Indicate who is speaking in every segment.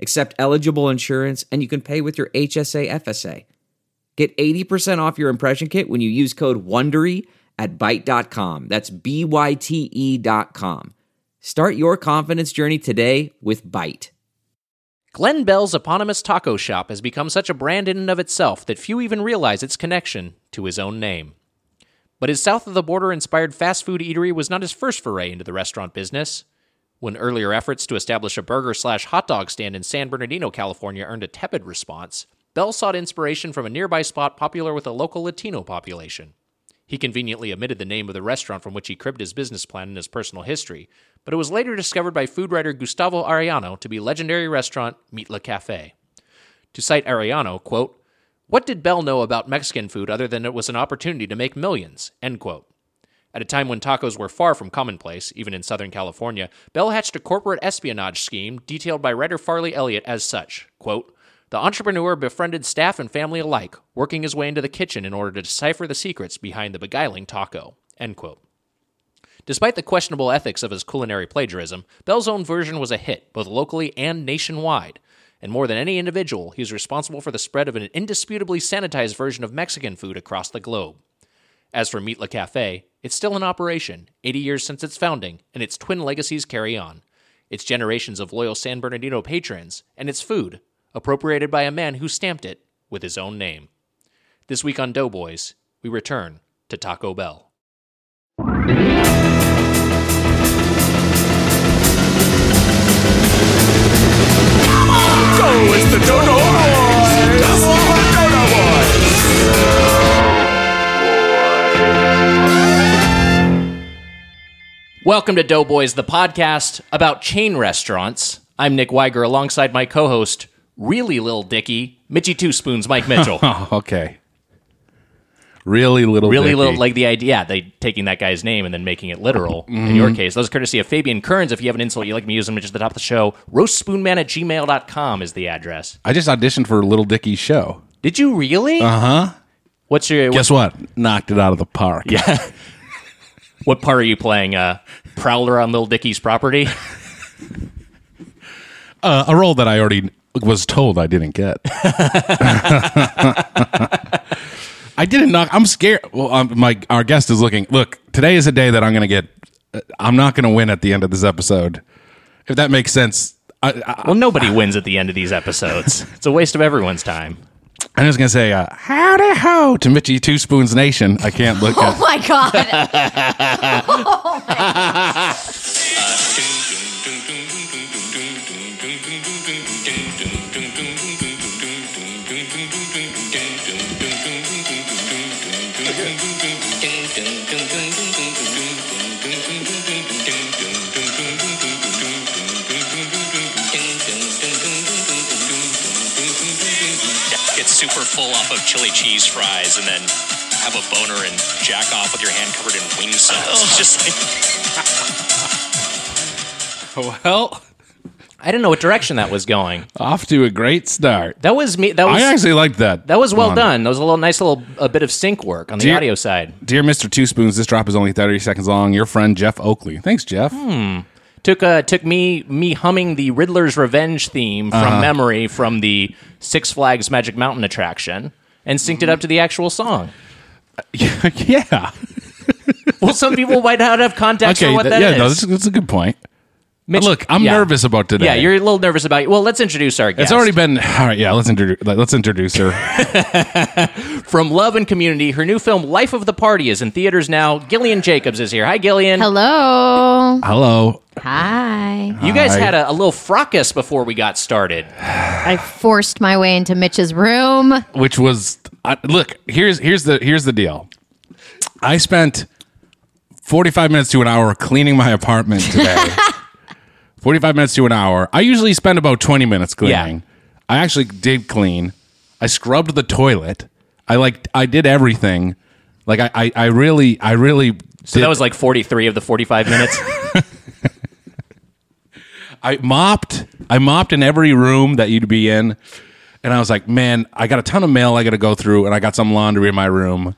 Speaker 1: accept eligible insurance, and you can pay with your HSA FSA. Get 80% off your impression kit when you use code WONDERY at Byte.com. That's B-Y-T-E E dot com. Start your confidence journey today with Byte.
Speaker 2: Glen Bell's eponymous taco shop has become such a brand in and of itself that few even realize its connection to his own name. But his south of the border inspired fast food eatery was not his first foray into the restaurant business. When earlier efforts to establish a burger slash hot dog stand in San Bernardino, California earned a tepid response, Bell sought inspiration from a nearby spot popular with a local Latino population. He conveniently omitted the name of the restaurant from which he cribbed his business plan in his personal history, but it was later discovered by food writer Gustavo Arellano to be legendary restaurant Mitla Cafe. To cite Arellano, quote, What did Bell know about Mexican food other than it was an opportunity to make millions? End quote. At a time when tacos were far from commonplace, even in Southern California, Bell hatched a corporate espionage scheme detailed by writer Farley Elliott as such. Quote, the entrepreneur befriended staff and family alike, working his way into the kitchen in order to decipher the secrets behind the beguiling taco. End quote. Despite the questionable ethics of his culinary plagiarism, Bell's own version was a hit, both locally and nationwide. And more than any individual, he is responsible for the spread of an indisputably sanitized version of Mexican food across the globe. As for Meatla Cafe, it's still in operation, 80 years since its founding, and its twin legacies carry on. Its generations of loyal San Bernardino patrons, and its food, appropriated by a man who stamped it with his own name. This week on Doughboys, we return to Taco Bell. Welcome to Doughboys, the podcast about chain restaurants. I'm Nick Weiger alongside my co host, really Lil Dicky, Mitchy Two Spoons, Mike Mitchell.
Speaker 3: Okay. Really little.
Speaker 2: really
Speaker 3: Dicky.
Speaker 2: Lil, like the idea, yeah, they taking that guy's name and then making it literal in your case. That was courtesy of Fabian Kearns. If you have an insult you like me to use them just at the top of the show, roastspoonman at gmail.com is the address.
Speaker 3: I just auditioned for Little Dicky's show.
Speaker 2: Did you really? Uh huh. What's your,
Speaker 3: Guess what? Knocked it out of the park. Yeah.
Speaker 2: what part are you playing? Uh, Prowler on Lil Dicky's property?
Speaker 3: Uh, a role that I already was told I didn't get. I didn't knock. I'm scared. Well, um, my our guest is looking. Look, today is a day that I'm going to get. uh, I'm not going to win at the end of this episode. If that makes sense. I, I,
Speaker 2: Well, nobody wins at the end of these episodes. It's a waste of everyone's time.
Speaker 3: I'm just going to say, uh, howdy ho to Mitchy Two Spoons Nation. I can't look at
Speaker 4: Oh my god.
Speaker 5: Get super full off of chili cheese fries and then have a boner and jack off with your hand covered in wing sauce. Just
Speaker 3: Well,
Speaker 2: I didn't know what direction that was going.
Speaker 3: off to a great start.
Speaker 2: That was me. That was
Speaker 3: I actually liked that.
Speaker 2: that was well
Speaker 3: one.
Speaker 2: done. That was a little nice little a bit of sync work on the
Speaker 3: Dear-
Speaker 2: audio side.
Speaker 3: Dear Mr. Two Spoons, this drop is only 30 seconds long. Your friend Jeff Oakley. Thanks, Jeff.
Speaker 2: Hmm. Took uh took me me humming the Riddler's Revenge theme from
Speaker 3: Uh-huh.
Speaker 2: memory from the Six Flags Magic Mountain attraction and synced it up to the actual song.
Speaker 3: yeah.
Speaker 2: Well, some people might not have context
Speaker 3: Okay.
Speaker 2: for what
Speaker 3: th-
Speaker 2: that is.
Speaker 3: yeah, no, that's, that's a good point.
Speaker 2: Mitch-
Speaker 3: Look, I'm
Speaker 2: yeah.
Speaker 3: nervous about today.
Speaker 2: Yeah, you're a little nervous about it. Well, let's introduce our guest.
Speaker 3: It's already been all right. Yeah, let's introduce. Let's introduce her.
Speaker 2: from Love and Community. Her new film, Life of the Party, is in theaters now. Gillian Jacobs is here. Hi, Gillian.
Speaker 4: Hello.
Speaker 3: Hello.
Speaker 4: Hi.
Speaker 2: You guys
Speaker 3: Hi.
Speaker 2: had a, a little fracas before we got started.
Speaker 4: I forced my way into Mitch's room.
Speaker 3: Which was I, look. Here's here's the here's the deal. I spent 45 minutes to an hour cleaning my apartment today. 45 minutes to an hour. I usually spend about 20 minutes cleaning. I actually did clean. I scrubbed the toilet. I like I did everything. Like I I, I really I really
Speaker 2: So
Speaker 3: did-
Speaker 2: that was like 43 of the 45 minutes.
Speaker 3: I mopped. I mopped in every room that you'd be in. And I was like, man, I got a ton of mail I got to go through, and I got some laundry in my room.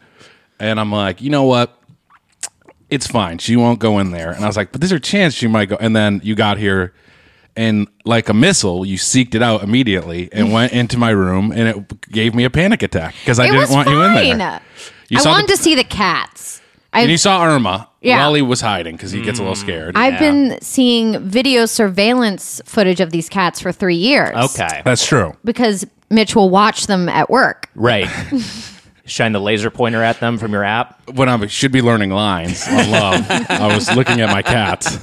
Speaker 3: And I'm like, you know what? It's fine. She won't go in there. And I was like, but there's a chance she might go. And then you got here, and like a missile, you seeked it out immediately and went into my room, and it gave me a panic attack because I
Speaker 4: it
Speaker 3: didn't
Speaker 4: was
Speaker 3: want
Speaker 4: fine.
Speaker 3: you in there. You
Speaker 4: I
Speaker 3: saw
Speaker 4: wanted
Speaker 3: the-
Speaker 4: to see the cats. I,
Speaker 3: And you saw Irma
Speaker 4: Yeah. Mm.
Speaker 3: while he was hiding because he gets a little scared.
Speaker 4: I've been seeing video surveillance footage of these cats for three years.
Speaker 2: Okay.
Speaker 3: That's true.
Speaker 4: Because Mitch will watch them at work.
Speaker 2: Right. Shine the laser pointer at them from your app.
Speaker 3: when I should be learning lines on love, I was looking at my cats.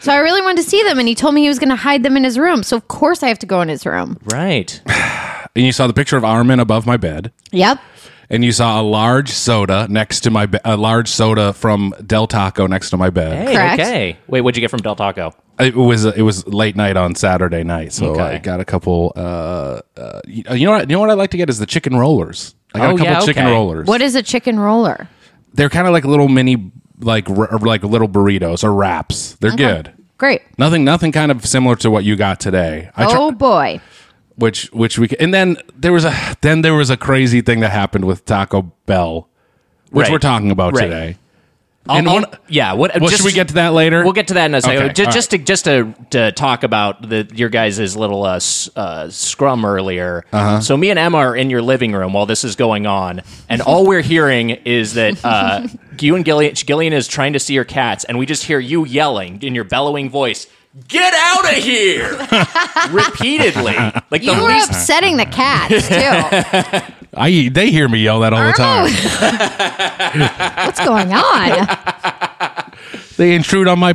Speaker 4: So I really wanted to see them, and he told me he was going to hide them in his room. So of course I have to go in his room.
Speaker 2: Right.
Speaker 3: And you saw the picture of Armin above my bed,
Speaker 4: Yep.
Speaker 3: and you saw a large soda next to my be- a large soda from Del Taco next to my bed.
Speaker 2: Hey,
Speaker 4: Correct.
Speaker 2: okay. Wait, what'd you get from Del Taco?
Speaker 3: It was it was late night on Saturday night, so
Speaker 2: Okay.
Speaker 3: I got a couple. Uh, uh, you you know what? You know what I like to get is the chicken rollers. I got
Speaker 2: Oh,
Speaker 3: a couple
Speaker 2: yeah,
Speaker 3: chicken
Speaker 2: okay.
Speaker 3: rollers.
Speaker 4: What is a chicken roller?
Speaker 3: They're kind of like little mini like r- like little burritos or wraps. They're
Speaker 2: Uh-huh.
Speaker 3: good.
Speaker 4: Great.
Speaker 3: Nothing, nothing kind of similar to what you got today. I tr-
Speaker 4: oh boy.
Speaker 3: which which we and then there was a then there was a crazy thing that happened with Taco Bell, which
Speaker 2: Right.
Speaker 3: we're talking about
Speaker 2: Right.
Speaker 3: today. And
Speaker 2: I'll-
Speaker 3: one-
Speaker 2: yeah. What,
Speaker 3: well,
Speaker 2: just-
Speaker 3: should we get to that later?
Speaker 2: We'll get to that in a second.
Speaker 3: Okay,
Speaker 2: just
Speaker 3: all
Speaker 2: just, to, just to, to talk about the your guys' little uh, s- uh, scrum earlier.
Speaker 3: Uh-huh.
Speaker 2: So me and Emma are in your living room while this is going on, and all we're hearing is that uh, you and Gillian, Gillian is trying to see your cats, and we just hear you yelling in your bellowing voice. Get out of here! Repeatedly, like
Speaker 4: You
Speaker 2: the
Speaker 4: were
Speaker 2: least
Speaker 4: upsetting the cats too.
Speaker 3: I they hear me yell that all the
Speaker 4: Armo.
Speaker 3: time.
Speaker 4: What's going on?
Speaker 3: They intrude on my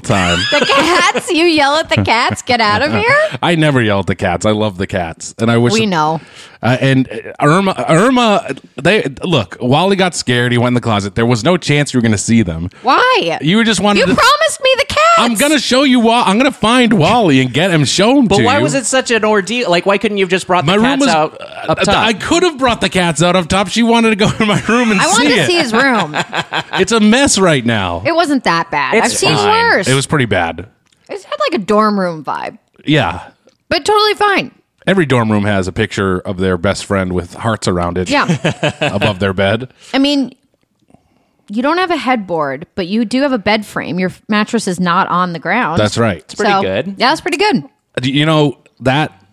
Speaker 3: time.
Speaker 4: The cats? You yell at the cats? Get out of here?
Speaker 3: I never yell at the cats. I love the cats, and I wish
Speaker 4: We know.
Speaker 3: Uh, and uh, Irma, Irma, they look. Wally got scared. He went in the closet. There was no chance you were going to see them.
Speaker 4: Why?
Speaker 3: You were just wanted.
Speaker 4: You
Speaker 3: to,
Speaker 4: promised me the cats.
Speaker 3: I'm gonna show you. Wa- I'm gonna find Wally and get him shown.
Speaker 2: But
Speaker 3: to
Speaker 2: why
Speaker 3: you.
Speaker 2: was it such an ordeal? Like, why couldn't you have just brought
Speaker 3: My
Speaker 2: the cats
Speaker 3: room was.
Speaker 2: out up
Speaker 3: uh,
Speaker 2: top?
Speaker 3: I could have brought the cats out up top. She wanted to go in my room and
Speaker 4: I
Speaker 3: see
Speaker 4: wanted to
Speaker 3: it.
Speaker 4: see his room.
Speaker 3: It's a mess right now.
Speaker 4: It wasn't that bad.
Speaker 2: It's
Speaker 4: I've seen
Speaker 2: fine.
Speaker 4: worse.
Speaker 3: It was pretty bad.
Speaker 4: It had like a dorm room vibe,
Speaker 3: Yeah.
Speaker 4: but totally fine.
Speaker 3: Every dorm room has a picture of their best friend with hearts around it
Speaker 4: Yeah.
Speaker 3: above their bed.
Speaker 4: I mean, you don't have a headboard, but you do have a bed frame. Your mattress is not on the ground.
Speaker 3: That's right.
Speaker 2: pretty good.
Speaker 4: Yeah, it's pretty good.
Speaker 3: You know that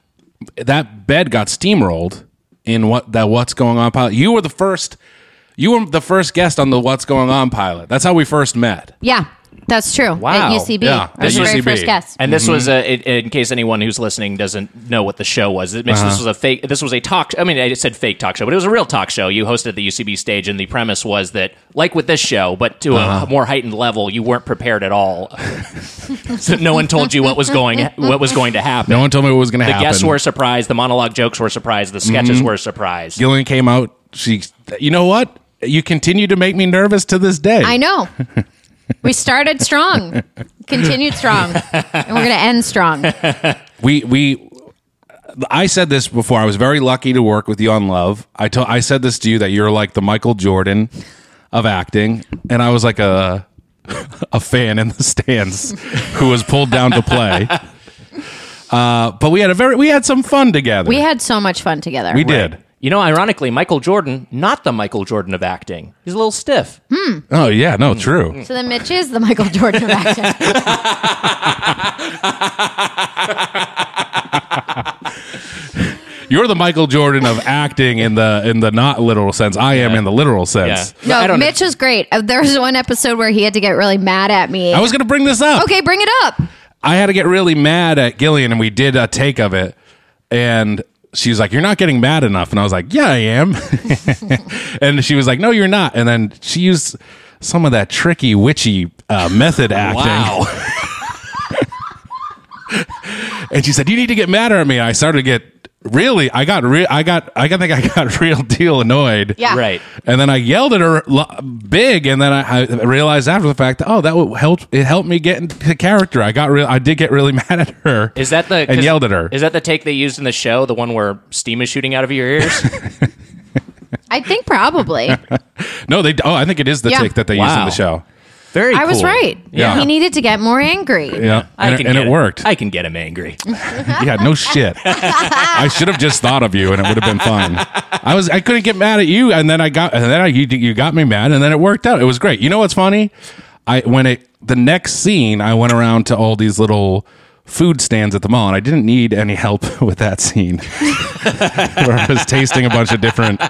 Speaker 3: that bed got steamrolled in what that what's going on pilot. You were the first you were the first guest on the what's going on pilot. That's how we first met.
Speaker 4: Yeah, that's true.
Speaker 2: Wow.
Speaker 4: At UCB.
Speaker 3: Yeah,
Speaker 4: Our
Speaker 3: at
Speaker 4: very
Speaker 3: UCB.
Speaker 4: first guest.
Speaker 2: And this was a, in, in case anyone who's listening doesn't know what the show was. It, Mitch, This was a fake. This was a talk. I mean, I said fake talk show, but it was a real talk show. You hosted the UCB stage, and the premise was that, like with this show, but to a more heightened level, you weren't prepared at all. so no one told you what was going what was going to happen.
Speaker 3: No one told me what was going to
Speaker 2: the
Speaker 3: happen.
Speaker 2: guests were surprised. The monologue jokes were surprised. The sketches were surprised.
Speaker 3: Gillian came out. She, you know what? You continue to make me nervous to this day.
Speaker 4: I know. we started strong, continued strong, and we're going to end strong.
Speaker 3: we we I said this before. I was very lucky to work with you on Love. I told I said this to you that you're like the Michael Jordan of acting, and I was like a a fan in the stands who was pulled down to play. Uh, but we had a very we had some fun together.
Speaker 4: We had so much fun together.
Speaker 3: we did.
Speaker 2: You know, ironically, Michael Jordan, not the Michael Jordan of acting. He's a little stiff.
Speaker 3: Oh yeah, no, true.
Speaker 2: Mm.
Speaker 4: So then Mitch is the Michael Jordan of acting.
Speaker 3: You're the Michael Jordan of acting in the in the not literal sense. I am in the literal
Speaker 2: Yeah.
Speaker 3: sense.
Speaker 2: I
Speaker 4: No,
Speaker 2: don't-
Speaker 4: Mitch is great. Uh, There was one episode where he had to get really mad at me.
Speaker 3: I was going to bring this up.
Speaker 4: okay, bring it up.
Speaker 3: I had to get really mad at Gillian, and we did a take of it. And she was like, "You're not getting mad enough," and I was like, "Yeah, I am." and she was like, "No, you're not." And then she used some of that tricky witchy uh, method acting. And she said, "You need to get madder at me." And I started to get really, I got real. I got. I got- think I got real deal annoyed.
Speaker 4: Yeah.
Speaker 2: Right.
Speaker 3: And then I yelled at her lo- big, and then I, I realized after the fact, oh, that would help. It helped me get into character. I got real. I did get really mad at her.
Speaker 2: Is that the 'cause-
Speaker 3: and yelled at her?
Speaker 2: Is that the take they used in the show? The one where steam is shooting out of your ears?
Speaker 4: I think probably.
Speaker 3: no, they. Oh, I think it is the
Speaker 4: Yeah.
Speaker 3: tick that they used in
Speaker 2: Wow.
Speaker 3: the show.
Speaker 2: Very.
Speaker 4: I was
Speaker 2: cool.
Speaker 4: right.
Speaker 3: Yeah.
Speaker 4: He needed to get more angry.
Speaker 3: Yeah,
Speaker 2: I
Speaker 3: and,
Speaker 2: can
Speaker 3: it, and
Speaker 2: get
Speaker 3: it worked.
Speaker 2: I can get him angry.
Speaker 3: yeah, no shit. I should have just thought of you, and it would have been fine. I was. I couldn't get mad at you, and then I got. And then I, you, you got me mad, and then it worked out. It was great. You know what's funny? I when it the next scene, I went around to all these little food stands at the mall, and I didn't need any help with that scene. Where I was tasting a bunch of different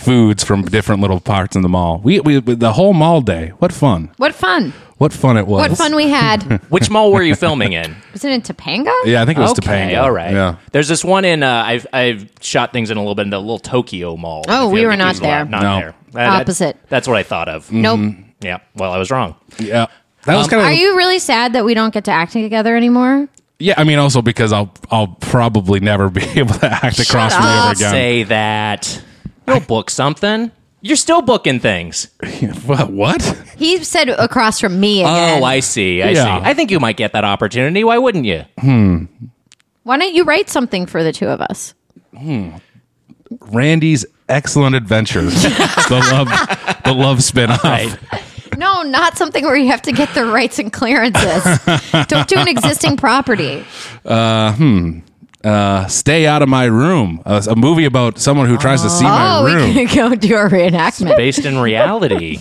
Speaker 3: foods from different little parts in the mall. We, we the whole mall day. What fun!
Speaker 4: What fun.
Speaker 3: What fun it was!
Speaker 4: What fun we had.
Speaker 2: Which mall were you filming in?
Speaker 4: Was it in Topanga?
Speaker 3: yeah, I think it was
Speaker 2: okay,
Speaker 3: Topanga.
Speaker 2: all right.
Speaker 3: Yeah.
Speaker 2: There's this one in. Uh, I've I've shot things in a little bit in the little Tokyo Mall.
Speaker 4: Oh,
Speaker 2: If
Speaker 4: we
Speaker 2: you
Speaker 4: were
Speaker 2: haven't
Speaker 4: not
Speaker 2: used a lot.
Speaker 4: there.
Speaker 2: Not
Speaker 3: No.
Speaker 2: there. That- that-
Speaker 4: Opposite.
Speaker 2: that's what I thought of.
Speaker 4: Nope.
Speaker 3: Mm.
Speaker 2: Yeah. Well, I was wrong.
Speaker 3: Yeah. That was kind of
Speaker 4: Um, Are you really sad that we don't get to acting together anymore?
Speaker 3: Yeah, I mean, also because I'll I'll probably never be able to act across from you ever again.
Speaker 2: Say that. You'll book something. You're still booking things.
Speaker 3: what? What?
Speaker 4: He said across from me again.
Speaker 2: Oh, I see. I
Speaker 3: Yeah.
Speaker 2: see. I think you might get that opportunity. Why wouldn't you?
Speaker 4: Why don't you write something for the two of us?
Speaker 3: Randy's excellent adventure, the love, the love spinoff.
Speaker 4: No, not something where you have to get the rights and clearances. don't do an existing property.
Speaker 3: Uh, Stay out of my room. Uh, a movie about someone who tries to see
Speaker 4: Oh,
Speaker 3: my
Speaker 4: we
Speaker 3: room.
Speaker 4: can go do a reenactment.
Speaker 2: Based in reality.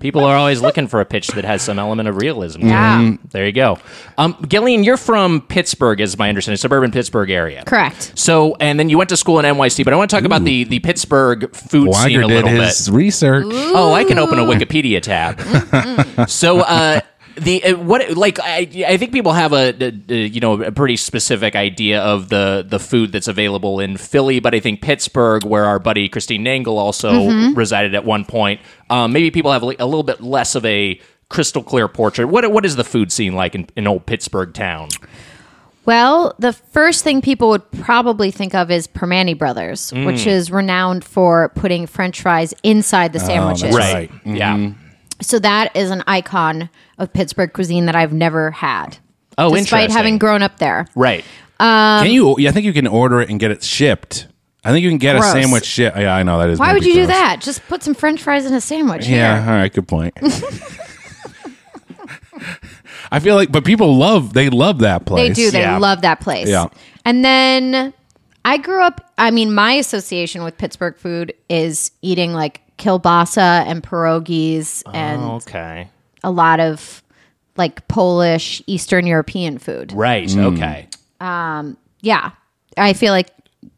Speaker 2: People are always looking for a pitch that has some element of realism. to it.
Speaker 4: Yeah. Mm.
Speaker 2: There you go. Um, Gillian, you're from Pittsburgh, is my understanding, suburban Pittsburgh area.
Speaker 4: Correct.
Speaker 2: So, and then you went to school in NYC, but I want to talk about the, the Pittsburgh food scene
Speaker 3: Weiger
Speaker 2: a
Speaker 3: did
Speaker 2: little
Speaker 3: his
Speaker 2: bit.
Speaker 3: research.
Speaker 2: Oh, I can open a Wikipedia tab. so, uh, the uh, what like I, I think people have a, a, a, you know a pretty specific idea of the the food that's available in Philly, but I think Pittsburgh, where our buddy Christine Nangle also resided at one point, um, maybe people have like, a little bit less of a crystal clear portrait. What what is the food scene like in, in old Pittsburgh town?
Speaker 4: Well, the first thing people would probably think of is Permani Brothers,
Speaker 3: Mm.
Speaker 4: which is renowned for putting French fries inside the sandwiches.
Speaker 3: Oh, Right.
Speaker 2: Yeah.
Speaker 4: So that is an icon of Pittsburgh cuisine that I've never had.
Speaker 2: Oh,
Speaker 4: despite
Speaker 2: interesting.
Speaker 4: having grown up there.
Speaker 2: Right.
Speaker 3: can you? Yeah, I think you can order it and get it shipped. I think you can get
Speaker 4: Gross.
Speaker 3: a sandwich shipped. Yeah, I know that is.
Speaker 4: Why
Speaker 3: maybe
Speaker 4: would you do
Speaker 3: gross.
Speaker 4: that? Just put some French fries in a sandwich.
Speaker 3: Yeah,
Speaker 4: Here.
Speaker 3: all right, good point. I feel like, but people love they love that
Speaker 4: They
Speaker 3: place.
Speaker 4: do. They
Speaker 2: Yeah.
Speaker 4: love that place.
Speaker 3: Yeah.
Speaker 4: And then I grew up, I mean, my association with Pittsburgh food is eating like kielbasa and pierogies and
Speaker 2: Oh. Okay.
Speaker 4: a lot of like Polish, Eastern European food.
Speaker 2: Right. Okay.
Speaker 4: Yeah. I feel like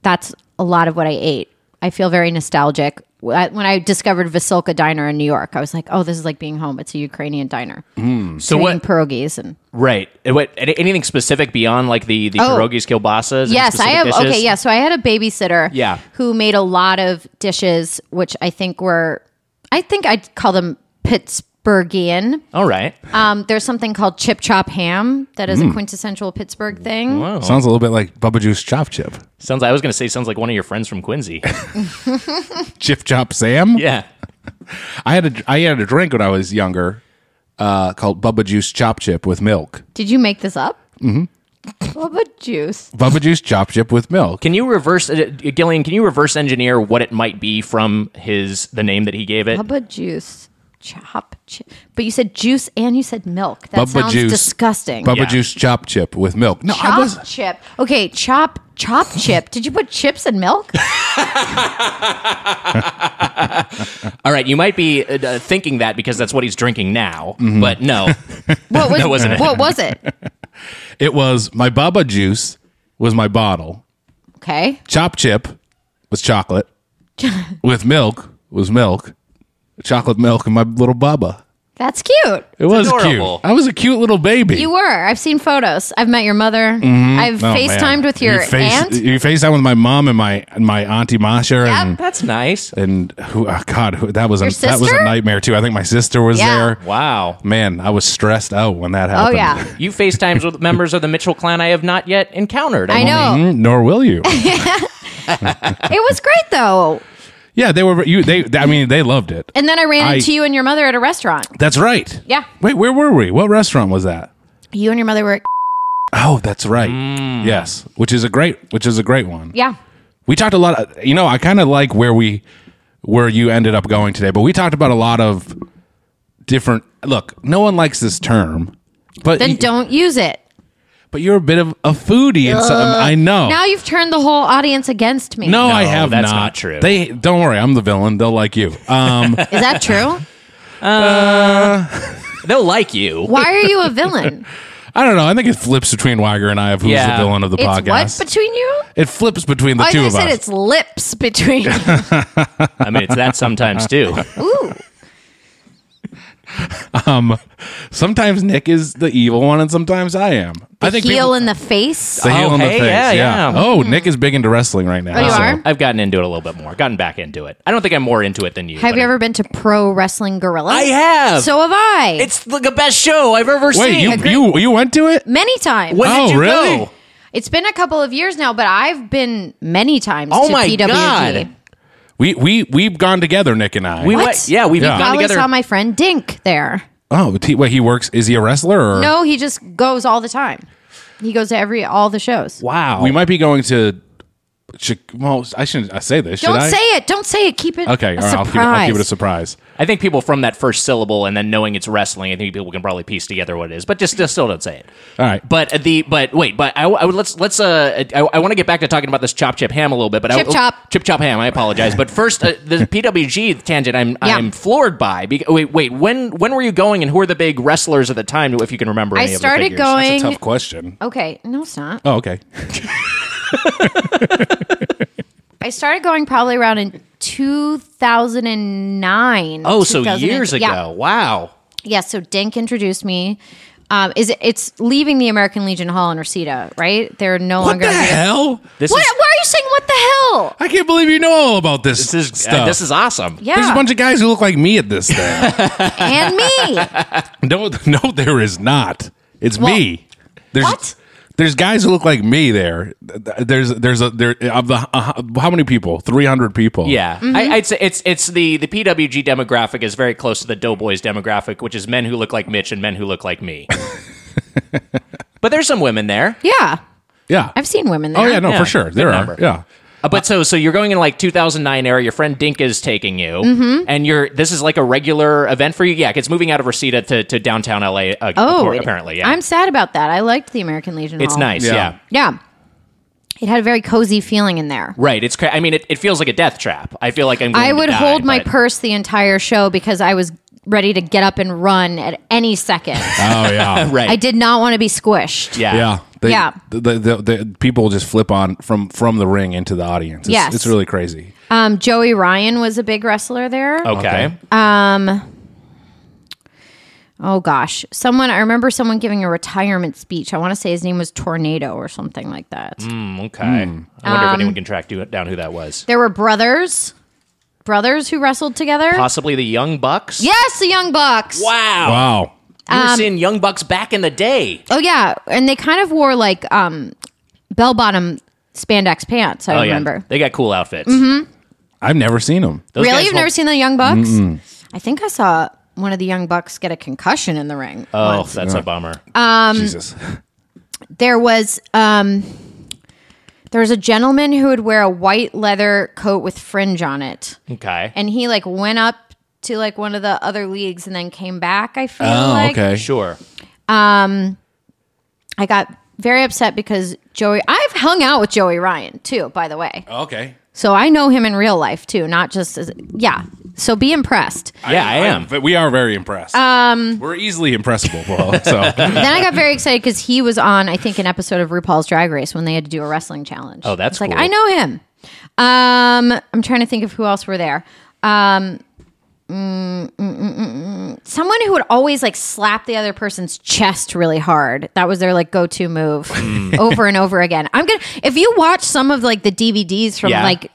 Speaker 4: that's a lot of what I ate. I feel very nostalgic. When I when I discovered Vasilka Diner in New York, I was like, oh, this is like being home. It's a Ukrainian diner.
Speaker 2: So
Speaker 4: Eating
Speaker 2: what?
Speaker 4: pierogies and
Speaker 2: Right. Uh, What? any- Anything specific beyond like the the
Speaker 4: Oh.
Speaker 2: pierogies, kielbasas? and
Speaker 4: Yes, I
Speaker 2: specific
Speaker 4: have.
Speaker 2: dishes?
Speaker 4: Okay, yeah. So I had a babysitter.
Speaker 2: Yeah.
Speaker 4: Who made a lot of dishes, which I think were, I think I'd call them Pittsburghian.
Speaker 2: All right.
Speaker 4: Um, there's something called chip chop ham that is a quintessential Pittsburgh thing.
Speaker 3: Oh. Sounds a little bit like Bubba Juice Chop Chip.
Speaker 2: Sounds. I was going to say sounds like one of your friends from Quincy.
Speaker 3: Chip Chop Sam.
Speaker 2: yeah.
Speaker 3: I had a I had a drink when I was younger uh, called Bubba Juice Chop Chip with milk.
Speaker 4: Did you make this up? Mm-hmm. What about juice?
Speaker 3: Bubba Juice Chop Chip with milk.
Speaker 2: Can you reverse uh, Gillian? Can you reverse engineer what it might be from his the name that he gave it?
Speaker 4: What about juice? Chop, chip. But you said juice and you said milk. That
Speaker 3: Bubba
Speaker 4: sounds
Speaker 3: Juice.
Speaker 4: disgusting.
Speaker 3: Bubba
Speaker 2: Yeah.
Speaker 3: Juice Chop Chip with milk. No, I was.
Speaker 4: Chop chip. Okay, chop chop chip. Did you put chips and milk?
Speaker 2: All right. You might be uh, uh, thinking that because that's what he's drinking now.
Speaker 4: Mm-hmm.
Speaker 2: But no.
Speaker 4: What was
Speaker 2: That wasn't it.
Speaker 4: What was it?
Speaker 3: It was my Bubba Juice was my bottle.
Speaker 4: Okay.
Speaker 3: Chop Chip was chocolate with milk was milk. Chocolate milk and my little Bubba.
Speaker 4: That's cute.
Speaker 3: It was
Speaker 2: adorable.
Speaker 3: cute. I was a cute little baby.
Speaker 4: You were. I've seen photos. I've met your mother. I've
Speaker 3: Oh, man.
Speaker 4: FaceTimed with your
Speaker 3: you face-
Speaker 4: aunt.
Speaker 3: You FaceTime with my mom and my and my auntie Masha
Speaker 2: Hmm.
Speaker 3: and
Speaker 2: that's nice.
Speaker 3: and who, oh God, who, that was a,
Speaker 4: Your
Speaker 3: that was
Speaker 4: sister?
Speaker 3: a nightmare too. I think my sister was
Speaker 4: Yeah.
Speaker 3: there.
Speaker 2: Wow.
Speaker 3: Man, I was stressed out when that
Speaker 4: oh
Speaker 3: happened.
Speaker 4: yeah.
Speaker 2: You FaceTimes with members of the Mitchell clan I have not yet encountered.
Speaker 4: I know.
Speaker 3: Mm, nor Mm-hmm. will you.
Speaker 4: It was great though.
Speaker 3: Yeah, they were you. They, I mean, they loved it.
Speaker 4: And then I ran
Speaker 3: I-
Speaker 4: into you and your mother at a restaurant.
Speaker 3: That's right.
Speaker 4: Yeah.
Speaker 3: Wait, where were we? What restaurant was that?
Speaker 4: You and your mother were. At,
Speaker 3: Oh, that's right. Yes, which is a great, which is a great one.
Speaker 4: yeah.
Speaker 3: We talked a lot. Of, you know, I kind of like where we, where you ended up going today, but we talked about a lot of different. Look, no one likes this term, but
Speaker 4: Then
Speaker 3: you-
Speaker 4: don't use it.
Speaker 3: But you're a bit of a foodie, and so, I know.
Speaker 4: Uh, Now you've turned the whole audience against me.
Speaker 3: Oh. no, I
Speaker 2: No,
Speaker 3: have
Speaker 2: that's
Speaker 3: not.
Speaker 2: not true.
Speaker 3: They don't worry. I'm the villain. They'll like you. Um,
Speaker 4: Is that true?
Speaker 2: They'll like you.
Speaker 4: Why are you a villain?
Speaker 3: I don't know. I think it flips between Weiger and I of who's
Speaker 2: Yeah.
Speaker 3: the villain of the
Speaker 4: It's
Speaker 3: podcast.
Speaker 4: what between you?
Speaker 3: it flips between the
Speaker 4: I
Speaker 3: two
Speaker 4: thought I
Speaker 3: of
Speaker 4: said
Speaker 3: us.
Speaker 4: it's lips between.
Speaker 2: I mean, it's that sometimes too.
Speaker 4: Ooh.
Speaker 3: Sometimes Nick is the evil one, and sometimes I am. I
Speaker 4: The heel
Speaker 3: think people-
Speaker 4: in the face.
Speaker 3: the heel in the
Speaker 2: Oh, hey,
Speaker 3: face.
Speaker 2: yeah,
Speaker 3: Yeah,
Speaker 2: yeah.
Speaker 3: Oh, Nick is big into wrestling right now.
Speaker 4: Oh, you
Speaker 3: so-
Speaker 4: are?
Speaker 2: I've gotten into it a little bit more. Gotten back into it. I don't think I'm more into it than you.
Speaker 4: Have
Speaker 2: but
Speaker 4: you ever been to Pro Wrestling Gorilla?
Speaker 2: I have.
Speaker 4: So have I.
Speaker 2: It's the g- best show I've ever
Speaker 3: Wait,
Speaker 2: seen.
Speaker 3: you you you went to it?
Speaker 4: many times.
Speaker 2: when
Speaker 3: Oh,
Speaker 2: did you
Speaker 3: really?
Speaker 2: go?
Speaker 4: It's been a couple of years now, but I've been many times
Speaker 2: Oh
Speaker 4: to
Speaker 2: my
Speaker 4: PWG.
Speaker 2: God.
Speaker 3: We we we've gone together, Nick and I.
Speaker 2: We
Speaker 4: What?
Speaker 2: went. Yeah, we've
Speaker 3: Yeah.
Speaker 2: gone
Speaker 4: Probably
Speaker 2: together.
Speaker 4: saw my friend Dink there.
Speaker 3: oh, but he, wait, he works. Is he a wrestler? Or?
Speaker 4: No, he just goes all the time. He goes to every all the shows.
Speaker 2: wow.
Speaker 3: We might be going to. Chi- Well, I shouldn't I say this.
Speaker 4: Don't
Speaker 3: should I?
Speaker 4: say it. Don't say it. Keep it.
Speaker 3: Okay,
Speaker 4: a
Speaker 3: all right, I'll,
Speaker 4: surprise.
Speaker 3: keep it, I'll keep it a surprise.
Speaker 2: I think people from that first syllable and then knowing it's wrestling, I think people can probably piece together what it is. But just, just still don't say it.
Speaker 3: All right.
Speaker 2: But the but wait, but I, I would let's let's uh I, I want to get back to talking about this chop chip ham a little bit. But
Speaker 4: Chip
Speaker 2: I,
Speaker 4: chop.
Speaker 2: chip chop ham. I apologize. But first, uh, the PWG tangent. I'm
Speaker 4: Yeah.
Speaker 2: I'm floored by. Be- wait wait when when were you going and who are the big wrestlers at the time? If you can remember,
Speaker 4: I
Speaker 2: any of
Speaker 4: started
Speaker 2: the figures?
Speaker 4: going.
Speaker 3: Tough question.
Speaker 4: Okay, no, it's not.
Speaker 3: Oh, okay.
Speaker 4: I started going probably around in 2009.
Speaker 2: Oh, so
Speaker 4: 2000
Speaker 2: years ago.
Speaker 4: Yeah,
Speaker 2: Wow.
Speaker 4: yeah, so Dink introduced me. Um, is it, it's leaving the American Legion Hall in Reseda, right? They're no
Speaker 3: What
Speaker 4: longer.
Speaker 3: the hell?
Speaker 2: This
Speaker 4: What,
Speaker 2: is
Speaker 4: why are you saying what the hell?
Speaker 3: I can't believe you know all about this.
Speaker 2: this is
Speaker 3: stuff.
Speaker 2: uh, this is awesome.
Speaker 4: Yeah,
Speaker 3: There's a bunch of guys who look like me at this thing.
Speaker 4: and me.
Speaker 3: no, no, there is not. It's me. There's,
Speaker 4: What?
Speaker 3: There's guys who look like me there. There's there's a there of the uh, how many people? Three hundred people.
Speaker 2: Yeah,
Speaker 4: Mm-hmm.
Speaker 2: I, I'd say it's it's the the PWG demographic is very close to the Doughboys demographic, which is men who look like Mitch and men who look like me. but there's some women there.
Speaker 4: Yeah,
Speaker 3: yeah.
Speaker 4: I've seen women there.
Speaker 3: oh yeah, no,
Speaker 2: Yeah,
Speaker 3: for sure
Speaker 2: big
Speaker 3: there
Speaker 2: number.
Speaker 3: are. Yeah,
Speaker 2: Uh, but so so you're going in like 2009 era. Your friend Dink is taking you,
Speaker 4: Mm-hmm.
Speaker 2: and you're this is like a regular event for you. Yeah, it's moving out of Reseda to, to downtown LA. Uh,
Speaker 4: Oh,
Speaker 2: appar- apparently, yeah,
Speaker 4: I'm sad about that. I liked the American Legion.
Speaker 2: it's
Speaker 4: Hall.
Speaker 2: nice. Yeah.
Speaker 3: Yeah.
Speaker 4: Yeah, it had a very cozy feeling in there.
Speaker 2: right. It's cra- I mean it, it feels like a death trap. I feel like I'm. Going
Speaker 4: I
Speaker 2: to
Speaker 4: would
Speaker 2: die,
Speaker 4: hold my
Speaker 2: but-
Speaker 4: purse the entire show because I was ready to get up and run at any second.
Speaker 3: oh yeah,
Speaker 2: Right.
Speaker 4: I did not want to be squished.
Speaker 2: Yeah.
Speaker 3: yeah. They,
Speaker 4: Yeah.
Speaker 3: The, the, the, the people just flip on from from the ring into the audience. It's,
Speaker 4: Yes.
Speaker 3: it's really crazy.
Speaker 4: Um, Joey Ryan was a big wrestler there.
Speaker 2: Okay.
Speaker 3: Okay.
Speaker 4: Oh gosh, someone I remember someone giving a retirement speech. I want to say his name was Tornado or something like that.
Speaker 2: Mm, Okay. I wonder
Speaker 4: Um,
Speaker 2: if anyone can track do- down who that was.
Speaker 4: There were brothers, brothers who wrestled together.
Speaker 2: Possibly the Young Bucks.
Speaker 4: yes, Um, the Young Bucks.
Speaker 2: Wow.
Speaker 3: Wow.
Speaker 2: We were seeing Young Bucks back in the day.
Speaker 4: Oh yeah, and they kind of wore like um, bell bottom spandex pants.
Speaker 2: Oh,
Speaker 4: I remember. Mm-hmm.
Speaker 2: They got cool outfits.
Speaker 3: I've never seen them.
Speaker 2: Those
Speaker 4: really,
Speaker 2: guys
Speaker 4: you've
Speaker 2: will-
Speaker 4: never seen the Young Bucks? I think I saw one of the Young Bucks get a concussion in the ring.
Speaker 2: Oh, that's a bummer.
Speaker 4: Uh,
Speaker 3: Jesus.
Speaker 4: there was um there was a gentleman who would wear a white leather coat with fringe on it
Speaker 2: okay.
Speaker 4: and he like went up to like one of the other leagues and then came back i feel
Speaker 3: Oh,
Speaker 4: like
Speaker 3: okay.
Speaker 2: sure.
Speaker 4: i got very upset because joey i've hung out with joey ryan too by the way
Speaker 3: Oh, Okay.
Speaker 4: so i know him in real life too not just as yeah so be impressed
Speaker 2: Yeah, I am.
Speaker 3: But we are very impressed. Um, we're easily impressible, Paul. So
Speaker 4: then I got very excited because he was on, I think, an episode of RuPaul's Drag Race when they had to do a wrestling challenge.
Speaker 2: Oh, that's
Speaker 4: It's like
Speaker 2: cool.
Speaker 4: I know him. Um, I'm trying to think of who else were there. Um, mm, mm, mm, mm, mm. someone who would always like slap the other person's chest really hard. That was their like go-to move
Speaker 2: Mm.
Speaker 4: over and over again. I'm gonna if you watch some of like the DVDs from
Speaker 2: Yeah.
Speaker 4: like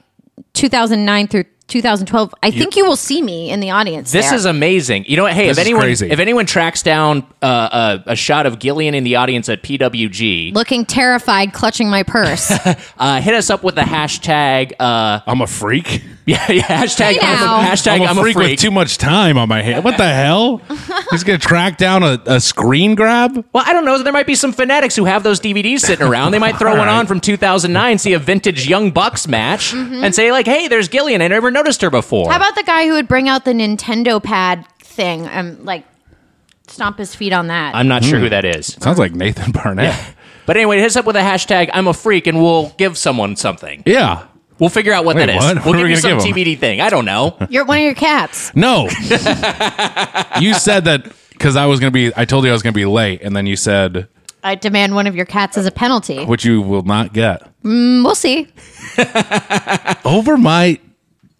Speaker 4: 2009 through 2012, I think you will see me in the audience.
Speaker 2: This
Speaker 4: there.
Speaker 2: is amazing. You know what? Hey,
Speaker 3: This
Speaker 2: if
Speaker 3: is
Speaker 2: anyone
Speaker 3: crazy.
Speaker 2: if anyone tracks down uh, a, a shot of Gillian in the audience at PWG,
Speaker 4: looking terrified, clutching my purse.
Speaker 2: uh, hit us up with the hashtag. Uh,
Speaker 3: I'm a freak.
Speaker 2: yeah, yeah, hashtag.
Speaker 4: Hey
Speaker 2: I'm a,
Speaker 4: now.
Speaker 2: Oh. hashtag. I'm, a freak.
Speaker 3: with too much time on my hand. What the hell? He's gonna track down a, a screen grab.
Speaker 2: well, I don't know. There might be some fanatics who have those DVDs sitting around. They might throw one on from 2009, see a vintage Young Bucks match, and say like, "Hey, there's Gillian. I never noticed her before."
Speaker 4: Mm-hmm. How about the guy who would bring out the Nintendo pad thing and like stomp his feet on that?
Speaker 2: I'm not sure
Speaker 3: Hmm.
Speaker 2: who that is.
Speaker 3: Sounds like Nathan Barnett.
Speaker 2: But anyway, hit us up with a hashtag. I'm a freak, and we'll give someone something.
Speaker 3: Yeah.
Speaker 2: We'll figure out what
Speaker 3: Wait,
Speaker 2: that is.
Speaker 3: what? What
Speaker 2: We'll
Speaker 3: are
Speaker 2: give
Speaker 3: we
Speaker 2: you
Speaker 3: gonna
Speaker 2: some
Speaker 3: give 'em?
Speaker 2: TBD thing. I don't know.
Speaker 4: You're one of your cats.
Speaker 3: No. you said that because I was gonna be. I told you I was gonna be late, and then you said
Speaker 4: I demand one of your cats as a penalty.
Speaker 3: which you will not get
Speaker 4: Mm, We'll see.
Speaker 3: over my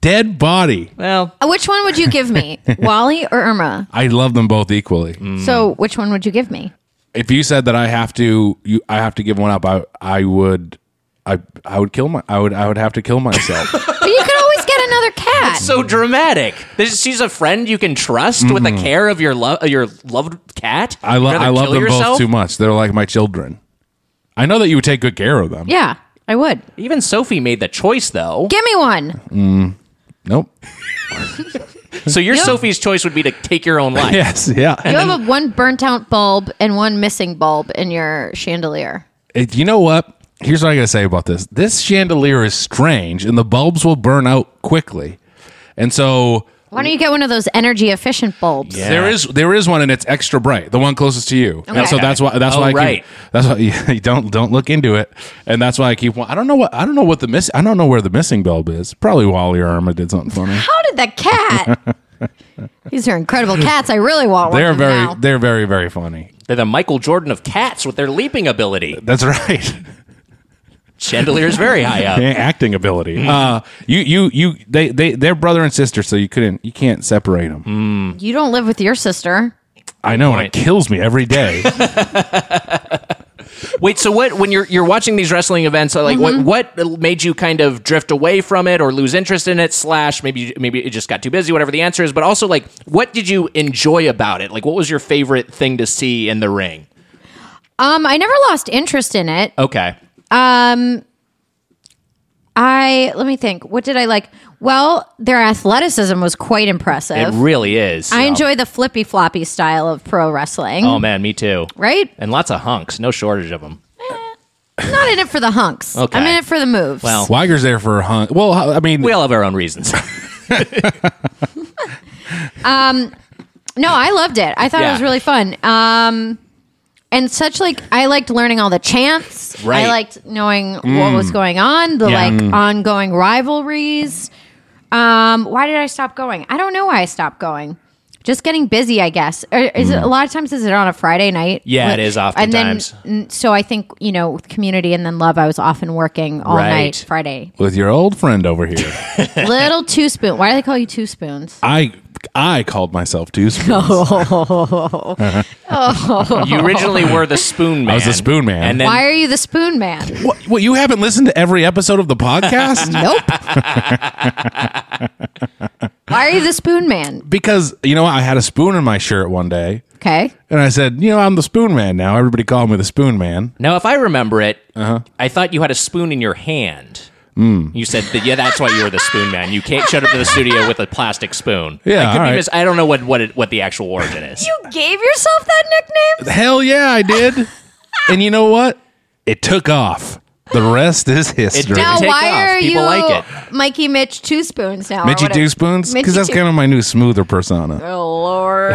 Speaker 3: dead body.
Speaker 2: Well,
Speaker 4: Uh, Which one would you give me, Wally or Irma?
Speaker 3: I love them both equally.
Speaker 4: So, which one would you give me?
Speaker 3: If you said that I have to, you, I have to give one up. I, I would, I, I would kill my, I would, I would have to kill myself.
Speaker 4: But you could always get another cat.
Speaker 2: so dramatic. This, she's a friend you can trust with the care of your love, your loved cat.
Speaker 3: Mm-hmm. I, lo-
Speaker 2: love,
Speaker 3: I love them both too much. They're like my children. I know that you would take good care of them.
Speaker 4: yeah, I would.
Speaker 2: Even Sophie made the choice though.
Speaker 4: Give me one.
Speaker 3: Nope.
Speaker 2: so your Sophie's choice would be to take your own life.
Speaker 3: Yes. Yeah.
Speaker 4: You have a one burnt out bulb and one missing bulb in your chandelier.
Speaker 3: It- you know what? Here's what I got to say about this. This chandelier is strange, and the bulbs will burn out quickly. And so
Speaker 4: Why don't you get one of those energy efficient bulbs?
Speaker 3: there is there is one, and it's extra bright. The one closest to you. And so that's why that's
Speaker 2: Oh,
Speaker 3: why I
Speaker 2: right.
Speaker 3: keep, that's why you don't don't look into it. And that's why I keep. I don't know what I don't know what the miss. I don't know where the missing bulb is. Probably Wally or Irma did something funny.
Speaker 4: How did that cat? These are incredible cats. I really want one.
Speaker 3: They're
Speaker 4: of them
Speaker 3: very
Speaker 4: now.
Speaker 3: they're very very funny.
Speaker 2: They're the Michael Jordan of cats with their leaping ability.
Speaker 3: That's right.
Speaker 2: Chandelier's very high up.
Speaker 3: Yeah, acting ability. Uh, you, you, you. They, they, they're brother and sister, so you couldn't, you can't separate them.
Speaker 4: You don't live with your sister.
Speaker 3: I know, and it kills me every day.
Speaker 2: Wait, so what? When you're you're watching these wrestling events, like
Speaker 4: Mm-hmm.
Speaker 2: what what made you kind of drift away from it or lose interest in it? Slash, maybe maybe it just got too busy, whatever the answer is. But also, like, what did you enjoy about it? Like, what was your favorite thing to see in the ring?
Speaker 4: Um, I never lost interest in it. Um,
Speaker 2: Okay,
Speaker 4: I let me think. What did I like? Well, their athleticism was quite impressive.
Speaker 2: it really is.
Speaker 4: I
Speaker 2: Yeah.
Speaker 4: enjoy the flippy floppy style of pro wrestling.
Speaker 2: Oh man, me too.
Speaker 4: Right?
Speaker 2: And lots of hunks, no shortage of them.
Speaker 4: I'm not in it for the hunks.
Speaker 2: Okay.
Speaker 4: I'm in it for the moves.
Speaker 2: Well,
Speaker 3: Weiger's there for a hunt. Well, I mean,
Speaker 2: we all have our own reasons.
Speaker 4: No, I loved it. I thought
Speaker 2: Yeah.
Speaker 4: it was really fun. Um, and such like I liked learning all the chants.
Speaker 2: Right. Mm.
Speaker 4: I liked knowing what was going on, the
Speaker 2: Yeah. Mm.
Speaker 4: like ongoing rivalries. Um, why did I stop going? I don't know why I stopped going. Just getting busy, I guess. Or is it a lot of times? Is it on a Friday night?
Speaker 2: Mm. Yeah, it is
Speaker 4: And then,
Speaker 2: oftentimes.
Speaker 4: n- so I think you know, with community and then love. I was often working all
Speaker 2: Right.
Speaker 4: night Friday.
Speaker 3: with your old friend over here,
Speaker 4: Little two spoon. Why do they call you two spoons?
Speaker 3: I, I called myself two spoons.
Speaker 2: you originally were the spoon man.
Speaker 3: was the spoon man.
Speaker 2: and then
Speaker 4: Why are you the spoon man?
Speaker 3: What, what, You haven't listened to every episode of the podcast
Speaker 4: Nope. Why are you the spoon man?
Speaker 3: because you know I had a spoon in my shirt one day,
Speaker 4: Okay.
Speaker 3: and I said, you know, I'm the spoon man now. Everybody called me the spoon man.
Speaker 2: Now, if I remember it,
Speaker 3: Uh-huh.
Speaker 2: I thought you had a spoon in your hand.
Speaker 3: Mm.
Speaker 2: You said that, yeah, that's why you were the spoon man. You can't shut up to the studio with a plastic spoon.
Speaker 3: Yeah,
Speaker 2: I, could
Speaker 3: all
Speaker 2: be
Speaker 3: right.
Speaker 2: mis- I don't know what what, it, what the actual origin is.
Speaker 4: You gave yourself that nickname?
Speaker 3: Hell yeah, I did. and you know what? It took off. The rest is history.
Speaker 2: did.
Speaker 4: Now,
Speaker 2: Take
Speaker 4: why
Speaker 2: off.
Speaker 4: are
Speaker 2: People
Speaker 4: you
Speaker 2: like
Speaker 4: Mikey Mitch Two Spoons now? or
Speaker 3: Mitchy
Speaker 4: whatever?
Speaker 3: Two Spoons?
Speaker 4: Mitchy
Speaker 3: Because that's
Speaker 4: Two-
Speaker 3: kind of my new smoother persona.
Speaker 4: Oh, Lord.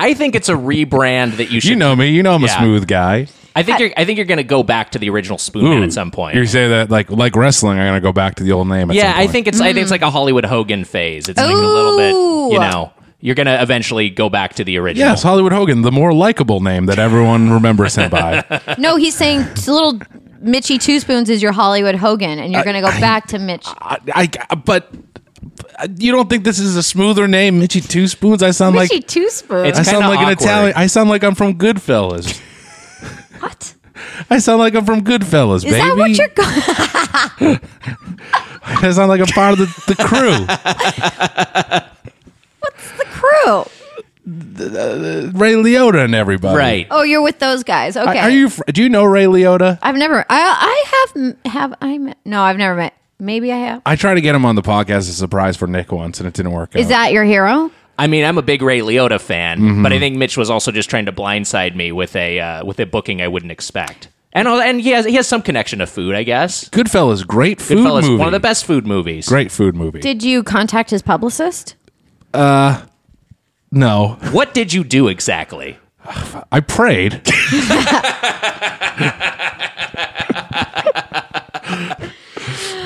Speaker 2: I think it's a rebrand that you should.
Speaker 3: You know me. You know I'm
Speaker 2: Yeah.
Speaker 3: a smooth guy.
Speaker 2: I think you're. I think you're going to go back to the original spoon man at some point.
Speaker 3: You say that like like wrestling. I'm gonna go back to the old name. At
Speaker 2: yeah,
Speaker 3: some
Speaker 2: I
Speaker 3: point.
Speaker 2: think it's. I think it's like a Hollywood Hogan phase. It's like a little bit. You
Speaker 4: Mm. Ooh.
Speaker 2: know, you're going to eventually go back to the original.
Speaker 3: Yes, Hollywood Hogan, the more likable name that everyone remembers him by.
Speaker 4: no, he's saying t- little Mitchy Two Spoons is your Hollywood Hogan, and you're going to go back to Mitch.
Speaker 3: I, I- but uh, you don't think this is a smoother name, Mitchy Two Spoons? I sound
Speaker 4: Mitchy
Speaker 3: like
Speaker 4: Two Spoons?
Speaker 3: I
Speaker 2: It's-
Speaker 3: sound
Speaker 2: kinda
Speaker 3: like an
Speaker 2: awkward.
Speaker 3: Italian. I sound like I'm from Goodfellas.
Speaker 4: what?
Speaker 3: I sound like I'm from Goodfellas,
Speaker 4: Is
Speaker 3: baby.
Speaker 4: that what you're going
Speaker 3: That sounds like a part of the, the crew.
Speaker 4: The crew.
Speaker 3: Ray Liotta and everybody.
Speaker 2: Right.
Speaker 4: Oh, you're with those guys.
Speaker 3: Are-
Speaker 4: Okay.
Speaker 3: Are you? fr- Do you know Ray Liotta?
Speaker 4: I've never. I I have have I met? No, I've never met. Maybe I have.
Speaker 3: I tried to get him on the podcast as a surprise for Nick once, and it didn't work.
Speaker 4: Is
Speaker 3: out.
Speaker 4: that your hero?
Speaker 2: I mean, I'm a big Ray Liotta fan, but
Speaker 3: Mm-hmm.
Speaker 2: I think Mitch was also just trying to blindside me with a uh, with a booking I wouldn't expect. And all, and he has he has some connection to food, I guess.
Speaker 3: Goodfellas? Great food
Speaker 2: Goodfellas,
Speaker 3: movie.
Speaker 2: one of the best food movies.
Speaker 3: Great food movie.
Speaker 4: Did you contact his publicist?
Speaker 3: no,
Speaker 2: What did you do exactly?
Speaker 3: I prayed.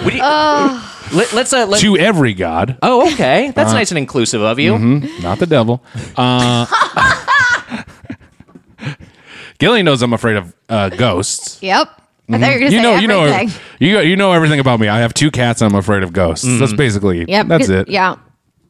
Speaker 2: Would you- let, us uh, let,
Speaker 3: to every god,
Speaker 2: oh okay,
Speaker 3: Uh-huh.
Speaker 2: that's nice and inclusive of you.
Speaker 3: not the devil. Uh, Gilly knows I'm afraid of uh, ghosts.
Speaker 4: Yep. I thought you were gonna
Speaker 3: You
Speaker 4: say
Speaker 3: know, you
Speaker 4: everything.
Speaker 3: know, you you know everything about me. I have two cats, and I'm afraid of ghosts. That's basically.
Speaker 4: Yep.
Speaker 3: That's
Speaker 4: good-
Speaker 3: it.
Speaker 4: Yeah.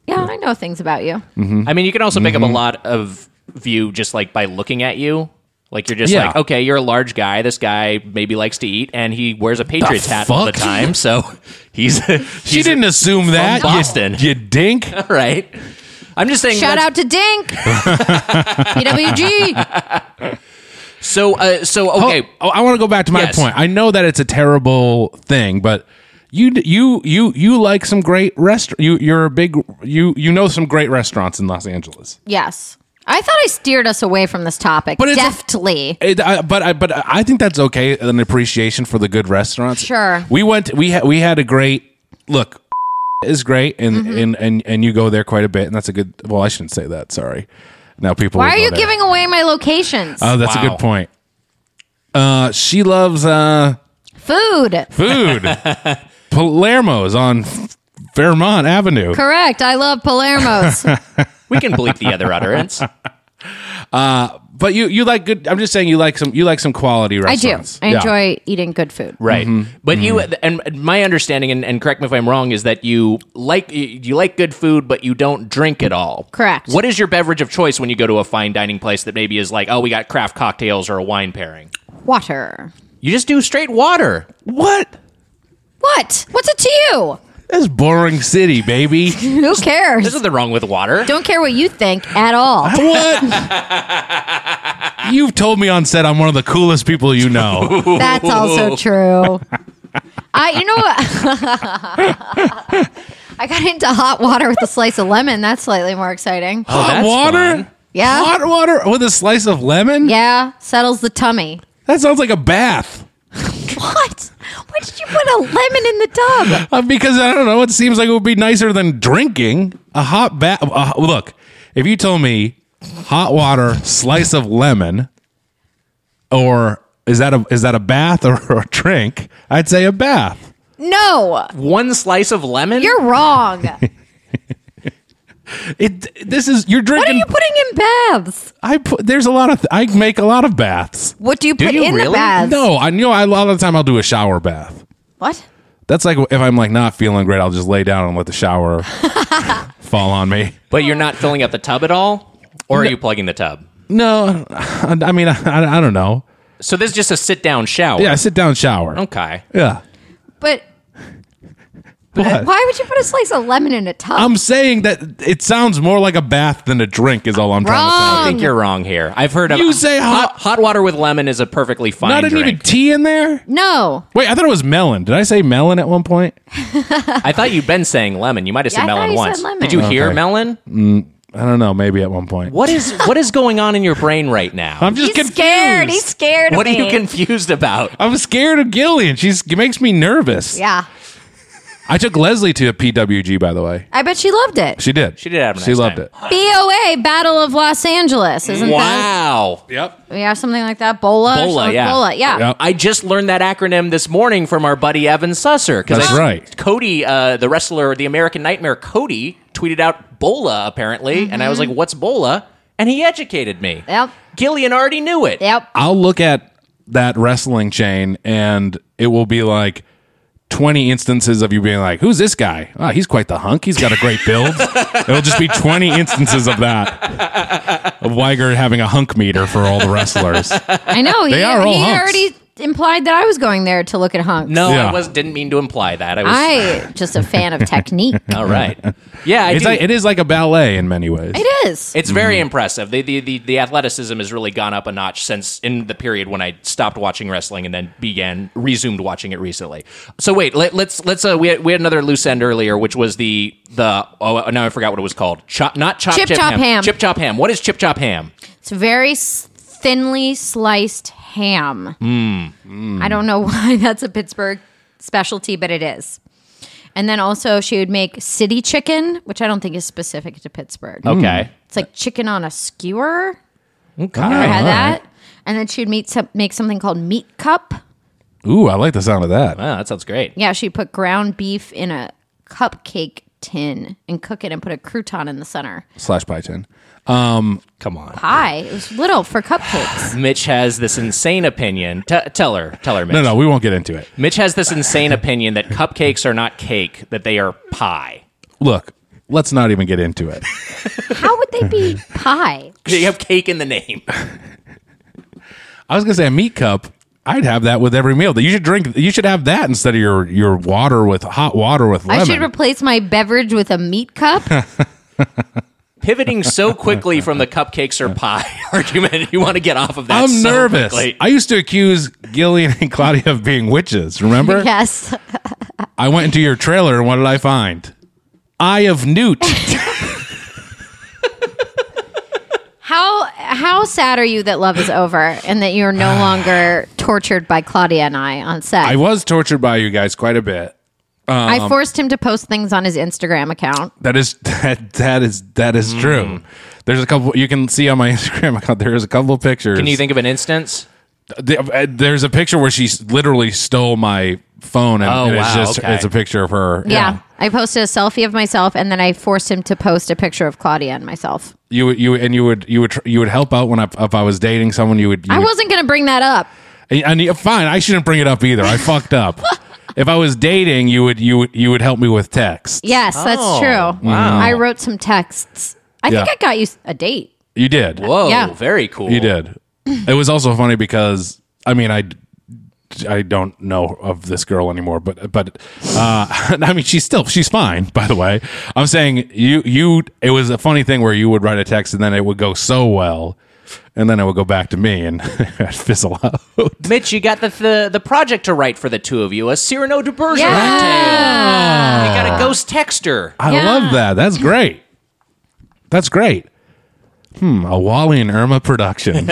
Speaker 4: Yeah, I know things about you.
Speaker 2: I mean, you can also pick
Speaker 3: Mm-hmm.
Speaker 2: up a lot of view just like by looking at you. Like you're just
Speaker 3: Yeah.
Speaker 2: like, okay, you're a large guy. This guy maybe likes to eat, and he wears a Patriots hat all the
Speaker 3: fuck?
Speaker 2: time. So he's, he's
Speaker 3: She didn't assume that. you-
Speaker 2: Boston.
Speaker 3: you dink.
Speaker 2: all right. I'm just saying.
Speaker 4: Shout
Speaker 2: that's-
Speaker 4: out to Dink. PWG.
Speaker 2: So uh, so okay.
Speaker 3: Oh, I want to go back to my
Speaker 2: Yes.
Speaker 3: point. I know that it's a terrible thing, but you d- you you you like some great restaurant. You you're a big you you know some great restaurants in Los Angeles.
Speaker 4: Yes. I thought I steered us away from this topic
Speaker 3: But it's a-
Speaker 4: deftly.
Speaker 3: It, I, but I but I think that's okay. An appreciation for the good restaurants.
Speaker 4: Sure.
Speaker 3: We went. We had we had a great look. Is great and,
Speaker 4: Mm-hmm.
Speaker 3: and and and you go there quite a bit, and that's a good. Well, I shouldn't say that. Sorry. Now people.
Speaker 4: Why
Speaker 3: will
Speaker 4: are
Speaker 3: go
Speaker 4: you
Speaker 3: Oh, there.
Speaker 4: giving away my locations?
Speaker 3: Oh, that's a
Speaker 2: Wow.
Speaker 3: good point. Uh, she loves uh.
Speaker 4: Food.
Speaker 3: food. Palermo's on Fairmont Avenue.
Speaker 4: Correct. I love Palermo's.
Speaker 2: we can bleep the other utterance.
Speaker 3: Mm-hmm. But you you like good. I'm just saying you like some you like some quality
Speaker 4: I do.
Speaker 3: restaurants.
Speaker 4: I
Speaker 3: Yeah.
Speaker 4: enjoy eating good food.
Speaker 2: Right. But you
Speaker 3: Mm-hmm.
Speaker 2: and and my understanding and, and correct me if I'm wrong is that you like you you like good food but you don't drink at all.
Speaker 4: Correct.
Speaker 2: What is your beverage of choice when you go to a fine dining place that maybe is like, "Oh, we got craft cocktails or a wine pairing."
Speaker 4: Water.
Speaker 2: You just do straight water.
Speaker 3: What?
Speaker 4: What? What's it to you?
Speaker 3: That's boring city, baby.
Speaker 4: Who
Speaker 2: There's
Speaker 4: cares?
Speaker 2: nothing wrong with water.
Speaker 4: Don't care what you think at all.
Speaker 3: what? You've told me on set I'm one of the coolest people you know.
Speaker 4: That's also true. I, you know what? I got into hot water with a slice of lemon. That's slightly more exciting.
Speaker 3: Hot
Speaker 2: that's
Speaker 3: water?
Speaker 2: fun.
Speaker 4: Yeah.
Speaker 3: Hot water with a slice of lemon?
Speaker 4: Yeah, settles the tummy.
Speaker 3: That sounds like a bath.
Speaker 4: What? Why did you put a lemon in the tub?
Speaker 3: Uh, because I don't know. It seems like it would be nicer than drinking a hot bath. Uh, look, if you told me hot water, slice of lemon, or is that a is that a bath or a drink? I'd say a bath.
Speaker 4: No,
Speaker 2: One slice of lemon?
Speaker 4: you're wrong.
Speaker 3: It. This is you're
Speaker 4: What are
Speaker 3: drinking.
Speaker 4: you putting in baths?
Speaker 3: I put. There's a lot of. I make a lot of baths.
Speaker 4: What do you put
Speaker 2: you
Speaker 4: in the
Speaker 2: really?
Speaker 4: baths?
Speaker 3: No, I know. I, a lot of the time I'll do a shower bath.
Speaker 4: What?
Speaker 3: That's like if I'm like not feeling great, I'll just lay down and let the shower fall on me.
Speaker 2: but you're not filling up the tub at all? Or are you plugging the tub?
Speaker 3: No, I, I mean I, I don't know.
Speaker 2: So this is just a sit-down shower.
Speaker 3: Yeah, sit down shower.
Speaker 2: Okay.
Speaker 3: Yeah.
Speaker 4: But
Speaker 3: What?
Speaker 4: why would you put a slice of lemon in a tub?
Speaker 3: I'm saying that it sounds more like a bath than a drink is all I'm
Speaker 2: I
Speaker 3: trying to say.
Speaker 4: Um,
Speaker 2: think you're wrong here. I've heard of
Speaker 3: You say hot-
Speaker 2: hot water with lemon is a perfectly fine
Speaker 3: Not an
Speaker 2: drink.
Speaker 3: even tea in there?
Speaker 4: no,
Speaker 3: Wait, I thought it was melon. Did I say melon at one point?
Speaker 2: I thought you'd been saying lemon. You might have said
Speaker 4: Yeah, I thought
Speaker 2: melon
Speaker 4: you said
Speaker 2: once.
Speaker 4: lemon.
Speaker 2: Did you hear
Speaker 3: Okay.
Speaker 2: melon?
Speaker 3: I don't know, maybe at one point.
Speaker 2: What is what is going on in your brain right now?
Speaker 3: I'm just
Speaker 4: he's
Speaker 3: confused.
Speaker 4: scared. He's scared. Of
Speaker 2: what are you
Speaker 4: me.
Speaker 2: confused about?
Speaker 3: I'm scared of Gillian. She's it makes me nervous.
Speaker 4: Yeah,
Speaker 3: I took Leslie to a PWG by the way.
Speaker 4: I bet she loved it.
Speaker 3: She did.
Speaker 2: She did have a nice
Speaker 3: She loved
Speaker 2: time.
Speaker 3: it.
Speaker 4: BOA Battle of Los Angeles, isn't that?
Speaker 2: Wow.
Speaker 3: Yep.
Speaker 4: Yeah, something like that. Bola. or
Speaker 2: Bola,
Speaker 4: something-
Speaker 2: yeah.
Speaker 4: Bola, yeah.
Speaker 3: Yep.
Speaker 2: I just learned that acronym this morning from our buddy Evan Susser. 'cause
Speaker 3: That's
Speaker 2: I-
Speaker 3: right.
Speaker 2: Cody, uh, the wrestler, the American Nightmare, Cody tweeted out Bola apparently, and I was like, "What's Bola?" And he educated me.
Speaker 4: Mm-hmm. Yep.
Speaker 2: Gillian already knew it.
Speaker 4: Yep.
Speaker 3: I'll look at that wrestling chain and it will be like 20 instances of you being like, who's this guy? Ah, he's quite the hunk. He's got a great build. It'll just be 20 instances of that. Of Weiger having a hunk meter for all the wrestlers.
Speaker 4: I know.
Speaker 3: They
Speaker 4: he
Speaker 3: are all
Speaker 4: he
Speaker 3: hunks.
Speaker 4: already implied that I was going there to look at hunks.
Speaker 2: No,
Speaker 3: Yeah.
Speaker 2: I was didn't mean to imply that. I was
Speaker 4: I just a fan of technique.
Speaker 2: all right. Yeah, I
Speaker 3: It's
Speaker 2: do.
Speaker 3: like, it is Mm-hmm. like a ballet in many ways.
Speaker 4: It is.
Speaker 2: It's very impressive. The, the the the athleticism has really gone up a notch since in the period when I stopped watching wrestling and then began resumed watching it recently. So wait, let, let's let's uh, we had, we had another loose end earlier, which was the the oh now I forgot what it was called. Chop, not chop
Speaker 4: Chip chop ham.
Speaker 2: Chip chop ham. What is chip chop ham?
Speaker 4: It's very s- thinly sliced ham.
Speaker 2: Mm,
Speaker 4: I don't know why that's a Pittsburgh specialty, but it is. And then also she would make city chicken, which I don't think is specific to Pittsburgh.
Speaker 3: Hmm.
Speaker 2: Okay,
Speaker 4: It's like chicken on a skewer.
Speaker 3: Oh,
Speaker 4: Ever had
Speaker 3: all
Speaker 4: that?
Speaker 3: right.
Speaker 4: And then she'd meet some, make something called meat cup.
Speaker 3: Ooh, I like the sound of that.
Speaker 2: wow, Ah, that sounds great.
Speaker 4: Yeah, she'd put ground beef in a cupcake tin and cook it and put a crouton in the center.
Speaker 3: Slash Python. Um,
Speaker 2: Come on,
Speaker 4: Pie. It was little for cupcakes.
Speaker 2: Mitch has this insane opinion. T- tell her, tell her, Mitch.
Speaker 3: No, no, we won't get into it.
Speaker 2: Mitch has this insane opinion that cupcakes are not cake; that they are pie.
Speaker 3: Look, let's not even get into it.
Speaker 4: How would they be pie?
Speaker 2: They have cake in the name.
Speaker 3: I was gonna say a meat cup. I'd have that with every meal. You should drink. You should have that instead of your your water with hot water with lemon.
Speaker 4: I should replace my beverage with a meat cup.
Speaker 2: pivoting so quickly from the cupcakes or pie argument. You want to get off of that.
Speaker 3: I'm
Speaker 2: so
Speaker 3: nervous.
Speaker 2: quickly.
Speaker 3: I used to accuse Gillian and Claudia of being witches. Remember?
Speaker 4: yes.
Speaker 3: I went into your trailer and what did I find? Eye of Newt.
Speaker 4: How how sad are you that love is over and that you're no longer tortured by Claudia and I on set?
Speaker 3: I Um, was tortured by you guys quite a bit.
Speaker 4: I forced him to post things on his Instagram account.
Speaker 3: That is that that is that is
Speaker 2: Mm.
Speaker 3: true. There's a couple you can see on my Instagram account. There is a couple of pictures.
Speaker 2: Can you think of an instance?
Speaker 3: The- uh, There's a picture where she s- literally stole my phone, and,
Speaker 2: Oh,
Speaker 3: and it's
Speaker 2: wow,
Speaker 3: just
Speaker 2: okay.
Speaker 3: it's a picture of her.
Speaker 4: Yeah. I posted a selfie of myself and then I forced him to post a picture of Claudia and myself.
Speaker 3: you would- you and you would you would tr- you would help out when I, if I was dating someone. You would. You
Speaker 4: I
Speaker 3: would-
Speaker 4: wasn't going to bring that up.
Speaker 3: And, and you- fine, I shouldn't bring it up either. I fucked up. If I was dating, you would you would you would help me with text.
Speaker 4: Yes, that's true. Wow. I wrote some texts. I think
Speaker 3: Oh. Yeah.
Speaker 4: I got you s- a date.
Speaker 3: You did.
Speaker 2: Whoa,
Speaker 4: Yeah.
Speaker 2: Oh, very cool.
Speaker 3: You did. It was also funny because I mean I I don't know of this girl anymore, but but uh, I mean she's still she's fine. By the way, I'm saying you you it was a funny thing where you would write a text and then it would go so well, and then it would go back to me and I'd fizzle out.
Speaker 2: Mitch, you got the, the the project to write for the two of you, a Cyrano de Bergerac tale. You
Speaker 3: Ah.
Speaker 2: got a ghost texter.
Speaker 3: I
Speaker 4: Yeah.
Speaker 3: love that. That's great. That's great. Hmm, a Wally and Irma production.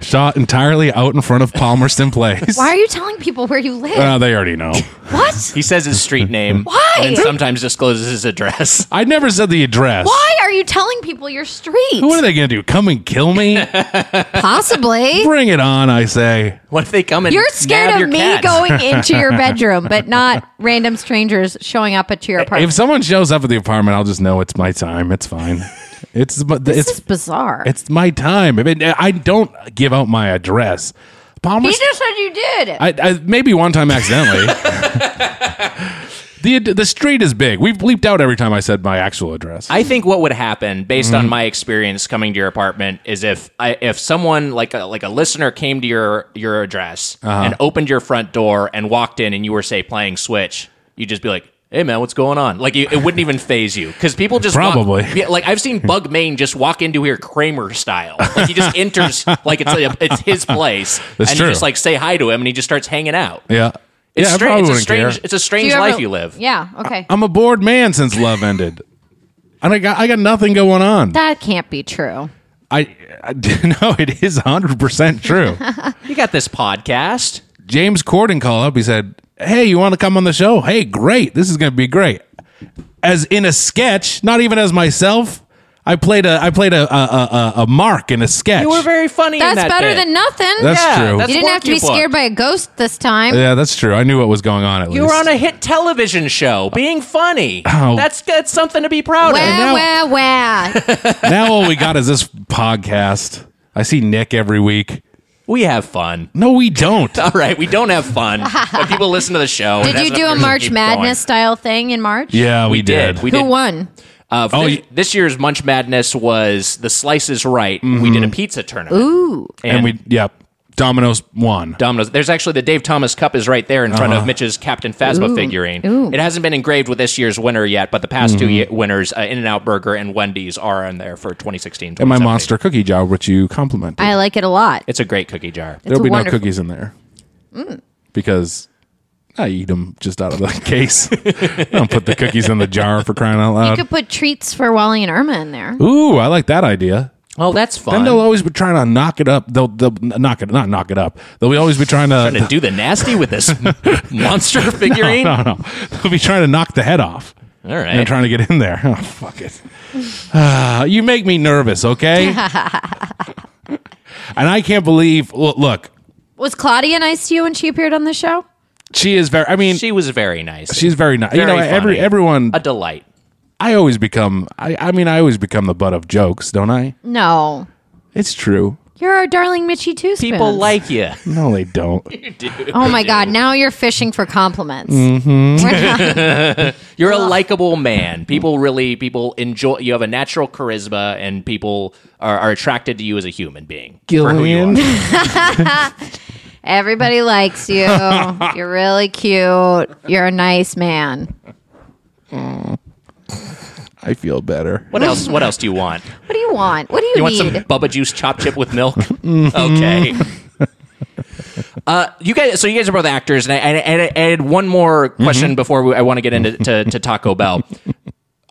Speaker 3: Shot entirely out in front of Palmerston Place.
Speaker 4: Why are you telling people where you live?
Speaker 3: Uh, they already know.
Speaker 4: what?
Speaker 2: He says his street name.
Speaker 4: Why?
Speaker 2: And then sometimes discloses his address.
Speaker 3: I never said the address.
Speaker 4: Why are you telling people your street?
Speaker 3: What are they going to do? Come and kill me?
Speaker 4: Possibly.
Speaker 3: Bring it on, I say.
Speaker 2: What if they come and
Speaker 4: You're
Speaker 2: nab
Speaker 4: scared
Speaker 2: your
Speaker 4: of me
Speaker 2: cats?
Speaker 4: going into your bedroom, but not random strangers showing up at your apartment.
Speaker 3: If someone shows up at the apartment, I'll just know it's my time. It's fine. It's but
Speaker 4: this
Speaker 3: it's
Speaker 4: is bizarre.
Speaker 3: it's my time. I mean, I don't give out my address.
Speaker 4: he
Speaker 3: Palmerston
Speaker 4: just said you did.
Speaker 3: I, I maybe one time accidentally. the the street is big. We bleeped out every time I said my actual address.
Speaker 2: I think what would happen, based
Speaker 3: Mm-hmm.
Speaker 2: on my experience coming to your apartment, is if I, if someone like a, like a listener came to your your address
Speaker 3: Uh-huh.
Speaker 2: and opened your front door and walked in, and you were say playing Switch, you'd just be like. Hey man, what's going on? Like you, it wouldn't even phase you because people just walk-
Speaker 3: Probably.
Speaker 2: yeah, like I've seen Bug Main just walk into here Kramer style. Like he just enters like it's like, it's his place,
Speaker 3: That's
Speaker 2: and
Speaker 3: true.
Speaker 2: you just like say hi to him, and he just starts hanging out.
Speaker 3: yeah,
Speaker 2: It's,
Speaker 3: yeah. I
Speaker 2: stra-
Speaker 3: probably
Speaker 2: it's a
Speaker 3: wouldn't care.
Speaker 2: strange. It's a
Speaker 4: Do
Speaker 2: strange
Speaker 4: ever-
Speaker 2: life you live.
Speaker 4: Yeah. Okay.
Speaker 3: I'm a bored man since love ended, and I got I got nothing going on.
Speaker 4: that can't be true.
Speaker 3: I, I no, it is 100 percent true.
Speaker 2: You got this podcast.
Speaker 3: James Corden called up. He said, "Hey, you want to come on the show? Hey, great. This is going to be great." As in a sketch, not even as myself. I played a I played a a, a, a- a mark in a sketch.
Speaker 2: You were very funny. in
Speaker 4: That's
Speaker 2: that
Speaker 4: better
Speaker 2: bit.
Speaker 4: than nothing.
Speaker 3: That's Yeah, true. that's
Speaker 4: you didn't
Speaker 2: work
Speaker 4: have to
Speaker 2: you
Speaker 4: be scared
Speaker 2: booked.
Speaker 4: by a ghost this time.
Speaker 3: yeah, that's true. I knew what was going on at
Speaker 2: You
Speaker 3: least.
Speaker 2: were on a hit television show, being funny.
Speaker 3: Oh.
Speaker 2: That's that's something to be proud of.
Speaker 4: Wah,
Speaker 3: now-
Speaker 4: wah, wah.
Speaker 3: now all we got is this podcast. I see Nick every week.
Speaker 2: We have fun.
Speaker 3: No, we don't.
Speaker 2: All right, we don't have fun, but people listen to the show. and
Speaker 4: Did
Speaker 2: that's
Speaker 4: you
Speaker 2: what
Speaker 4: do a
Speaker 2: we're gonna
Speaker 4: March
Speaker 2: keep going.
Speaker 4: Madness style thing in March?
Speaker 3: Yeah, we,
Speaker 2: We did. We
Speaker 4: Who
Speaker 2: did.
Speaker 4: won?
Speaker 2: Uh,
Speaker 3: Oh,
Speaker 2: oh, this,
Speaker 3: you-
Speaker 2: this year's Munch Madness was the slices right. We did a pizza tournament.
Speaker 4: Ooh.
Speaker 3: and we yep. Domino's won.
Speaker 2: Domino's. There's actually the Dave Thomas Cup is right there in front of Mitch's Captain Phasma figurine.
Speaker 4: Ooh.
Speaker 2: It hasn't been engraved with this year's winner yet, but the past two ye- winners, uh, In-N-Out Burger and Wendy's, are on there for 2016.
Speaker 3: and my
Speaker 2: 2017.
Speaker 3: monster cookie jar, which you complimented.
Speaker 4: I like it a lot.
Speaker 2: It's a Mm. great cookie jar.
Speaker 3: There'll be
Speaker 4: wonderful-
Speaker 3: no cookies in there because I eat them just out of the case. I don't put the cookies in the jar for crying out
Speaker 4: You
Speaker 3: loud.
Speaker 4: could put treats for Wally and Irma in there.
Speaker 3: Ooh, I like that idea.
Speaker 2: Oh, that's
Speaker 3: Then
Speaker 2: fun.
Speaker 3: they'll always be trying to knock it up. They'll, they'll knock it, not knock it up. They'll be always be trying to.
Speaker 2: Gonna do the nasty with this monster figurine.
Speaker 3: no, no, they'll be trying to knock the head off.
Speaker 2: All right.
Speaker 3: and trying to get in there. Oh, fuck it. Ah, you make me nervous, okay? and I can't believe. Look, look,
Speaker 4: Was Claudia nice to you when she appeared on the show?
Speaker 3: she is very. I mean,
Speaker 2: she was very nice.
Speaker 3: she's very nice. you know,
Speaker 2: Very
Speaker 3: every
Speaker 2: funny.
Speaker 3: everyone.
Speaker 2: a delight.
Speaker 3: I always become. I, I mean, I always become the butt of jokes, don't I?
Speaker 4: No.
Speaker 3: It's true.
Speaker 4: You're our darling Mitchie too.
Speaker 2: People like you.
Speaker 3: No, they don't.
Speaker 4: Oh my God! Now you're fishing for compliments. We're not-
Speaker 2: You're a likable man. People really people enjoy. You have a natural charisma, and people are, are attracted to you as a human being. For who you
Speaker 3: Gillian.
Speaker 2: are.
Speaker 4: Everybody likes you. You're really cute. You're a nice man.
Speaker 3: I feel better.
Speaker 2: What else? What else do you want?
Speaker 4: What do you want? What do you,
Speaker 2: You want
Speaker 4: need?
Speaker 2: some Bubba Juice chopped chip with milk? okay. Uh, you guys, so you guys are both actors, and I, and I, and I added one more question before we, I want to get into to, to Taco Bell.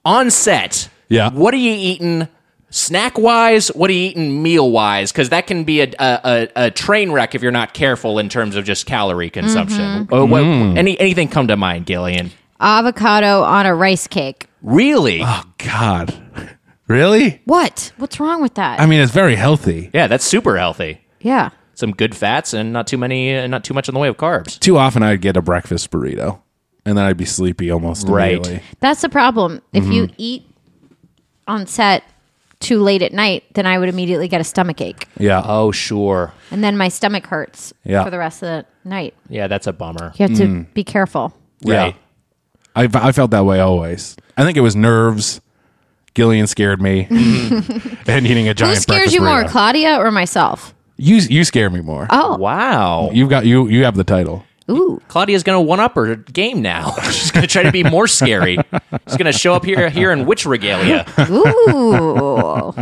Speaker 2: On set,
Speaker 3: Yeah.
Speaker 2: what are you eating? Snack wise, what are you eating meal wise? Because that can be a, a, a, a train wreck if you're not careful in terms of just calorie consumption. Uh, what- any anything come to mind, Gillian?
Speaker 4: Avocado on a rice cake.
Speaker 2: Really?
Speaker 3: God, really?
Speaker 4: What? What's wrong with that?
Speaker 3: I mean, it's very healthy.
Speaker 2: yeah, that's super healthy.
Speaker 4: yeah.
Speaker 2: Some good fats and not too many, uh, not too much in the way of carbs.
Speaker 3: Too often, I'd get a breakfast burrito, and then I'd be sleepy almost
Speaker 2: Right.
Speaker 3: immediately.
Speaker 4: That's the problem. If you
Speaker 3: Mm-hmm.
Speaker 4: eat on set too late at night, then I would immediately get a stomach ache,
Speaker 3: Yeah.
Speaker 2: Oh, sure.
Speaker 4: and then my stomach hurts
Speaker 3: Yeah. Mm.
Speaker 4: for the rest of the night.
Speaker 2: Yeah, that's a bummer.
Speaker 4: You have to be careful.
Speaker 2: Right.
Speaker 3: I, I felt that way always. I think it was nerves. Gillian scared me, and eating a
Speaker 4: Who
Speaker 3: giant.
Speaker 4: scares
Speaker 3: breakfast
Speaker 4: you more,
Speaker 3: burrito.
Speaker 4: Claudia or myself?
Speaker 3: you you scare me more.
Speaker 4: Oh,
Speaker 2: Wow.
Speaker 3: You've got you you have the title.
Speaker 4: ooh,
Speaker 2: Claudia's going to one up her game now. She's going to try to be more scary. She's going to show up here here in witch regalia.
Speaker 4: ooh.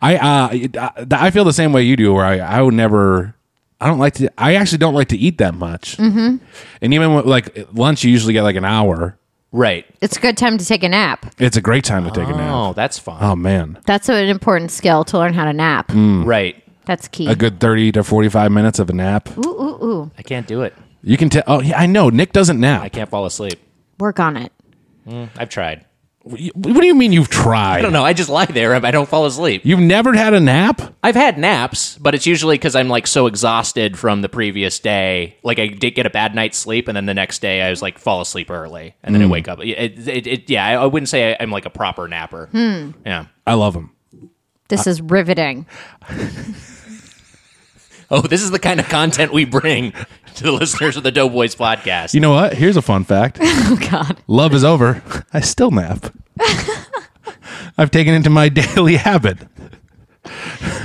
Speaker 3: I uh it- I, I feel the same way you do. Where I I would never. I don't like to. I actually don't like to eat that much. Mm-hmm. And even when, like at lunch, you usually get like an hour.
Speaker 2: Right.
Speaker 4: it's a good time to take a nap.
Speaker 3: It's a great time to take a nap.
Speaker 2: Oh, that's fun.
Speaker 3: Oh man,
Speaker 4: That's an important skill to learn how to nap.
Speaker 2: Right.
Speaker 4: That's key.
Speaker 3: Mm. a good thirty to forty-five minutes of a nap.
Speaker 4: ooh, ooh, ooh.
Speaker 2: I can't do it.
Speaker 3: You can tell. Oh, yeah, I know. Nick doesn't nap.
Speaker 2: I can't fall asleep.
Speaker 4: Work on it.
Speaker 2: I've tried.
Speaker 3: What do you mean you've tried?
Speaker 2: I don't know. I just lie there. I don't fall asleep.
Speaker 3: You've never had a nap.
Speaker 2: I've had naps, but it's usually because I'm like so exhausted from the previous day. Like I did get a bad night's sleep, and then the next day I was like fall asleep early, and then I wake up. It, it, it, yeah, I, I wouldn't say I, I'm like a proper napper. Yeah.
Speaker 3: I love him. Uh,
Speaker 4: This is riveting.
Speaker 2: Oh, this is the kind of content we bring to the listeners of the Doughboys podcast.
Speaker 3: You know what? Here's a fun fact. oh God. Love is over. I still nap. I've taken it into my daily habit.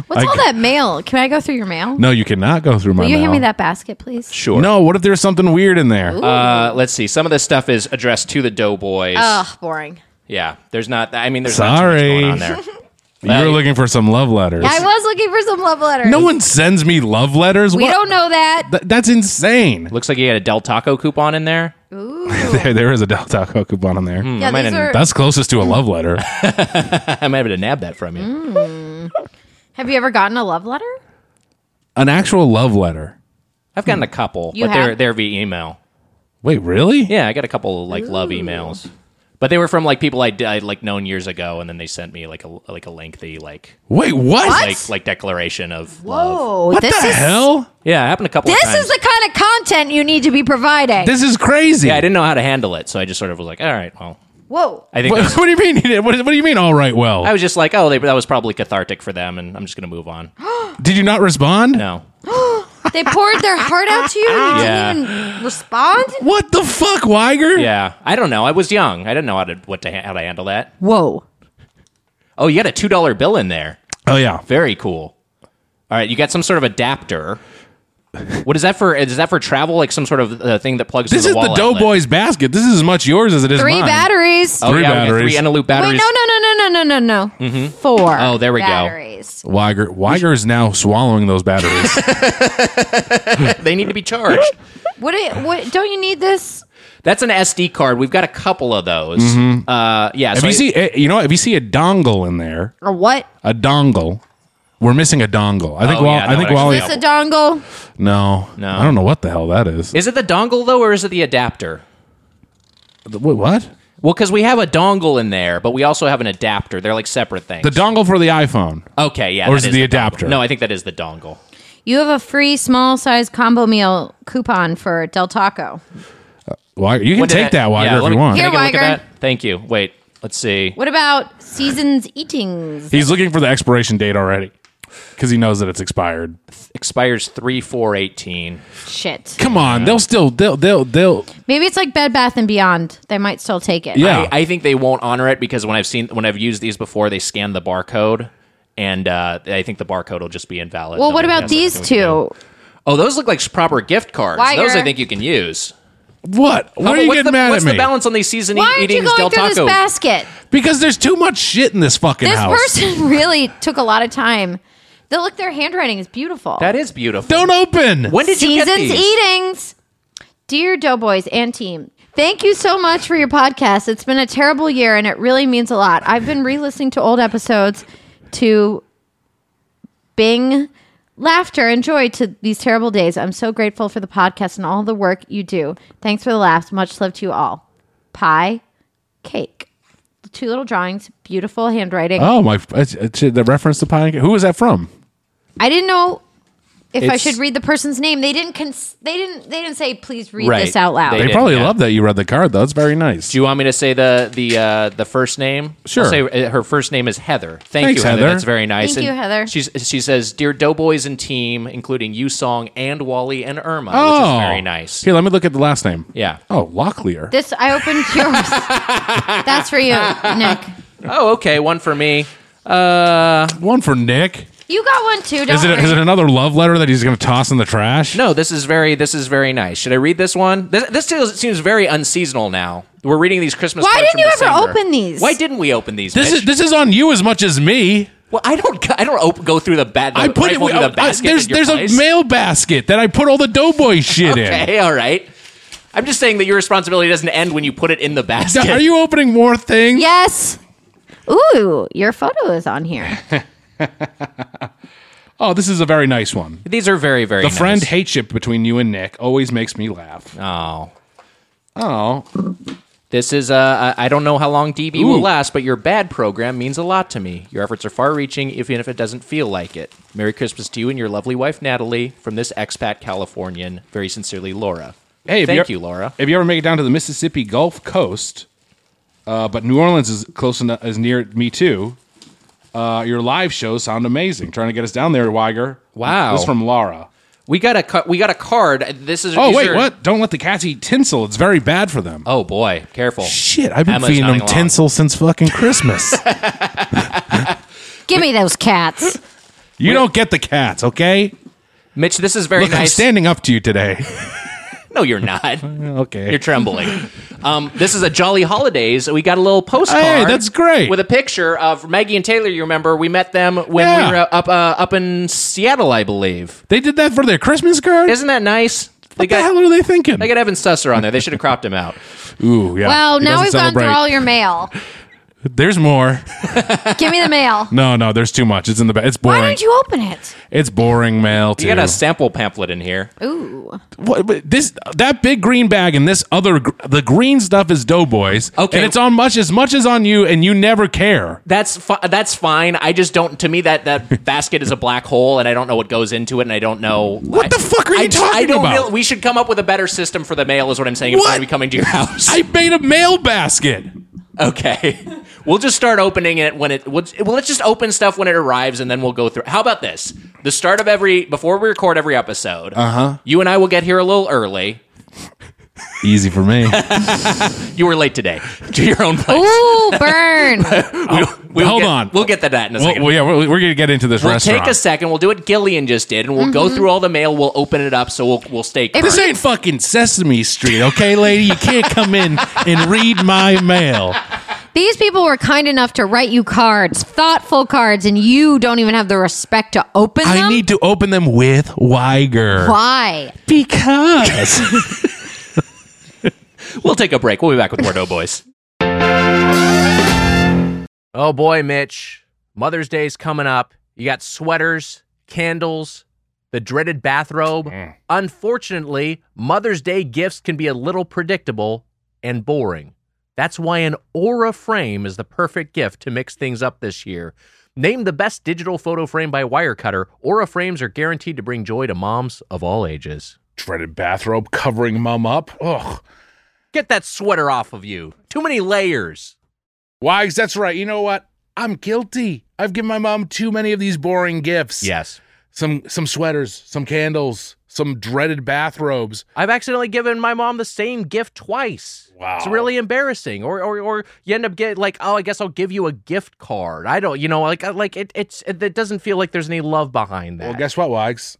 Speaker 4: What's
Speaker 3: I-
Speaker 4: all that mail? Can I go through your mail?
Speaker 3: No, you cannot go through my.
Speaker 4: Will you hand
Speaker 3: mail.
Speaker 4: me that basket, please?
Speaker 2: sure.
Speaker 3: No. What if there's something weird in there?
Speaker 2: Uh, let's see. Some of this stuff is addressed to the Doughboys.
Speaker 4: Ugh, boring.
Speaker 2: yeah. There's not. I mean, there's not
Speaker 3: Sorry.
Speaker 2: too much going on
Speaker 3: You're
Speaker 2: well,
Speaker 3: looking for some love letters.
Speaker 4: I was looking for some love letters.
Speaker 3: no one sends me love letters.
Speaker 4: we
Speaker 3: What?
Speaker 4: don't know that.
Speaker 3: Th- that's insane.
Speaker 2: there. Looks like you had a Del Taco coupon in there.
Speaker 3: There, there is a Del Taco coupon on there.
Speaker 4: yeah,
Speaker 2: might
Speaker 4: these
Speaker 2: have-
Speaker 4: are,
Speaker 3: That's closest to a love letter.
Speaker 2: I might have to nab that from you.
Speaker 4: Mm. have you ever gotten a love letter?
Speaker 3: An actual love letter.
Speaker 2: I've gotten a couple,
Speaker 4: You
Speaker 2: but they're
Speaker 4: have?
Speaker 2: they're via email.
Speaker 3: Wait, really?
Speaker 2: Yeah, I got a couple of, like love emails, but they were from like people I would like known years ago, and then they sent me like a like a lengthy like
Speaker 3: Wait, what?
Speaker 2: like like declaration of love.
Speaker 4: Whoa,
Speaker 3: what
Speaker 4: this
Speaker 3: the
Speaker 4: is
Speaker 3: hell?
Speaker 2: Yeah, it happened a couple. of
Speaker 4: this
Speaker 2: times.
Speaker 4: is the kind of content you need to be providing.
Speaker 3: This is crazy.
Speaker 2: Yeah, I didn't know how to handle it, so I just sort of was like, all right, well,
Speaker 4: Whoa,
Speaker 2: I think
Speaker 3: What, what do you mean? you didn't- What, what do you mean? All right, well.
Speaker 2: I was just like, oh, they, that was probably cathartic for them, and I'm just gonna move on.
Speaker 3: Did you not respond?
Speaker 2: No,
Speaker 4: they poured their heart out to you and you
Speaker 2: Yeah.
Speaker 4: didn't even respond.
Speaker 3: What the fuck, Weiger?
Speaker 2: yeah, I don't know. I was young. I didn't know how to what to ha- how to handle that.
Speaker 4: Whoa,
Speaker 2: Oh, you got a two dollar bill in there.
Speaker 3: Oh yeah.
Speaker 2: Very cool. All right, you got some sort of adapter. What is that for? Is that for travel? Like some sort of uh, thing that plugs.
Speaker 3: This
Speaker 2: to
Speaker 3: is
Speaker 2: the wall
Speaker 3: the Doughboys basket. This is as much yours as it is
Speaker 4: Three
Speaker 3: mine.
Speaker 4: batteries.
Speaker 2: Oh,
Speaker 3: Three
Speaker 2: yeah, we got
Speaker 3: batteries.
Speaker 2: Three and a loop
Speaker 4: Wait, no,
Speaker 2: batteries.
Speaker 4: no, no, no, no, no, no, no. Four.
Speaker 2: Oh, there we go.
Speaker 4: batteries.
Speaker 3: Weiger, Weiger is now swallowing those batteries.
Speaker 2: They need to be charged.
Speaker 4: What, do- what? Don't you need this?
Speaker 2: That's an SD card. We've got a couple of those. Uh, yeah.
Speaker 3: if
Speaker 2: so
Speaker 3: Mm-hmm. you
Speaker 2: I-
Speaker 3: see, eh, you know, if you see a dongle in there,
Speaker 4: Or what?
Speaker 3: a dongle, we're missing a dongle. I think.
Speaker 2: Oh,
Speaker 3: Wall,
Speaker 2: yeah,
Speaker 3: I
Speaker 2: no,
Speaker 3: think
Speaker 2: actually,
Speaker 3: Wally.
Speaker 2: yeah.
Speaker 4: It's a dongle.
Speaker 3: No,
Speaker 2: No.
Speaker 3: I don't know what the hell that is.
Speaker 2: is it the dongle though, or is it the adapter?
Speaker 3: Wait, what?
Speaker 2: Well, because we have a dongle in there, but we also have an adapter. They're like separate things.
Speaker 3: The dongle for the iPhone.
Speaker 2: okay, yeah.
Speaker 3: Or
Speaker 2: that
Speaker 3: is it the
Speaker 2: dongle.
Speaker 3: adapter?
Speaker 2: No, I think that is the dongle.
Speaker 4: You have a free small size combo meal coupon for Del Taco.
Speaker 3: Weiger, you can
Speaker 2: What did
Speaker 3: take that, Weiger,
Speaker 2: yeah,
Speaker 3: if
Speaker 2: let
Speaker 3: you
Speaker 2: me-
Speaker 3: want.
Speaker 2: can I
Speaker 4: Here,
Speaker 2: get a look at
Speaker 4: Weiger.
Speaker 2: that? Thank you. Wait, let's see.
Speaker 4: What about Seasons Eatings?
Speaker 3: He's looking for the expiration date already because he knows that it's expired.
Speaker 2: Expires three four eighteen.
Speaker 4: Shit.
Speaker 3: Come on, they'll still they'll they'll they'll
Speaker 4: Maybe it's like Bed Bath and Beyond. They might still take it.
Speaker 3: yeah.
Speaker 2: I, I think they won't honor it because when I've seen when I've used these before, they scan the barcode, and uh, I think the barcode will just be invalid.
Speaker 4: Well,
Speaker 2: No,
Speaker 4: what
Speaker 2: we
Speaker 4: about
Speaker 2: can't-
Speaker 4: these
Speaker 2: nothing we can
Speaker 4: two?
Speaker 2: do. Oh, those look like proper gift cards.
Speaker 4: Weiger.
Speaker 2: Those I think you can use.
Speaker 3: what? Why
Speaker 2: How
Speaker 3: are
Speaker 2: about-
Speaker 3: you
Speaker 2: what's
Speaker 3: getting
Speaker 2: the,
Speaker 3: mad
Speaker 2: what's
Speaker 3: at me?
Speaker 2: the balance on these season
Speaker 4: Why aren't you
Speaker 2: eatings
Speaker 4: going
Speaker 2: Del
Speaker 4: through
Speaker 2: Taco?
Speaker 4: this basket?
Speaker 3: Because there's too much shit in this fucking
Speaker 4: This
Speaker 3: house.
Speaker 4: person really took a lot of time. They look, their handwriting is beautiful.
Speaker 2: that is beautiful.
Speaker 3: Don't open.
Speaker 2: when did you
Speaker 4: Seasons
Speaker 2: get these?
Speaker 4: Eatings. Dear Doughboys and team, thank you so much for your podcast. It's been a terrible year and it really means a lot. I've been re listening to old episodes to bing laughter and joy to these terrible days. I'm so grateful for the podcast and all the work you do. Thanks for the laughs. Much love to you all. Pie, cake. Two little drawings, beautiful handwriting.
Speaker 3: Oh my! It's, it's, the reference to pie. Who was that from?
Speaker 4: I didn't know if I
Speaker 3: It's-
Speaker 4: should read the person's name. They didn't. Cons- they didn't. They didn't say please read
Speaker 2: Right.
Speaker 4: this out loud.
Speaker 2: They
Speaker 3: They
Speaker 2: did,
Speaker 3: probably
Speaker 2: yeah.
Speaker 3: love that you read the card though. It's very nice.
Speaker 2: Do you want me to say the the uh, the first name?
Speaker 3: Sure.
Speaker 2: I'll say uh, her first name is Heather. Thank
Speaker 3: Thanks,
Speaker 2: you, Heather.
Speaker 3: Heather.
Speaker 2: That's very nice.
Speaker 4: Thank you, Heather.
Speaker 2: She's, she says, "Dear Doughboys and team, including you, Song and Wally and Irma, which is very nice."
Speaker 3: Oh. Here, let me look at the last name.
Speaker 2: Yeah.
Speaker 3: Oh, Locklear.
Speaker 4: This I opened yours. That's for you, Nick.
Speaker 2: Oh, okay. One for me. Uh,
Speaker 3: One for Nick.
Speaker 4: You got one too. Don't
Speaker 3: Is it,
Speaker 4: worry.
Speaker 3: is it another love letter that he's going to toss in the trash?
Speaker 2: no, this is very this is very nice. Should I read this one? This this still seems very unseasonal now. We're reading these Christmas.
Speaker 4: Why
Speaker 2: cards
Speaker 4: didn't
Speaker 2: from
Speaker 4: you ever
Speaker 2: December.
Speaker 4: open these?
Speaker 2: Why didn't we open these?
Speaker 3: This
Speaker 2: Mitch?
Speaker 3: is this is on you as much as me.
Speaker 2: well, I don't I don't op- go through the bad.
Speaker 3: I put it.
Speaker 2: rifle through
Speaker 3: I-
Speaker 2: the basket.
Speaker 3: I, there's
Speaker 2: at your
Speaker 3: there's
Speaker 2: place.
Speaker 3: a mail basket that I put all the Doughboy shit in.
Speaker 2: Okay, all right. I'm just saying that your responsibility doesn't end when you put it in the
Speaker 3: Now,
Speaker 2: basket.
Speaker 3: Are you opening more things?
Speaker 4: Yes. Ooh, your photo is on here.
Speaker 3: Oh, this is a very nice one.
Speaker 2: These are very, very.
Speaker 3: The
Speaker 2: nice.
Speaker 3: friend hate ship between you and Nick always makes me laugh.
Speaker 2: Oh,
Speaker 3: Oh,
Speaker 2: this is. Uh, I I don't know how long DB will
Speaker 3: Ooh.
Speaker 2: last, but your bad program means a lot to me. Your efforts are far-reaching, even if it doesn't feel like it. Merry Christmas to you and your lovely wife Natalie from this expat Californian. Very sincerely, Laura.
Speaker 3: hey, if
Speaker 2: thank
Speaker 3: you're-
Speaker 2: you, Laura.
Speaker 3: If you ever make it down to the Mississippi Gulf Coast, uh, but New Orleans is close enough, is near me too. Uh, your live shows sound amazing. Trying to get us down there, Weiger.
Speaker 2: Wow.
Speaker 3: this is from Laura.
Speaker 2: We got a cu- we got a card. This is.
Speaker 3: Oh
Speaker 2: these
Speaker 3: wait,
Speaker 2: are-
Speaker 3: what? Don't let the cats eat tinsel. It's very bad for them.
Speaker 2: Oh boy, careful.
Speaker 3: Shit, I've been
Speaker 2: Emma's
Speaker 3: feeding them
Speaker 2: nodding along.
Speaker 3: tinsel since fucking Christmas.
Speaker 4: Give me those cats.
Speaker 3: you don't get the cats, okay?
Speaker 2: Mitch. This is very
Speaker 3: Look, I'm
Speaker 2: nice.
Speaker 3: standing up to you today.
Speaker 2: no, you're not.
Speaker 3: okay.
Speaker 2: You're trembling. um, this is a Jolly Holidays. We got a little postcard.
Speaker 3: Hey, that's great.
Speaker 2: With a picture of Maggie and Taylor. You remember we met them when
Speaker 3: Yeah.
Speaker 2: we were up uh, up in Seattle, I believe.
Speaker 3: they did that for their Christmas card?
Speaker 2: Isn't that nice? They
Speaker 3: what the
Speaker 2: got
Speaker 3: hell are they thinking?
Speaker 2: they got Evan Susser on there. They should have cropped him out.
Speaker 3: Ooh, yeah.
Speaker 4: Well,
Speaker 3: He
Speaker 4: now
Speaker 3: doesn't
Speaker 4: we've gone through
Speaker 3: celebrate.
Speaker 4: all your mail.
Speaker 3: There's more.
Speaker 4: Give me the mail.
Speaker 3: No, no, there's too much. It's in the back. It's
Speaker 4: Why
Speaker 3: boring.
Speaker 4: didn't you open it?
Speaker 3: It's boring mail too.
Speaker 2: You got a sample pamphlet in here.
Speaker 4: Ooh.
Speaker 3: What- but this that big green bag and this other gr- the green stuff is Doughboys.
Speaker 2: Okay.
Speaker 3: and it's on much as much as on you, and you never care.
Speaker 2: That's fi- that's fine. I just don't. To me, that that basket is a black hole, and I don't know what goes into it, and I don't know
Speaker 3: What the fuck are you
Speaker 2: I, I
Speaker 3: talking
Speaker 2: don't
Speaker 3: about?
Speaker 2: really- we should come up with a better system for the mail. Is what I'm saying. If we're
Speaker 3: What?
Speaker 2: gonna be coming to your house.
Speaker 3: I made a mail basket.
Speaker 2: Okay. We'll just start opening it when it. We'll, well, let's just open stuff when it arrives, and then we'll go through. How about this? The start of every before we record every episode. Uh huh. You and I will get here a little early.
Speaker 3: Easy for me.
Speaker 2: You were late today to your own place.
Speaker 4: Ooh, burn.
Speaker 2: We'll, We'll
Speaker 3: Hold
Speaker 2: get-
Speaker 3: on.
Speaker 2: We'll get to that in a
Speaker 3: Well,
Speaker 2: second.
Speaker 3: well, yeah, we're, we're gonna get into this
Speaker 2: We'll
Speaker 3: restaurant.
Speaker 2: take a second. We'll do what Gillian just did, and we'll go through all the mail. We'll open it up, so we'll we'll stay. current.
Speaker 3: this ain't fucking Sesame Street, okay, lady? You can't come in and read my mail.
Speaker 4: These people were kind enough to write you cards, thoughtful cards, and you don't even have the respect to open them.
Speaker 3: I need to open them with Weiger.
Speaker 4: Why?
Speaker 3: Because.
Speaker 2: We'll take a break. We'll be back with more Doughboys. oh boy, Mitch. Mother's Day's coming up. You got sweaters, candles, the dreaded bathrobe. Unfortunately, Mother's Day gifts can be a little predictable and boring. That's why an Aura frame is the perfect gift to mix things up this year. Named the best digital photo frame by Wirecutter, Aura frames are guaranteed to bring joy to moms of all ages.
Speaker 3: Dreaded bathrobe covering mum up. Ugh.
Speaker 2: Get that sweater off of you. Too many layers.
Speaker 3: Wags, that's right. You know what? I'm guilty. I've given my mom too many of these boring gifts.
Speaker 2: Yes.
Speaker 3: Some some sweaters, some candles, some dreaded bathrobes.
Speaker 2: I've accidentally given my mom the same gift twice.
Speaker 3: Wow.
Speaker 2: It's really embarrassing. Or or or you end up getting like, oh, I guess I'll give you a gift card. I don't, you know, like like it it's it, it doesn't feel like there's any love behind that.
Speaker 3: Well, guess what, Wags?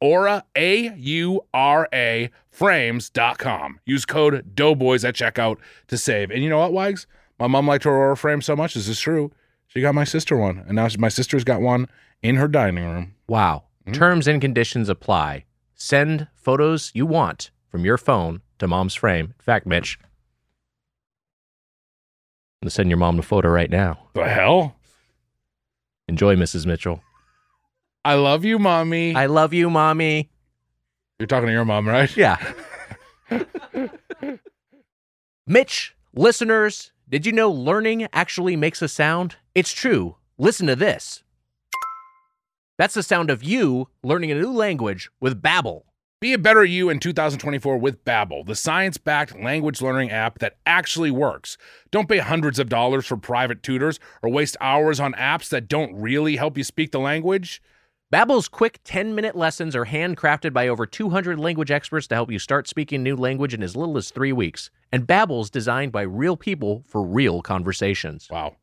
Speaker 3: aura a u r a frames.com. Use code doughboys at checkout to save. And you know what, Wags? My mom liked her Aura frame so much, this is true. She got my sister one, and now she- my sister's got one in her dining room.
Speaker 2: Wow.
Speaker 3: Mm-hmm.
Speaker 2: Terms and conditions apply. Send photos you want from your phone to mom's frame. In fact, Mitch, I'm gonna send your mom a photo right now.
Speaker 3: The hell?
Speaker 2: Enjoy, Mrs. Mitchell.
Speaker 3: I love you, mommy.
Speaker 2: I love you, mommy.
Speaker 3: You're talking to your mom, right?
Speaker 2: Yeah. Mitch, listeners, did you know learning actually makes a sound? It's true. Listen to this. That's the sound of you learning a new language with Babbel.
Speaker 3: Be a better you in 2024 with Babbel, the science-backed language learning app that actually works. Don't pay hundreds of dollars for private tutors or waste hours on apps that don't really help you speak the language.
Speaker 2: Babbel's quick 10-minute lessons are handcrafted by over 200 language experts to help you start speaking a new language in as little as 3 weeks. And Babbel's designed by real people for real conversations.
Speaker 3: Wow.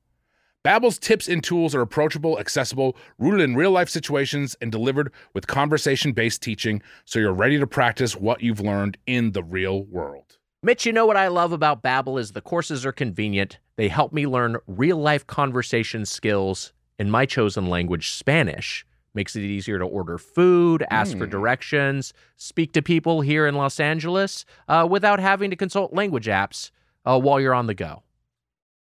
Speaker 3: Babbel's tips and tools are approachable, accessible, rooted in real-life situations and delivered with conversation-based teaching so you're ready to practice what you've learned in the real world.
Speaker 2: Mitch, you know what I love about Babbel is the courses are convenient. They help me learn real-life conversation skills in my chosen language, Spanish. Makes it easier to order food, ask for directions, speak to people here in Los Angeles uh, without having to consult language apps uh, while you're on the go.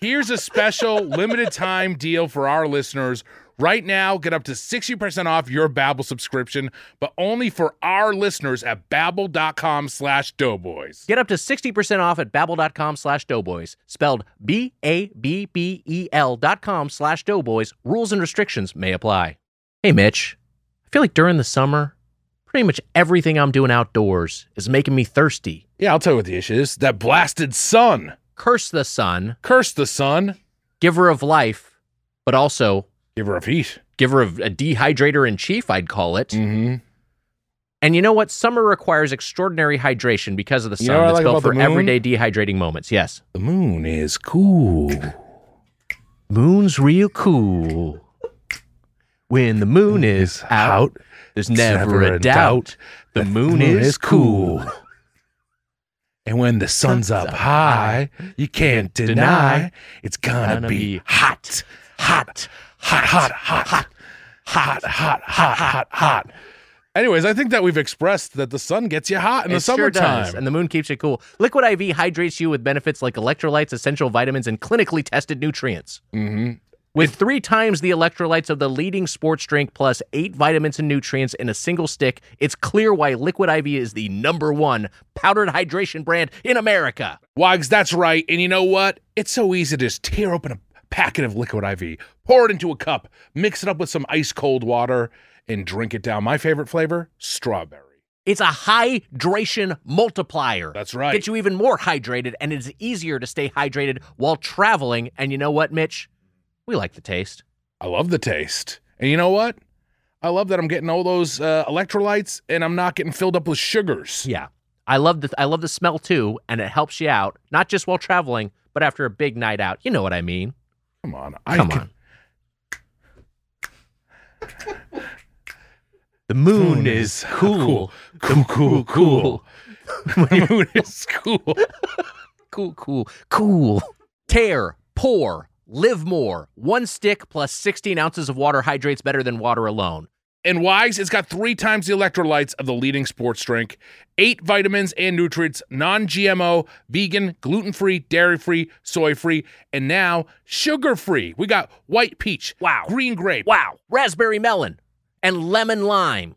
Speaker 3: here's a special limited time deal for our listeners. Right now, get up to 60% off your Babbel subscription, but only for our listeners at babbel.com slash doughboys.
Speaker 2: Get up to 60% off at babbel.com slash doughboys, spelled B-A-B-B-E-L E dot com slash doughboys. Rules and restrictions may apply. Hey, Mitch, I feel like during the summer, pretty much everything I'm doing outdoors is making me thirsty.
Speaker 3: Yeah, I'll tell you what the issue is. That blasted sun.
Speaker 2: Curse the sun,
Speaker 3: Curse the sun.
Speaker 2: giver of life, but also
Speaker 3: Give her a heat.
Speaker 2: giver of a dehydrator in chief, I'd call it.
Speaker 3: Mm-hmm.
Speaker 2: And you know what? Summer requires extraordinary hydration because of the sun
Speaker 3: You know what I
Speaker 2: that's
Speaker 3: like
Speaker 2: built
Speaker 3: about the
Speaker 2: for
Speaker 3: moon?
Speaker 2: everyday dehydrating moments. Yes.
Speaker 3: The moon is cool.
Speaker 2: Moon's real cool. When the moon is out, there's never, a doubt. The moon, is cool.
Speaker 3: And when the sun's up high, you can't
Speaker 2: deny
Speaker 3: deny it's gonna
Speaker 2: gonna
Speaker 3: be
Speaker 2: be
Speaker 3: hot, hot,
Speaker 6: hot, hot, hot, hot, hot, hot, hot, hot, hot. Anyways, I think that we've expressed that the sun gets you hot in the
Speaker 2: It sure
Speaker 6: summertime.
Speaker 2: does, and the moon keeps you cool. Liquid IV hydrates you with benefits like electrolytes, essential vitamins, and clinically tested nutrients. Mm-hmm. With three times the electrolytes of the leading sports drink, plus eight vitamins and nutrients in a single stick, it's clear why Liquid IV is the number one powdered hydration brand in America.
Speaker 6: Wags, that's right. And you know what? It's so easy to just tear open a packet of liquid IV, pour it into a cup, mix it up with some ice cold water, and drink it down. My favorite flavor, strawberry.
Speaker 2: It's a hydration multiplier.
Speaker 6: That's right.
Speaker 2: Gets you even more hydrated, and it's easier to stay hydrated while traveling. And you know what, Mitch? We like the taste.
Speaker 6: I love the taste. And you know what? I love that I'm getting all those uh, electrolytes and I'm not getting filled up with sugars.
Speaker 2: Yeah. I love the I love the smell too, and it helps you out, not just while traveling, but after a big night out. You know what I mean.
Speaker 6: Come on. I
Speaker 2: Come
Speaker 6: could-
Speaker 2: on. The moon is cool.
Speaker 6: Cool, cool, cool. The moon is cool.
Speaker 2: Cool, cool, cool. Tear, pour, live more. One stick plus 16 ounces of water hydrates better than water alone.
Speaker 6: And Wags, it's got three times the electrolytes of the leading sports drink, eight vitamins and nutrients, non GMO, vegan, gluten free, dairy free, soy free, and now sugar free. We got white peach,
Speaker 2: Wow.
Speaker 6: green grape.
Speaker 2: Wow. Raspberry melon and lemon lime.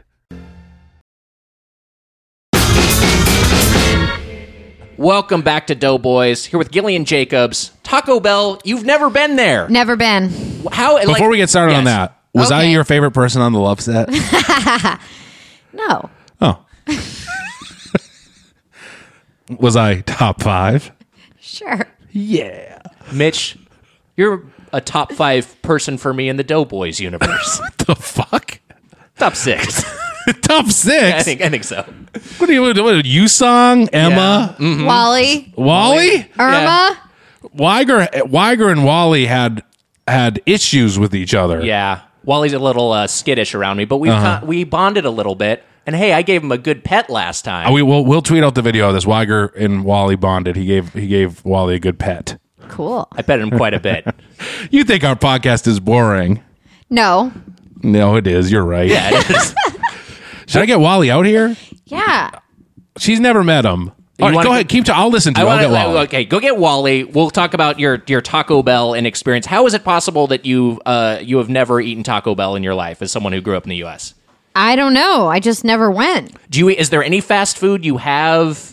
Speaker 2: Welcome back to Doughboys. Here with Gillian Jacobs. Taco Bell, you've never been there.
Speaker 4: Never been.
Speaker 2: How like-
Speaker 3: Before we get started on
Speaker 2: Yes.
Speaker 3: that, was I
Speaker 4: Okay.
Speaker 3: your favorite person on the love set?
Speaker 4: No.
Speaker 3: Oh. was I top five?
Speaker 4: Sure.
Speaker 3: Yeah.
Speaker 2: Mitch, you're a top five person for me in the Doughboys universe.
Speaker 3: The fuck?
Speaker 2: top six.
Speaker 3: top six?
Speaker 2: I think I think so.
Speaker 3: What do you what, what, you song? Emma?
Speaker 4: Wally,
Speaker 3: Wally?
Speaker 4: Irma.
Speaker 3: Weiger Weiger and Wally had had issues with each other.
Speaker 2: Yeah. Wally's a little uh, skittish around me, but we
Speaker 3: Uh-huh.
Speaker 2: we bonded a little bit. And hey, I gave him a good pet last time.
Speaker 3: Uh, We will we'll tweet out the video of this. Weiger and Wally bonded. He gave he gave Wally a good pet.
Speaker 4: Cool.
Speaker 2: I petted him quite a bit.
Speaker 3: You think our podcast is boring?
Speaker 4: No.
Speaker 3: No, it is. You're right.
Speaker 2: Yeah, it is.
Speaker 3: Should I get Wally out here?
Speaker 4: Yeah.
Speaker 3: She's never met him. All right,
Speaker 2: wanna-
Speaker 3: go ahead. Keep to. I'll listen to.
Speaker 2: I
Speaker 3: you. I'll
Speaker 2: want
Speaker 3: get Wally.
Speaker 2: to. Okay, go get Wally. We'll talk about your your Taco Bell inexperience. How is it possible that you uh you have never eaten Taco Bell in your life as someone who grew up in the U.S.
Speaker 4: I don't know. I just never went.
Speaker 2: Do you? Is there any fast food you have?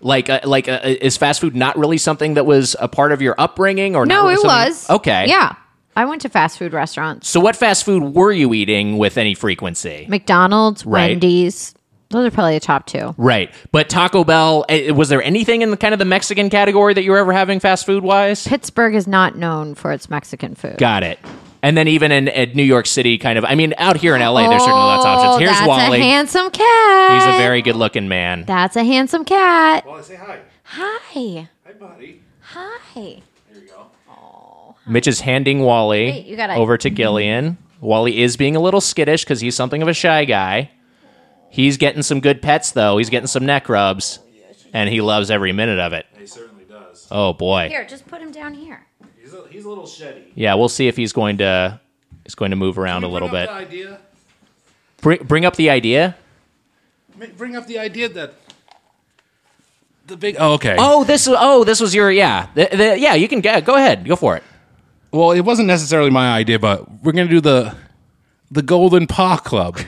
Speaker 2: Like, uh, like, uh, is fast food not really something that was a part of your upbringing, or not
Speaker 4: No,
Speaker 2: really
Speaker 4: it
Speaker 2: something-
Speaker 4: was.
Speaker 2: okay?
Speaker 4: Yeah. I went to fast food restaurants.
Speaker 2: So, what fast food were you eating with any frequency?
Speaker 4: McDonald's,
Speaker 2: Right.
Speaker 4: Wendy's. Those are probably the top two.
Speaker 2: Right. But Taco Bell, eh, was there anything in the kind of the Mexican category that you were ever having fast food wise?
Speaker 4: Pittsburgh is not known for its Mexican food.
Speaker 2: Got it. And then even in, at New York City, kind of, I mean, out here in LA, there's certainly lots of
Speaker 4: Oh,
Speaker 2: options. Here's
Speaker 4: that's
Speaker 2: Wally.
Speaker 4: a handsome cat.
Speaker 2: He's a very good looking man.
Speaker 4: That's a handsome cat. Wally, say hi. Hi. Hi, buddy. Hi.
Speaker 2: Mitch is handing Wally
Speaker 4: Wait, you gotta-
Speaker 2: over to Gillian. Wally is being a little skittish because he's something of a shy guy. He's getting some good pets, though. He's getting some neck rubs, and he loves every minute of it. He certainly does. Oh, boy.
Speaker 4: Here, just put him down here.
Speaker 2: Yeah, we'll see if he's going to is going to move around a little bit.
Speaker 6: idea.
Speaker 2: Bring, bring up the idea.
Speaker 6: Bring up the idea that the big.
Speaker 3: Oh, okay.
Speaker 2: Oh, this oh this was your yeah Th- th- yeah. You can go go ahead, go for it.
Speaker 3: Well, it wasn't necessarily my idea, but we're gonna do the the Golden Paw Club.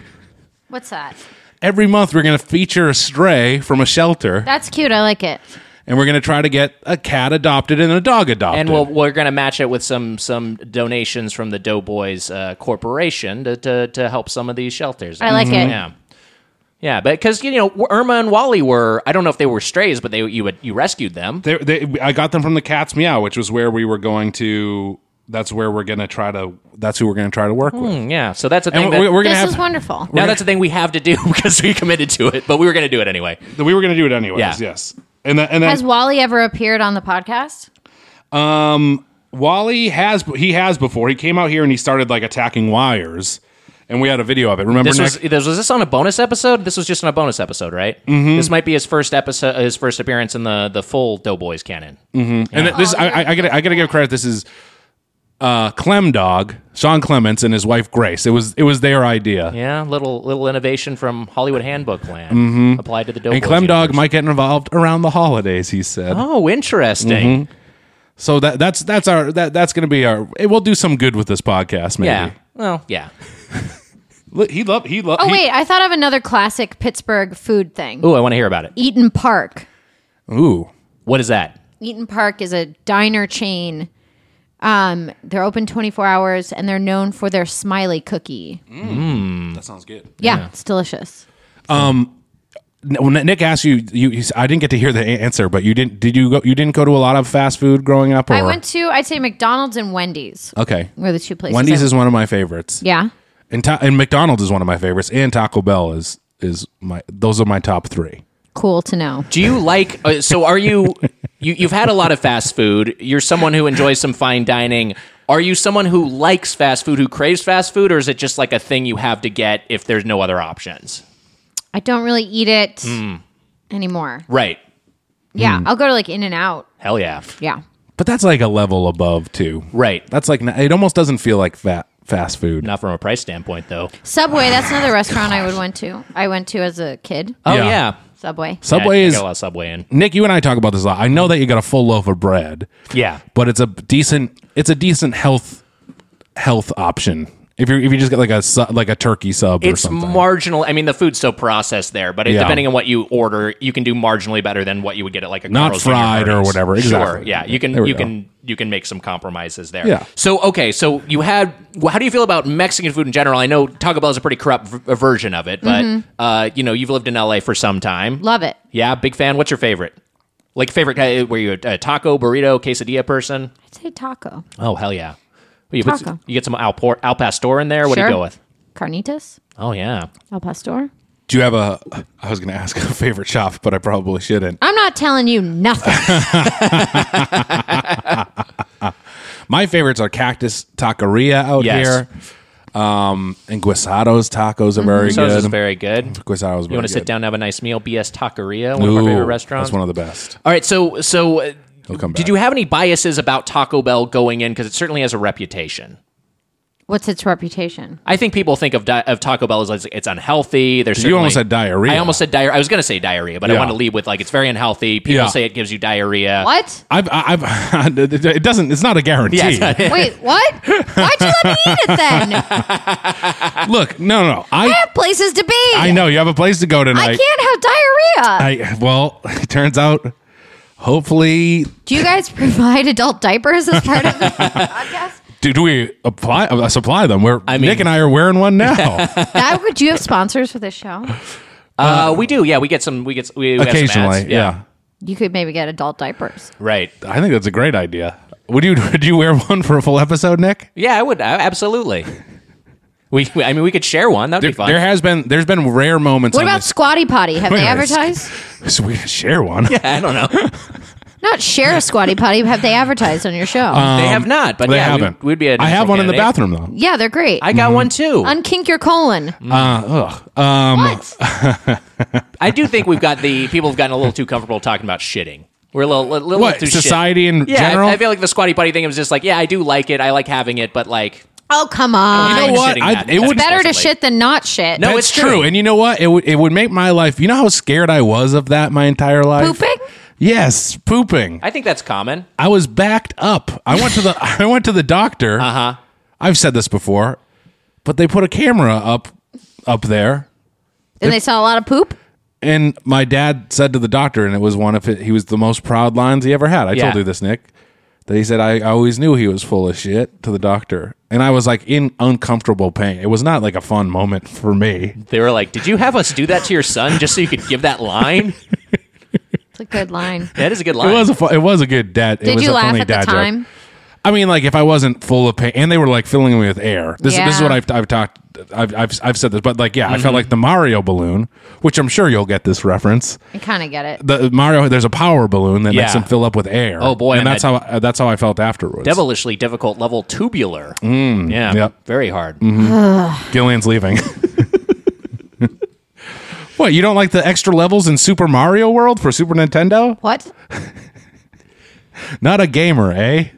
Speaker 4: What's that?
Speaker 3: Every month, we're gonna feature a stray from a shelter,
Speaker 4: That's cute. I like it.
Speaker 3: and we're gonna try to get a cat adopted and a dog adopted.
Speaker 2: And we'll, we're gonna match it with some some donations from the Doughboys uh, Corporation to, to to help some of these shelters.
Speaker 4: I like it.
Speaker 2: Yeah. Yeah, but because you know Irma and Wally were—I don't know if they were strays, but they you would you rescued them.
Speaker 3: They- they- I got them from the Cat's Meow, which was where we were going to that's where we're gonna try to. That's who we're gonna try to work with.
Speaker 2: Yeah, so that's a thing.
Speaker 3: And
Speaker 2: Hmm, that-
Speaker 3: we- we're gonna
Speaker 4: this
Speaker 3: have.
Speaker 4: is wonderful.
Speaker 2: now that's a thing we have to do because we committed to it, but we were going to do it anyway.
Speaker 3: we were gonna do it anyways.
Speaker 2: Yeah.
Speaker 3: Yes. And then, and then
Speaker 4: Has Wally ever appeared on the podcast?
Speaker 3: Wally has he has before. He came out here and he started like attacking wires, and we had a video of it. Remember,
Speaker 2: This
Speaker 3: Nick?
Speaker 2: was, this was this on a bonus episode. This was just on a bonus episode, right?
Speaker 3: Mm-hmm.
Speaker 2: This might be his first episode, his first appearance in the the full Doughboys canon.
Speaker 3: Mm. and this I, I, I gotta I gotta give credit. This is uh, Clem Dog, Sean Clements, and his wife Grace. It was it was their idea.
Speaker 2: Yeah, little little innovation from Hollywood Handbook plan applied to the Doughboys.
Speaker 3: Mm-hmm. And Clem Dog
Speaker 2: universe.
Speaker 3: might get involved around the holidays. He said.
Speaker 2: Oh, interesting.
Speaker 3: Mm-hmm. So that that's that's our that that's gonna be our. It, we'll do some good with this podcast. Maybe.
Speaker 2: Yeah. Well, yeah.
Speaker 3: Look, He loved he loved.
Speaker 4: Oh
Speaker 3: he,
Speaker 4: wait, I thought of another classic Pittsburgh food thing.
Speaker 2: Ooh, I want to hear about it.
Speaker 4: Eaton Park.
Speaker 3: Ooh.
Speaker 2: What is that?
Speaker 4: Eaton Park is a diner chain. Um, they're open 24 hours and they're known for their smiley cookie.
Speaker 3: That sounds good.
Speaker 4: Yeah, it's delicious.
Speaker 3: Nick asked you, you. you s- I didn't get to hear the a- answer, but you didn't. Did you go? You didn't go to a lot of fast food growing up. Or?
Speaker 4: I went to I'd say McDonald's and Wendy's
Speaker 3: Okay.
Speaker 4: were the two places.
Speaker 3: Wendy's
Speaker 4: I-
Speaker 3: is one of my favorites.
Speaker 4: yeah.
Speaker 3: And ta- and McDonald's is one of my favorites. And Taco Bell is is my those are my top three.
Speaker 4: Cool to know.
Speaker 2: Do you like? Uh, so, are you, you? You've had a lot of fast food. You're someone who enjoys some fine dining. Are you someone who likes fast food, who craves fast food, or is it just like a thing you have to get if there's no other options?
Speaker 4: I don't really eat it anymore.
Speaker 2: Right.
Speaker 4: Yeah, I'll go to like In and Out.
Speaker 2: Hell yeah.
Speaker 4: Yeah.
Speaker 3: But that's like a level above too.
Speaker 2: Right.
Speaker 3: That's like it almost doesn't feel like fat fast food.
Speaker 2: Not from a price standpoint, though.
Speaker 4: Subway, that's another restaurant I would went to. I went to as a kid.
Speaker 2: Oh
Speaker 3: Yeah.
Speaker 2: yeah.
Speaker 4: Subway.
Speaker 3: Subway
Speaker 2: Yeah, I
Speaker 3: is
Speaker 2: got a lot of Subway in.
Speaker 3: Nick. You and I talk about this a lot. I know that you got a full loaf of bread,
Speaker 2: Yeah.
Speaker 3: but it's a decent it's a decent health health option. If you if you just get like a su- like a turkey sub or
Speaker 2: It's
Speaker 3: something.
Speaker 2: marginal. I mean, the food's so processed there, but it,
Speaker 3: Yeah.
Speaker 2: depending on what you order, you can do marginally better than what you would get at like a
Speaker 3: Not
Speaker 2: Carl's Jr.
Speaker 3: fried or
Speaker 2: Hardee's.
Speaker 3: whatever.
Speaker 2: Sure.
Speaker 3: Exactly.
Speaker 2: Yeah. You can
Speaker 3: There we
Speaker 2: you
Speaker 3: go.
Speaker 2: can you can make some compromises there.
Speaker 3: Yeah.
Speaker 2: So okay. So you had. well, How do you feel about Mexican food in general? I know Taco Bell is a pretty corrupt v- version of it, but uh, you know you've lived in LA for some time.
Speaker 4: Mm-hmm. Love it.
Speaker 2: Yeah. Big fan. What's your favorite? Like favorite? guy- Were you a taco, burrito, quesadilla person?
Speaker 4: I'd say taco.
Speaker 2: Oh hell yeah! Well, you, put-
Speaker 4: Taco.
Speaker 2: you get some al, por- al pastor in there. What do
Speaker 4: Sure.
Speaker 2: you go with?
Speaker 4: Carnitas?
Speaker 2: Oh yeah,
Speaker 4: El pastor?
Speaker 3: Do you have a? I was going to ask a favorite shop, but I probably shouldn't.
Speaker 4: I'm not telling you nothing.
Speaker 3: My favorites are Cactus Taqueria out
Speaker 2: Yes.
Speaker 3: here, um, and Guisado's tacos are very
Speaker 2: so this is
Speaker 3: good.
Speaker 2: very good.
Speaker 3: Guisado's.
Speaker 2: You
Speaker 3: want to
Speaker 2: sit down, and have a nice meal. BS Taqueria, one of our favorite restaurants.
Speaker 3: That's one of the best.
Speaker 2: All right, so so uh,
Speaker 3: come
Speaker 2: did
Speaker 3: back.
Speaker 2: you have any biases about Taco Bell going in because it certainly has a reputation?
Speaker 4: What's its reputation?
Speaker 2: I think people think of di- of Taco Bell as like, it's unhealthy. There's
Speaker 3: You almost
Speaker 2: certainly-
Speaker 3: said diarrhea.
Speaker 2: I almost said diarrhea. I was going to say diarrhea, but I
Speaker 3: Yeah.
Speaker 2: want to leave with like it's very unhealthy. People
Speaker 3: Yeah.
Speaker 2: say it gives you diarrhea.
Speaker 4: What?
Speaker 3: I've, I've, it doesn't. It's not a guarantee.
Speaker 2: Yes.
Speaker 4: Wait, what? Why'd you let me eat it then? I
Speaker 3: Look, no, no. I,
Speaker 4: have places to be.
Speaker 3: I know you have a place to go
Speaker 4: I
Speaker 3: tonight.
Speaker 4: can't have diarrhea.
Speaker 3: I well, it turns out. Hopefully,
Speaker 4: Do you guys provide adult diapers as part of the podcast?
Speaker 3: do, do we apply uh, supply them? We're
Speaker 2: I mean-
Speaker 3: Nick and I are wearing one now.
Speaker 4: That would. Do you have sponsors for this show?
Speaker 2: uh, we do. Yeah, we get some. We get s- we we have some ads.
Speaker 3: Occasionally, yeah.
Speaker 4: You could maybe get adult diapers.
Speaker 2: Right.
Speaker 3: I think that's a great idea. Would you would you wear one for a full episode, Nick?
Speaker 2: Yeah, I would I- absolutely. we, we- I mean, we could share one. That'd
Speaker 3: There,
Speaker 2: be fun.
Speaker 3: there has been there's been rare moments.
Speaker 4: What
Speaker 3: on
Speaker 4: about Squatty Potty? Have
Speaker 3: Wait,
Speaker 4: they
Speaker 3: wait,
Speaker 4: advertised?
Speaker 3: this, so we can share one?
Speaker 2: I don't know.
Speaker 4: Not share a Squatty Potty. Have they advertised on your show?
Speaker 3: Um,
Speaker 2: they have not, but
Speaker 3: they
Speaker 2: yeah, we-
Speaker 3: haven't.
Speaker 2: We'd, be. a
Speaker 3: I
Speaker 2: natural
Speaker 3: have one in the
Speaker 2: candidate.
Speaker 3: bathroom Mm-hmm. though.
Speaker 4: yeah, they're great.
Speaker 2: I got one too.
Speaker 4: Unkink your colon.
Speaker 3: Uh, ugh. Um,
Speaker 4: what?
Speaker 2: I do think we've got the people have gotten a little too comfortable talking about shitting. We're a little, little, little
Speaker 3: What,
Speaker 2: too shit.
Speaker 3: society in
Speaker 2: yeah, I-
Speaker 3: general?
Speaker 2: I, feel like the squatty potty thing was just like, yeah, I do like it. I like having it, but like,
Speaker 4: Oh come on!
Speaker 3: You know
Speaker 2: I'm
Speaker 3: what?
Speaker 2: shitting
Speaker 3: I-
Speaker 2: that.
Speaker 3: it
Speaker 2: That's
Speaker 3: would-
Speaker 4: Better to
Speaker 2: explicitly.
Speaker 4: shit than not shit.
Speaker 2: No,
Speaker 3: that's
Speaker 2: it's true.
Speaker 3: And you know what? It would it would make my life. You know how scared I was of that my entire life.
Speaker 4: pooping.
Speaker 3: Yes, pooping.
Speaker 2: I think that's common.
Speaker 3: I was backed up. I went to the I went to the doctor. Uh huh. I've said this before, but they put a camera up up there.
Speaker 4: And they saw a lot of poop.
Speaker 3: And my dad said to the doctor, and it was one of his, he was the most proud lines he ever had. I
Speaker 2: Yeah.
Speaker 3: told you this, Nick. That he said, I, I always knew he was full of shit to the doctor. And I was like in uncomfortable pain. It was not like a fun moment for me.
Speaker 2: They were like, did you have us do that to your son just so you could give that line?
Speaker 4: It's a good line.
Speaker 2: That is a good
Speaker 3: It
Speaker 2: line.
Speaker 3: was a fu- it was a good dad. it
Speaker 4: Did
Speaker 3: was
Speaker 4: you
Speaker 3: a
Speaker 4: laugh
Speaker 3: funny
Speaker 4: at the
Speaker 3: dad joke.
Speaker 4: time?
Speaker 3: I mean, like if I wasn't full of pain, and they were like filling me with air. This, this is
Speaker 4: Yeah. Mm-hmm.
Speaker 3: what I've, I've talked. I've, I've I've said this, but like yeah, I felt like the Mario balloon, which I'm sure you'll get this reference.
Speaker 4: I kind of get it.
Speaker 3: The Mario, there's a power balloon that makes
Speaker 2: Yeah.
Speaker 3: him fill up with air.
Speaker 2: Oh, boy, and
Speaker 3: and, that's
Speaker 2: that-
Speaker 3: how that's how I felt afterwards.
Speaker 2: Devilishly difficult level tubular. yeah.
Speaker 3: Mm, yep.
Speaker 2: Very hard.
Speaker 3: Gillian's leaving. what you don't like the extra levels in Super Mario World for Super Nintendo?
Speaker 4: What?
Speaker 3: Not a gamer, eh?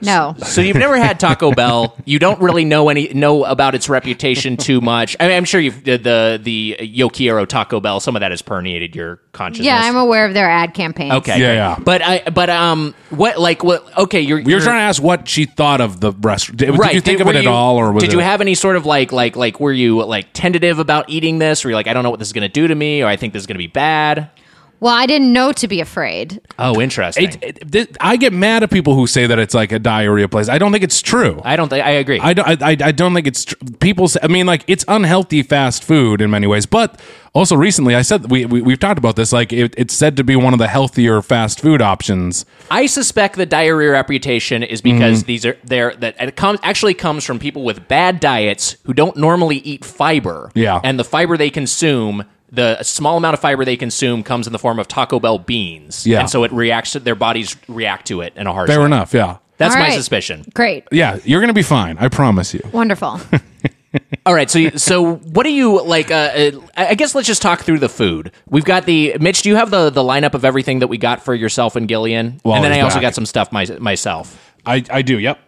Speaker 4: No.
Speaker 2: So you've never had Taco Bell. You don't really know any know about its reputation too much. I mean, I'm sure you've the the, the Yokiero Taco Bell. Some of that has permeated your consciousness.
Speaker 4: Yeah, I'm aware of their ad campaigns.
Speaker 2: okay.
Speaker 3: Yeah, yeah.
Speaker 2: But I but um what like what? Okay, you're
Speaker 3: You're trying to ask what she thought of the restaurant. Did, did
Speaker 2: right.
Speaker 3: you think
Speaker 2: Did-
Speaker 3: of it
Speaker 2: were
Speaker 3: at
Speaker 2: you-
Speaker 3: all, or was
Speaker 2: did
Speaker 3: it,
Speaker 2: you have any sort of like like like were you like tentative about eating this? Were you like I don't know what this is going to do to me, or I think this is going to be bad?
Speaker 4: Well, I didn't know to be afraid.
Speaker 2: Oh, interesting.
Speaker 3: It, it- thi- I get mad at people who say that it's like a diarrhea place. I don't think it's true. I,
Speaker 2: I don't think I agree.
Speaker 3: don't. I, I- I don't think it's tr- people. Say, I mean, like it's unhealthy fast food in many ways, but also recently I said we, we we've talked about this. Like it, it's said to be one of the healthier fast food options.
Speaker 2: I suspect the diarrhea reputation is because
Speaker 3: Mm-hmm.
Speaker 2: these are there that it comes actually comes from people with bad diets who don't normally eat fiber.
Speaker 3: Yeah.
Speaker 2: and the fiber they consume, the small amount of fiber they consume, comes in the form of Taco Bell beans.
Speaker 3: Yeah.
Speaker 2: and so it reacts. to Their bodies react to it in a harsh.
Speaker 3: Fair
Speaker 2: way.
Speaker 3: enough. Yeah.
Speaker 2: That's
Speaker 4: All
Speaker 2: my
Speaker 4: right.
Speaker 2: suspicion.
Speaker 4: Great.
Speaker 3: Yeah, you're gonna be fine. I promise you.
Speaker 4: Wonderful.
Speaker 2: All right, so you- so what do you like? Uh, uh, I I guess let's just talk through the food. We've got the Mitch. Do you have the the lineup of everything that we got for yourself and Gillian?
Speaker 3: Well,
Speaker 2: and then I
Speaker 3: he's
Speaker 2: also
Speaker 3: back.
Speaker 2: got some stuff my, myself.
Speaker 3: I I do. Yep.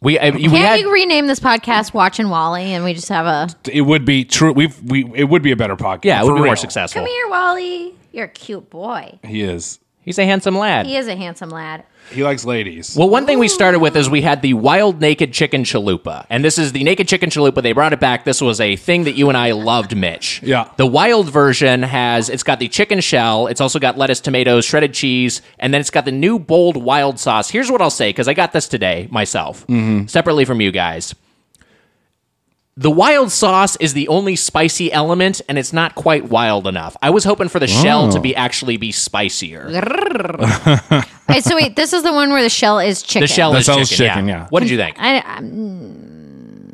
Speaker 2: We I, we
Speaker 4: Can
Speaker 2: had
Speaker 4: we rename this podcast Watch and Wally and we just have a
Speaker 3: It would be true. We've we. It would be a better podcast.
Speaker 2: yeah, it
Speaker 3: for
Speaker 2: would be
Speaker 3: real.
Speaker 2: more successful.
Speaker 4: Come here, Wally. You're a cute boy.
Speaker 3: He is.
Speaker 2: He's a handsome lad.
Speaker 4: He is a handsome lad.
Speaker 3: He likes ladies.
Speaker 2: Well, one thing we started with is we had the wild naked chicken chalupa. And this is the naked chicken chalupa. They brought it back. This was a thing that you and I loved, Mitch.
Speaker 3: Yeah.
Speaker 2: The wild version has it's got the chicken shell, it's also got lettuce, tomatoes, shredded cheese, and then it's got the new bold wild sauce. Here's what I'll say because I got this today myself,
Speaker 3: Mm-hmm.
Speaker 2: separately from you guys. The wild sauce is the only spicy element, and it's not quite wild enough. I was hoping for the shell
Speaker 3: Oh.
Speaker 2: to be actually be spicier.
Speaker 4: All right, so wait, this is the one where the shell is chicken.
Speaker 2: The shell
Speaker 3: The
Speaker 2: is
Speaker 3: shell's
Speaker 2: chicken.
Speaker 3: chicken,
Speaker 2: yeah.
Speaker 3: yeah.
Speaker 2: What did you think?
Speaker 4: I, I'm-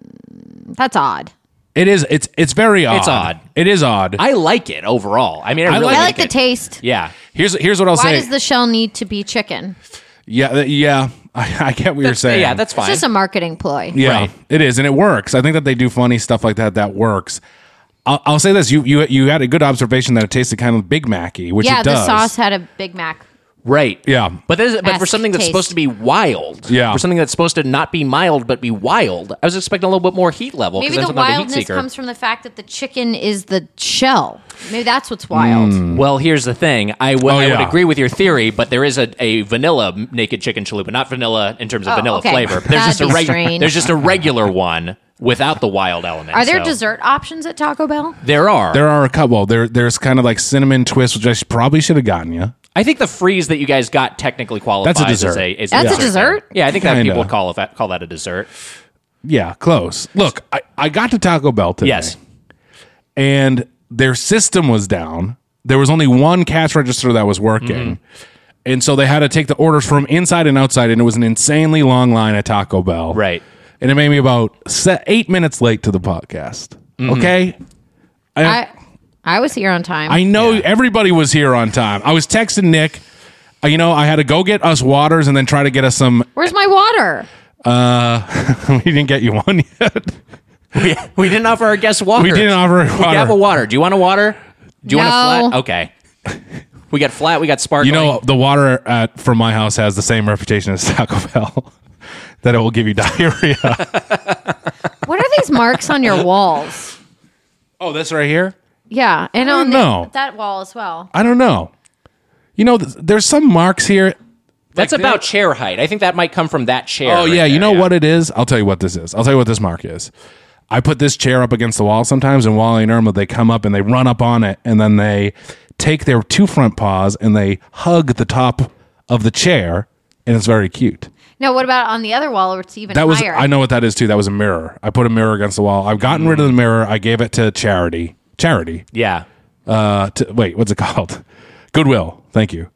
Speaker 4: that's odd.
Speaker 3: It is. It's it's very odd.
Speaker 2: It's odd.
Speaker 3: It is odd.
Speaker 2: I like it overall. I mean, I, really
Speaker 4: I like the
Speaker 2: it.
Speaker 4: taste.
Speaker 2: Yeah,
Speaker 3: here's here's what I'll
Speaker 4: Why
Speaker 3: say.
Speaker 4: does the shell need to be chicken?
Speaker 3: yeah, th- yeah. I, I get what you're saying.
Speaker 2: yeah, that's fine.
Speaker 4: It's just a marketing ploy.
Speaker 3: yeah.
Speaker 2: right.
Speaker 3: It is, and it works. I think that they do funny stuff like that. That works. I'll, I'll say this: you you you had a good observation that it tasted kind of Big Macy, which
Speaker 4: Yeah,
Speaker 3: it does.
Speaker 4: the sauce had a Big Mac.
Speaker 2: right.
Speaker 3: Yeah.
Speaker 2: but this, but for
Speaker 4: Ask
Speaker 2: something that's
Speaker 4: taste.
Speaker 2: supposed to be wild,
Speaker 3: Yeah.
Speaker 2: for something that's supposed to not be mild but be wild, I was expecting a little bit more heat level.
Speaker 4: Maybe
Speaker 2: 'cause
Speaker 4: the
Speaker 2: I'm not a heat
Speaker 4: wildness
Speaker 2: seeker.
Speaker 4: comes from the fact that the chicken is the shell. Maybe that's what's wild.
Speaker 3: Mm,
Speaker 2: Well, here's the thing. I would-
Speaker 3: Oh,
Speaker 2: I
Speaker 3: yeah.
Speaker 2: would agree with your theory, but there is a, a vanilla naked chicken chalupa, not vanilla in terms of
Speaker 4: Oh,
Speaker 2: vanilla
Speaker 4: okay.
Speaker 2: flavor. But there's
Speaker 4: That'd
Speaker 2: just a
Speaker 4: be
Speaker 2: reg-
Speaker 4: strange.
Speaker 2: there's just a regular one without the wild element.
Speaker 4: Are there
Speaker 2: so-
Speaker 4: dessert options at Taco Bell?
Speaker 2: There are.
Speaker 3: There are a couple. There there's kind of like cinnamon twist, which I sh- probably should have gotten you.
Speaker 2: I think the freeze that you guys got technically qualifies
Speaker 3: dessert.
Speaker 2: as a as
Speaker 4: That's a
Speaker 2: thing.
Speaker 4: dessert?
Speaker 2: Yeah, I think that
Speaker 3: Kinda.
Speaker 2: people would call it, call that a dessert.
Speaker 3: Yeah, close. Look, I, I got to Taco Bell today.
Speaker 2: Yes.
Speaker 3: and their system was down. There was only one cash register that was working.
Speaker 2: Mm-hmm.
Speaker 3: And so they had to take the orders from inside and outside, and it was an insanely long line at Taco Bell.
Speaker 2: Right.
Speaker 3: And it made me about se- eight minutes late to the podcast.
Speaker 2: Mm-hmm.
Speaker 3: Okay.
Speaker 4: I I was here on time.
Speaker 3: I know everybody was here on time. I was texting Nick. uh, You know, I had to go get us waters and then try to get us some.
Speaker 4: Where's my water?
Speaker 3: we didn't get you one yet.
Speaker 2: we, we didn't offer our guests water.
Speaker 3: We didn't offer
Speaker 2: We
Speaker 3: water.
Speaker 2: have a water. Do you want a water? Do you want a
Speaker 4: No.
Speaker 2: flat? Okay. We got flat. We got
Speaker 3: You
Speaker 2: sparkling.
Speaker 3: know, the water at from my house has the same reputation as Taco Bell that it will give you diarrhea.
Speaker 4: What are these marks on your walls?
Speaker 3: Oh, this right here?
Speaker 4: Yeah, and
Speaker 3: don't
Speaker 4: on
Speaker 3: know.
Speaker 4: The, that wall as well.
Speaker 3: I don't know. You know, th- there's some marks here.
Speaker 2: that's
Speaker 3: like
Speaker 2: about
Speaker 3: they-
Speaker 2: chair height. I think that might come from that chair.
Speaker 3: Oh,
Speaker 2: right
Speaker 3: yeah. you
Speaker 2: there,
Speaker 3: know what it is? I'll tell you what this is. I'll tell you what this mark is. I put this chair up against the wall sometimes, and Wally and Irma, they come up and they run up on it, and then they take their two front paws and they hug the top of the chair, and it's very cute.
Speaker 4: No, what about on the other wall where it's even
Speaker 3: That was,
Speaker 4: higher?
Speaker 3: I know what that is too. That was a mirror. I put a mirror against the wall. I've gotten rid of the mirror. I gave it to charity. Charity.
Speaker 2: Yeah.
Speaker 3: Uh, to, wait, what's it called? Goodwill. Thank you.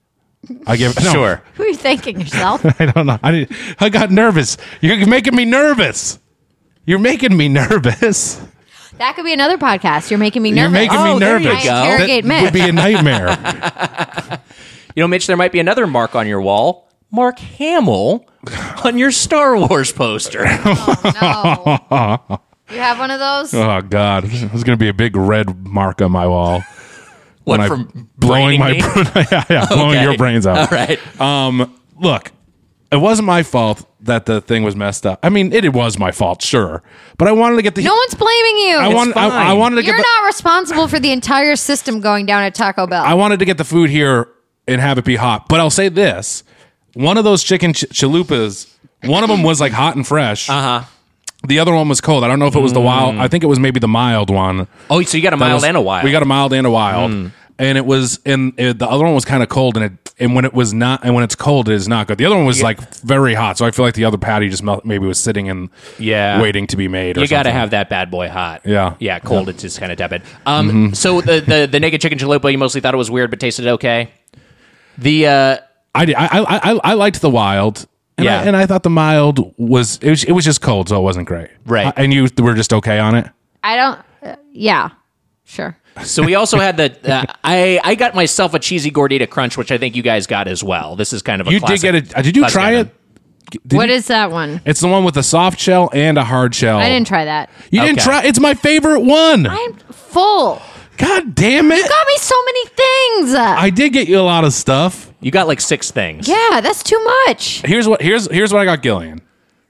Speaker 3: I give no,
Speaker 7: Sure.
Speaker 4: Who are you thanking yourself?
Speaker 3: I don't know. I did, I got nervous. You're making me nervous. You're making me nervous.
Speaker 4: that could be another podcast. You're making me nervous.
Speaker 3: You're making
Speaker 4: oh,
Speaker 3: me
Speaker 2: there you
Speaker 3: nervous.
Speaker 2: go.
Speaker 4: I interrogate
Speaker 3: that
Speaker 4: Mitch.
Speaker 3: would be a nightmare.
Speaker 2: You know, Mitch, there might be another mark on your wall. Mark Hamill on your Star Wars poster.
Speaker 4: Oh, no. You have one of those?
Speaker 3: oh God, there's gonna be a big red mark on my wall.
Speaker 2: What
Speaker 3: I-
Speaker 2: from braining
Speaker 3: blowing my
Speaker 2: me?
Speaker 3: yeah, yeah, blowing
Speaker 2: Okay.
Speaker 3: your brains
Speaker 2: All
Speaker 3: out.
Speaker 2: right.
Speaker 3: Um, look, it wasn't my fault that the thing was messed up. I mean, it, it was my fault, sure, but I wanted to get the.
Speaker 4: No one's blaming you.
Speaker 3: I wanted. I, I
Speaker 2: fine.
Speaker 3: wanted to
Speaker 4: You're
Speaker 3: get. The,
Speaker 4: not responsible for the entire system going down at Taco Bell.
Speaker 3: I wanted to get the food here and have it be hot. But I'll say this: one of those chicken ch- chalupas, one of them was like hot and fresh. Uh
Speaker 2: Uh-huh.
Speaker 3: huh. The other one was cold. I don't know if it was the wild. I think it was maybe the mild one.
Speaker 2: Mm. Oh, so you got a
Speaker 3: That
Speaker 2: mild
Speaker 3: was-
Speaker 2: and a wild. Mm.
Speaker 3: We got a mild and a wild, and it was and it, the other one was kind of cold, and it and when it was not and when it's cold, it is not good. The other one was like very hot, so I feel like the other patty just melt, maybe was sitting and
Speaker 2: Yeah.
Speaker 3: waiting to be made. Or
Speaker 2: you got to
Speaker 3: something.
Speaker 2: have that bad boy hot.
Speaker 3: Yeah. Mm-hmm.
Speaker 2: yeah. Cold, it's just kind of tepid. Um, so the, the the naked chicken chalupa, you mostly thought it was weird, but tasted okay. The uh,
Speaker 3: I did- I I I, I liked the wild. And
Speaker 2: Yeah.
Speaker 3: I, and I thought the mild was it, was it was just cold, so it wasn't great.
Speaker 2: Right.
Speaker 3: Uh, and you were just okay on it.
Speaker 4: I don't. Uh, yeah, sure.
Speaker 2: So we also had the uh, I I got myself a cheesy gordita crunch, which I think you guys got as well. This is kind of a
Speaker 3: You
Speaker 2: classic,
Speaker 3: did get it. Did you
Speaker 2: classic
Speaker 3: try
Speaker 2: item.
Speaker 3: it? Did
Speaker 4: what
Speaker 3: you-
Speaker 4: is that one?
Speaker 3: It's the one with a soft shell and a hard shell.
Speaker 4: I didn't try that.
Speaker 3: You didn't
Speaker 2: Okay.
Speaker 3: try. It's my favorite one.
Speaker 4: Oh. I'm full.
Speaker 3: God damn it!
Speaker 4: Got me so many things.
Speaker 3: I did get you a lot of stuff.
Speaker 2: You got like six things.
Speaker 4: yeah, that's too much.
Speaker 3: Here's what here's here's what I got Gillian.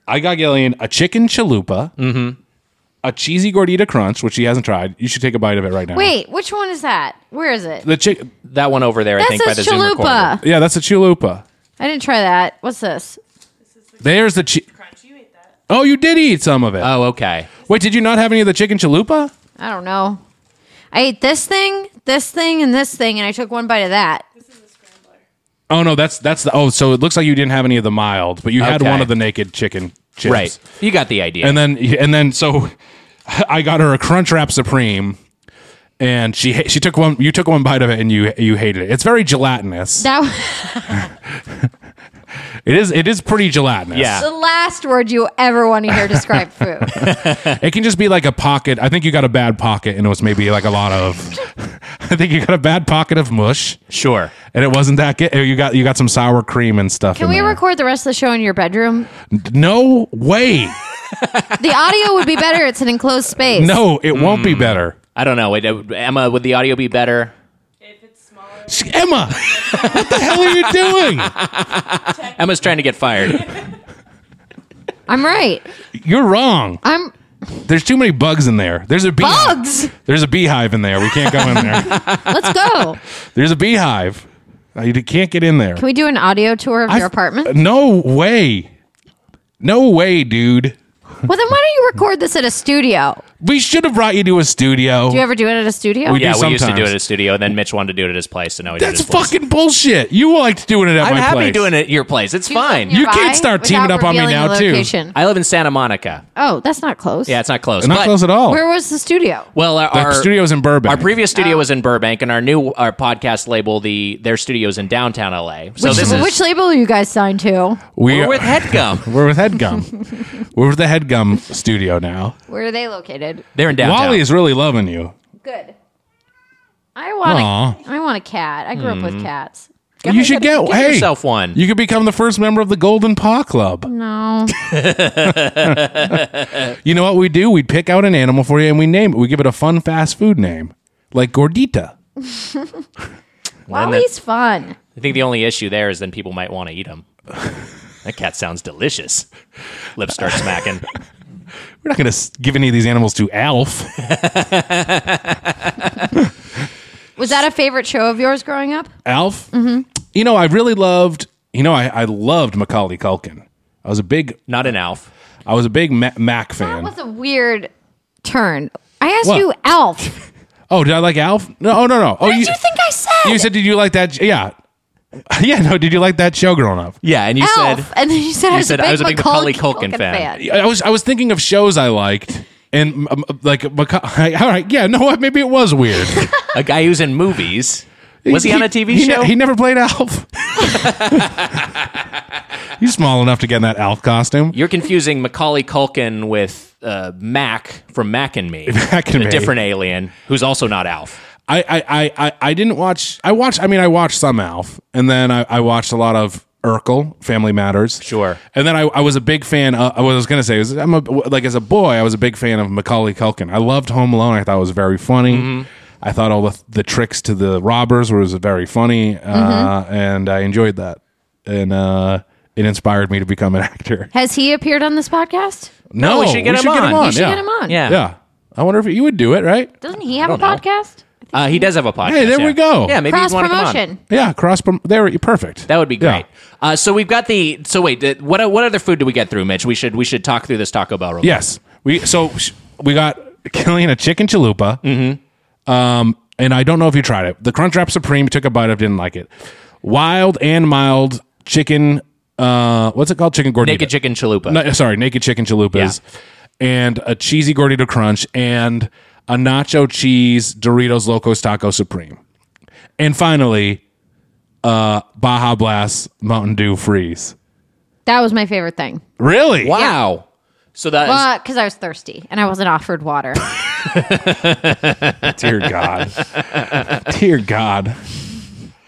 Speaker 3: I got Gillian a chicken chalupa, mm-hmm. a cheesy gordita crunch, which she hasn't tried. You should take a bite of it right now.
Speaker 4: Wait, which one is that? Where is it?
Speaker 3: the chick.
Speaker 2: that one over there. I
Speaker 4: That
Speaker 2: think by the
Speaker 4: says
Speaker 2: Zoom recorder.
Speaker 4: chalupa.
Speaker 3: Yeah, that's a chalupa.
Speaker 4: I didn't try that. What's this?
Speaker 3: There's the chi- Oh, you did eat some of it.
Speaker 2: Oh, okay.
Speaker 3: Wait, did you not have any of the chicken chalupa?
Speaker 4: I don't know. I ate this thing, this thing, and this thing, and I took one bite of that.
Speaker 3: Oh no, that's that's the. Oh, so it looks like you didn't have any of the mild, but you had
Speaker 2: Okay.
Speaker 3: one of the naked chicken chips.
Speaker 2: Right. You got the idea.
Speaker 3: And then and then so I got her a Crunchwrap Supreme, and she ha- she took one. You took one bite of it, and you you hated it. It's very gelatinous.
Speaker 4: That
Speaker 3: It is it is pretty gelatinous.
Speaker 4: was the
Speaker 2: yeah.
Speaker 4: last word you ever want to hear describe food.
Speaker 3: it can just be like a pocket. I think you got a bad pocket, and it was maybe like a lot of. I think you got a bad pocket of mush,
Speaker 2: Sure.
Speaker 3: and it wasn't that good. You got you got some sour cream and stuff.
Speaker 4: Can
Speaker 3: in
Speaker 4: we
Speaker 3: there.
Speaker 4: record the rest of the show in your bedroom?
Speaker 3: No way.
Speaker 4: The audio would be better. It's an enclosed space.
Speaker 3: No, it won't
Speaker 2: Mm.
Speaker 3: be better.
Speaker 2: I don't know. Wait, uh, Emma, would the audio be better?
Speaker 3: Sh- Emma, what the hell are you doing?
Speaker 2: Emma's trying to get fired.
Speaker 4: I'm right.
Speaker 3: You're wrong.
Speaker 4: I'm
Speaker 3: There's too many bugs in there. There's a bee.
Speaker 4: bugs.
Speaker 3: There's a beehive in there. We can't go in there.
Speaker 4: Let's go.
Speaker 3: There's a beehive. Uh, You can't get in there.
Speaker 4: Can we do an audio tour of
Speaker 3: I-
Speaker 4: your apartment?
Speaker 3: No way. No way, dude.
Speaker 4: Well, then why don't you record this at a studio?
Speaker 3: We should have brought you to a studio.
Speaker 4: Do you ever do it at a studio?
Speaker 3: We do
Speaker 2: yeah, we used to do it
Speaker 3: sometimes.
Speaker 2: at a studio, and then Mitch wanted to do it at his place, and now we do it at
Speaker 3: That's
Speaker 2: his place.
Speaker 3: fucking bullshit. You liked doing it at
Speaker 2: I'm
Speaker 3: my
Speaker 2: happy
Speaker 3: place.
Speaker 2: doing it at your place. It's fine.
Speaker 3: You can't start teaming up on me now, too.
Speaker 4: too.
Speaker 2: I live in Santa Monica.
Speaker 4: Oh, that's not close.
Speaker 2: Yeah, it's not close.
Speaker 3: Not
Speaker 2: but-
Speaker 3: close at all.
Speaker 4: Where was the studio?
Speaker 2: Well, our,
Speaker 3: the
Speaker 2: our
Speaker 3: studio's in Burbank.
Speaker 2: Our previous
Speaker 4: Oh.
Speaker 2: studio was in Burbank, and our new our podcast label the their studio's in downtown LA. So
Speaker 4: which,
Speaker 2: this is
Speaker 4: which label are you guys signed to?
Speaker 3: we
Speaker 2: we're
Speaker 3: are-
Speaker 2: with Headgum.
Speaker 3: we're with Headgum. we're with the Headgum studio now.
Speaker 4: Where are they located?
Speaker 2: They're in downtown.
Speaker 3: Wally is really loving you.
Speaker 4: Good. I want
Speaker 3: Aw. Hmm.
Speaker 4: a, I want a cat. I grew up with cats.
Speaker 3: you should get,
Speaker 2: get
Speaker 3: hey,
Speaker 2: yourself one.
Speaker 3: You could become the first member of the Golden Paw Club.
Speaker 4: No.
Speaker 3: You know what we do? We'd pick out an animal for you and we name it. We give it a fun fast food name, like Gordita.
Speaker 4: Wally's fun.
Speaker 2: I think the only issue there is then people might want to eat them. that cat sounds delicious. Lips start smacking.
Speaker 3: We're not going to give any of these animals to Alf.
Speaker 4: Was that a favorite show of yours growing up?
Speaker 3: Alf, mm-hmm. you know, I really loved. You know, I, I loved Macaulay Culkin. I was a big,
Speaker 2: Not an Alf.
Speaker 3: I was a big Ma- Mac
Speaker 4: That
Speaker 3: fan.
Speaker 4: was a weird turn. I asked
Speaker 3: What?
Speaker 4: you, Alf.
Speaker 3: oh, did I like Alf? No, oh no, no. Oh,
Speaker 4: What did you think I said?
Speaker 3: You said, did you like that? Yeah, yeah. No, did you like that show growing up?
Speaker 2: Yeah, and you
Speaker 4: Elf.
Speaker 2: said
Speaker 4: and then you said, I, was
Speaker 2: said,
Speaker 4: a big
Speaker 2: "I was a big
Speaker 4: Macaulay,
Speaker 2: Macaulay
Speaker 4: Culkin,
Speaker 2: Culkin fan."
Speaker 4: fan.
Speaker 3: I was I was thinking of shows I liked, and um, like Maca- all right, yeah. No, what? Maybe it was weird.
Speaker 2: a guy who's in movies. Was he on a TV
Speaker 3: he-
Speaker 2: show?
Speaker 3: He never played Alf. He's small enough to get in that Alf costume.
Speaker 2: You're confusing Macaulay Culkin with uh, Mac from Mac and Me,
Speaker 3: Mac and
Speaker 2: a
Speaker 3: Me.
Speaker 2: different alien who's also not Alf.
Speaker 3: I, I, I, I, I didn't watch. I watched. I mean, I watched some Alf, and then I, I watched a lot of Urkel, Family Matters.
Speaker 2: Sure.
Speaker 3: And then I, I was a big fan. Of, I was gonna say, was, I'm a, like as a boy, I was a big fan of Macaulay Culkin. I loved Home Alone. I thought it was very funny.
Speaker 2: Mm-hmm.
Speaker 3: I thought all the, the tricks to the robbers was very funny, uh,
Speaker 2: Mm-hmm.
Speaker 3: and I enjoyed that. And uh, it inspired me to become an actor.
Speaker 4: Has he appeared on this podcast?
Speaker 3: No,
Speaker 2: we should get him on. You
Speaker 4: should get him on.
Speaker 2: Yeah.
Speaker 3: Yeah. I wonder if he would do it, right?
Speaker 4: Doesn't he have a
Speaker 2: don't know.
Speaker 4: podcast?
Speaker 2: Uh, he does have a podcast.
Speaker 3: Hey, there we
Speaker 2: yeah.
Speaker 3: go.
Speaker 2: Yeah, maybe
Speaker 4: Cross
Speaker 2: he'd want to come on.
Speaker 4: promotion.
Speaker 3: Yeah, cross prom- there perfect.
Speaker 2: That would be
Speaker 3: Yeah.
Speaker 2: great. Uh, so we've got the. So wait, did- what what other food do we get through, Mitch? We should we should talk through this Taco Bell. Real
Speaker 3: Yes. We so sh- we got Killian a chicken chalupa. Mm-hmm. Um, and I don't know if you tried it. The Crunchwrap Supreme took a bite of, didn't like it. Wild and mild chicken. Uh, what's it called? Chicken gordita.
Speaker 2: Naked chicken chalupa.
Speaker 3: No, sorry, naked chicken chalupas, and a cheesy gordita crunch, and a nacho cheese Doritos Locos Taco Supreme, and finally, uh, Baja Blast Mountain Dew Freeze.
Speaker 4: That was my favorite thing.
Speaker 3: Really?
Speaker 2: wow. So that is
Speaker 4: Well, because I was thirsty and I wasn't offered water.
Speaker 3: Dear God. Dear God.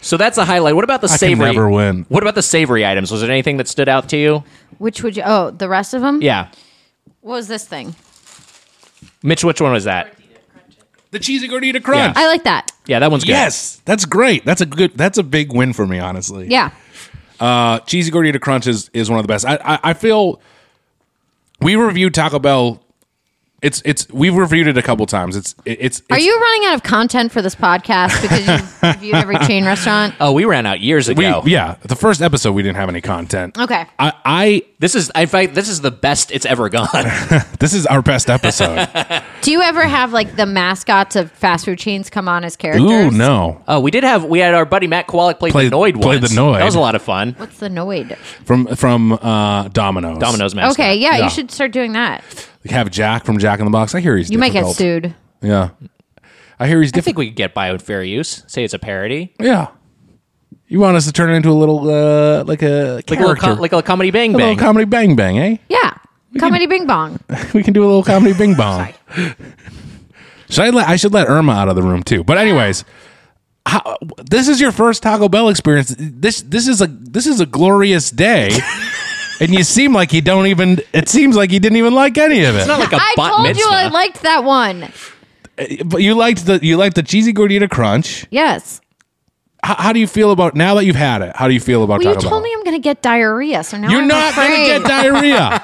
Speaker 2: so that's a highlight. What about the
Speaker 3: can
Speaker 2: savory?
Speaker 3: never win.
Speaker 2: What about the savory items? Was there anything that stood out to you?
Speaker 4: Which would you? Oh, the rest of them.
Speaker 2: Yeah,
Speaker 4: What was this thing?
Speaker 2: Mitch. Which one was that?
Speaker 3: The cheesy gordita crunch.
Speaker 4: I like that.
Speaker 2: Yeah, that one's good.
Speaker 3: Yes, that's great. That's a good. That's a big win for me, honestly.
Speaker 4: Yeah.
Speaker 3: Uh, cheesy gordita crunch is, is one of the best. I, I I feel we reviewed Taco Bell. It's it's we've reviewed it a couple times. It's it's.
Speaker 4: Are
Speaker 3: it's-
Speaker 4: you running out of content for this podcast because you've reviewed every chain restaurant?
Speaker 2: Oh, we ran out years
Speaker 3: We,
Speaker 2: ago.
Speaker 3: yeah, the first episode we didn't have any content.
Speaker 4: Okay.
Speaker 3: I, I
Speaker 2: This is, in fact, this is the best it's ever gone.
Speaker 3: this is our best episode.
Speaker 4: Do you ever have like the mascots of fast food chains come on as characters?
Speaker 3: Ooh no!
Speaker 4: Uh.
Speaker 2: Oh, we did have we had our buddy Matt Kowalik play
Speaker 3: Play-
Speaker 2: the Noid
Speaker 3: play
Speaker 2: once.
Speaker 3: the Noid.
Speaker 2: That was a lot of fun.
Speaker 4: What's the Noid?
Speaker 3: From from uh, Domino's.
Speaker 2: Domino's mascot.
Speaker 4: Okay, yeah,
Speaker 3: Yeah.
Speaker 4: you should start doing that.
Speaker 3: We have Jack from Jack in the Box. I hear he's
Speaker 4: You might get
Speaker 3: difficult.
Speaker 4: sued.
Speaker 3: Yeah, I hear he's
Speaker 2: I
Speaker 3: difficult.
Speaker 2: think we could get by with fair use. Say it's a parody,
Speaker 3: Yeah. You want us to turn it into a little, uh, like a
Speaker 2: like
Speaker 3: character.
Speaker 2: a little, co- like a little comedy bang
Speaker 3: A little
Speaker 2: bang.
Speaker 3: comedy bang bang, eh?
Speaker 4: Yeah. Comedy Bing Bong.
Speaker 3: We can do a little comedy bing bong. should I let I should let Irma out of the room too? But anyways, how, this is your first Taco Bell experience. This this is a this is a glorious day, and you seem like you don't even. It seems like you didn't even like any of it.
Speaker 2: it's not like a
Speaker 4: I
Speaker 2: bat
Speaker 4: told you
Speaker 2: mitzvah.
Speaker 4: I liked that one.
Speaker 3: but you liked the you liked the cheesy gordita crunch.
Speaker 4: Yes.
Speaker 3: How, how do you feel about now that you've had it? How do you feel about
Speaker 4: Well, you
Speaker 3: Taco Bell?
Speaker 4: told me I'm going to get diarrhea, so now
Speaker 3: You're
Speaker 4: I'm
Speaker 3: not
Speaker 4: afraid.
Speaker 3: gonna get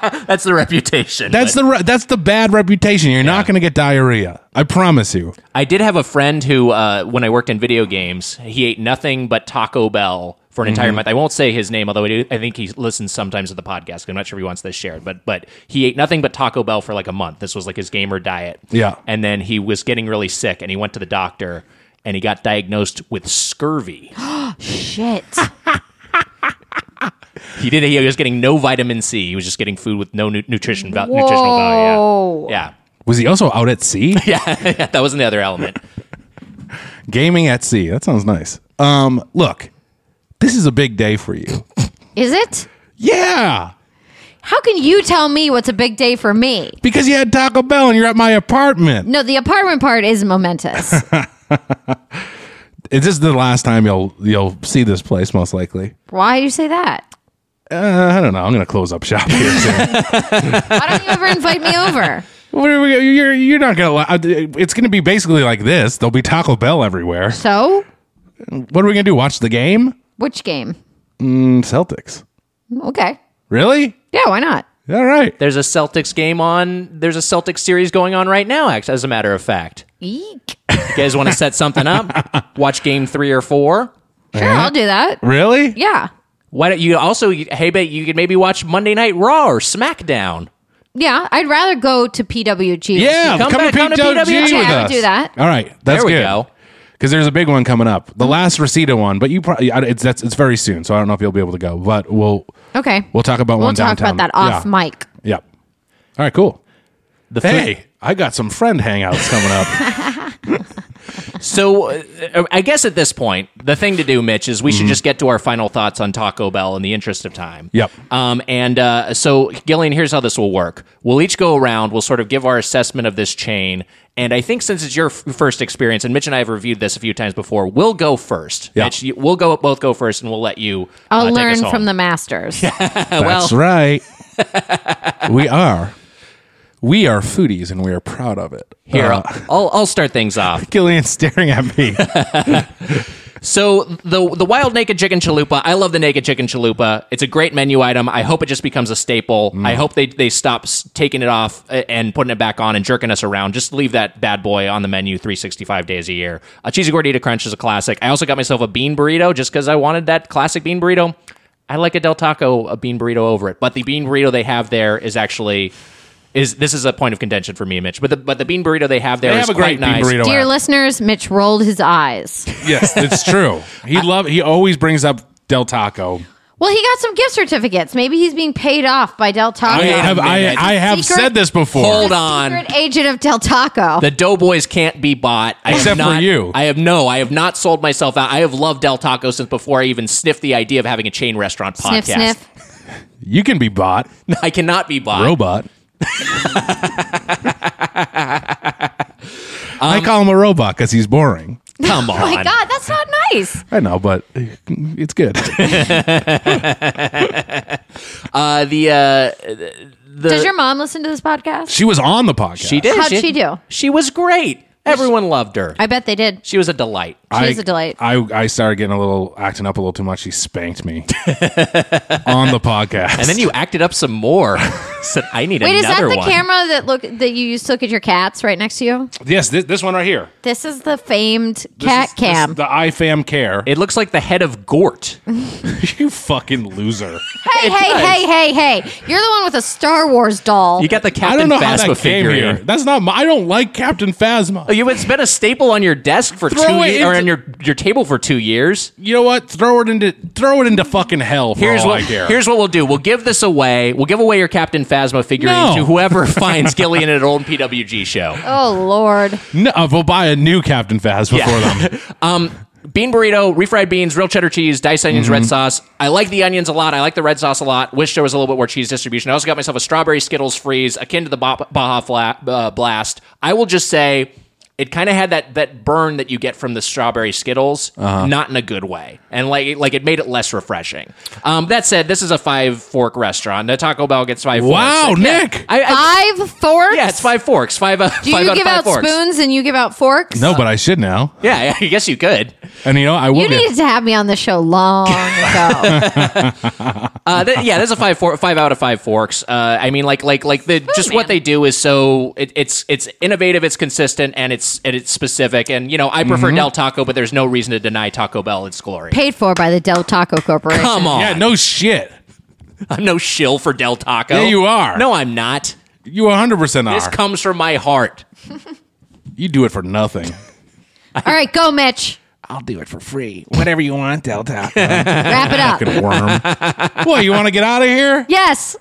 Speaker 3: diarrhea.
Speaker 2: that's the reputation.
Speaker 3: That's the re- that's the bad reputation. You're not going to get diarrhea. I promise you.
Speaker 2: I did have a friend who, uh, when I worked in video games, he ate nothing but Taco Bell for an entire month. I won't say his name, although I, do, I think he listens sometimes to the podcast. I'm not sure if he wants this shared, but but he ate nothing but Taco Bell for like a month. This was like his gamer diet.
Speaker 3: Yeah.
Speaker 2: and then he was getting really sick, and he went to the doctor, and he got diagnosed with scurvy.
Speaker 4: Shit.
Speaker 3: Ah.
Speaker 2: He did. He was getting no vitamin C. He was just getting food with no nu- nutrition val- nutritional value.
Speaker 4: Whoa.
Speaker 2: Yeah.
Speaker 3: Was he also out at sea?
Speaker 2: yeah, yeah. That was another element.
Speaker 3: Gaming at sea. That sounds nice. Um, look, this is a big day for you.
Speaker 4: Is it?
Speaker 3: Yeah,
Speaker 4: How can you tell me what's a big day for me?
Speaker 3: because you had Taco Bell and you're at my apartment.
Speaker 4: No, the apartment part is momentous.
Speaker 3: Is this the last time you'll you'll see this place? Most likely.
Speaker 4: Why you say that?
Speaker 3: Uh, I don't know. I'm going to close up shop here. soon.
Speaker 4: Why don't you ever invite me over?
Speaker 3: what are we, you're you're not going to. It's going to be basically like this. There'll be Taco Bell everywhere.
Speaker 4: So,
Speaker 3: What are we going to do? Watch the game?
Speaker 4: which game?
Speaker 3: Celtics.
Speaker 4: Okay.
Speaker 3: Really?
Speaker 4: Yeah, why not?
Speaker 3: All right.
Speaker 2: There's a Celtics game on. There's a Celtics series going on right now. Actually, as a matter of fact,
Speaker 4: Eek.
Speaker 2: you guys want to set something up? Watch game three or four.
Speaker 4: Sure,
Speaker 3: Eh?
Speaker 4: I'll do that.
Speaker 3: Really?
Speaker 4: Yeah.
Speaker 2: Why don't you also? Hey, babe, you could maybe watch Monday Night Raw or SmackDown.
Speaker 4: Yeah, I'd rather go to PWG.
Speaker 3: Yeah,
Speaker 2: Come
Speaker 3: come,
Speaker 2: back
Speaker 3: to
Speaker 2: on to
Speaker 3: PWG with
Speaker 2: PWG.
Speaker 4: Yeah, I would
Speaker 3: us.
Speaker 4: do that.
Speaker 3: All right, that's
Speaker 2: There we
Speaker 3: good.
Speaker 2: go.
Speaker 3: Because there's a big one coming up, the last Reseda one. But you probably I- it's that's it's very soon, so I don't know if you'll be able to go. But we'll
Speaker 2: Oh.
Speaker 4: Okay.
Speaker 3: we'll talk about
Speaker 4: We'll
Speaker 3: one
Speaker 4: talk
Speaker 3: downtown.
Speaker 4: about that off
Speaker 3: yeah.
Speaker 4: mic.
Speaker 3: Yep. All right, cool.
Speaker 2: The food-
Speaker 3: Hey, I got some friend hangouts coming up.
Speaker 2: So uh, I guess at this point, the thing to do, Mitch, is
Speaker 3: Mm-hmm.
Speaker 2: we should just get to our final thoughts on Taco Bell in the interest of time.
Speaker 3: Yep.
Speaker 2: Um, and uh, so, Gillian, here's how this will work. We'll each go around. We'll sort of give our assessment of this chain. And I think since it's your f- first experience, and Mitch and I have reviewed this a few times before, we'll go first.
Speaker 3: Yeah.
Speaker 2: Mitch, you- we'll go both go first, and we'll let you.
Speaker 4: I'll
Speaker 2: uh, take us
Speaker 4: learn
Speaker 2: home.
Speaker 4: from the masters.
Speaker 3: That's right. we are. We are foodies and we are proud of it.
Speaker 2: Here,
Speaker 3: Uh,
Speaker 2: I'll- I'll, I'll start things off.
Speaker 7: Gillian's staring at me.
Speaker 2: So the the wild naked chicken chalupa, I love the naked chicken chalupa. It's a great menu item. I hope it just becomes a staple.
Speaker 3: Mm.
Speaker 2: I hope they they stop s- taking it off uh, and putting it back on and jerking us around. Just leave that bad boy on the menu 365 days a year. A cheesy gordita crunch is a classic. I also got myself a bean burrito just because I wanted that classic bean burrito. I like a Del Taco a bean burrito over it, but the bean burrito they have there is actually is this is a point of contention for me and Mitch. But the but the bean burrito they have there
Speaker 3: they
Speaker 2: is
Speaker 3: have a
Speaker 2: quite
Speaker 3: great
Speaker 2: nice.
Speaker 3: bean burrito.
Speaker 4: Dear
Speaker 3: app.
Speaker 4: listeners, Mitch rolled his eyes.
Speaker 3: yes, it's true. He love. He always brings up Del Taco.
Speaker 4: Well, he got some gift certificates. Maybe he's being paid off by Del Taco.
Speaker 3: I have. I,
Speaker 2: minute.
Speaker 3: I have
Speaker 4: Secret-
Speaker 3: said this before.
Speaker 2: Hold
Speaker 4: The
Speaker 2: on.
Speaker 4: secret agent of Del Taco.
Speaker 2: The Doughboys can't be bought. I have
Speaker 3: Except for
Speaker 2: not-
Speaker 3: you.
Speaker 2: I have no. I have not sold myself out. I have loved Del Taco since before I even sniffed the idea of having a chain restaurant podcast.
Speaker 4: sniff, sniff.
Speaker 3: You can be bought.
Speaker 2: I cannot be bought.
Speaker 3: Robot. I
Speaker 2: Um,
Speaker 3: call him a robot because he's boring.
Speaker 2: Come on.
Speaker 4: Oh my God, that's not nice.
Speaker 3: I know, but it's good.
Speaker 2: Uh, the uh,
Speaker 4: Does your mom listen to this podcast?
Speaker 3: she was on the podcast.
Speaker 2: she did.
Speaker 4: How'd she do?
Speaker 2: She was great. Everyone loved her.
Speaker 4: I bet they did.
Speaker 2: She was a delight.
Speaker 4: She is a delight.
Speaker 3: I, I started getting a little acting up a little too much. She spanked me on the podcast.
Speaker 2: And then you acted up some more. Said I need
Speaker 4: Wait, is that
Speaker 2: another
Speaker 4: the
Speaker 2: one.
Speaker 4: camera that look that you used to look at your cats right next to you?
Speaker 3: yes, this, this one right here.
Speaker 4: This is the famed
Speaker 3: This
Speaker 4: cat
Speaker 3: is- this is
Speaker 4: cam.
Speaker 3: the iFam Care.
Speaker 2: It looks like the head of Gort.
Speaker 3: you fucking loser.
Speaker 4: hey, hey, hey, hey, hey! You're the one with a Star Wars doll.
Speaker 2: You got the
Speaker 3: I
Speaker 2: Captain
Speaker 3: don't know how
Speaker 2: Phasma
Speaker 3: that came
Speaker 2: figure.
Speaker 3: here. That's not. My, I don't like Captain Phasma.
Speaker 2: Oh, you, it's been a staple on your desk for
Speaker 3: Throw
Speaker 2: two
Speaker 3: it
Speaker 2: years, or
Speaker 3: into-
Speaker 2: on your, your table for two years.
Speaker 3: you know what? Throw it into throw it into fucking hell for
Speaker 2: Here's
Speaker 3: all
Speaker 2: what,
Speaker 3: I care.
Speaker 2: here's what we'll do. We'll give this away. We'll give away your Captain Phasma figurine
Speaker 3: No.
Speaker 2: to whoever finds Gillian at an old PWG show.
Speaker 4: oh Lord!
Speaker 3: no, uh, we'll buy a new Captain Phasma for them.
Speaker 2: Bean burrito, refried beans, real cheddar cheese, diced onions,
Speaker 3: Mm-hmm.
Speaker 2: red sauce. I like the onions a lot. I like the red sauce a lot. Wish there was a little bit more cheese distribution. I also got myself a strawberry Skittles freeze akin to the Ba- Baja Fla- uh, Blast. I will just say it kind of had that that burn that you get from the strawberry Skittles,
Speaker 3: Uh-huh.
Speaker 2: not in a good way, and like like it made it less refreshing. Um, that said, this is a five fork restaurant. The Taco Bell gets five.
Speaker 3: Wow,
Speaker 2: forks. Yeah.
Speaker 3: Nick!
Speaker 2: I, I,
Speaker 4: Five forks.
Speaker 2: Yeah, it's five forks. Five. Uh,
Speaker 4: Ah! Do
Speaker 2: five
Speaker 4: you
Speaker 2: out of
Speaker 4: give
Speaker 2: five
Speaker 4: out
Speaker 2: forks.
Speaker 4: spoons and you give out forks?
Speaker 3: no, but I should now.
Speaker 2: Yeah, I guess you could.
Speaker 3: And you know, I will.
Speaker 4: You
Speaker 3: get-
Speaker 4: needed to have me on the show long ago.
Speaker 2: Uh, th- yeah, there's a five four, five out of five forks. Uh, I mean, like like like the just what they do is so it, it's it's innovative, it's consistent, and it's and it's specific. And you know, I prefer
Speaker 3: Mm-hmm.
Speaker 2: Del Taco, but there's no reason to deny Taco Bell its glory.
Speaker 4: Paid for by the Del Taco Corporation.
Speaker 2: Come on,
Speaker 3: yeah, no shit.
Speaker 2: I'm no shill for Del Taco.
Speaker 3: Yeah, you are.
Speaker 2: No, I'm not.
Speaker 3: You 100 percent are.
Speaker 2: This comes from my heart.
Speaker 3: you do it for nothing.
Speaker 4: All right, go, Mitch.
Speaker 7: I'll do it for free. Whatever you want, Del Taco.
Speaker 4: Wrap it up.
Speaker 3: Fucking worm. what? You want to get out of here?
Speaker 4: Yes.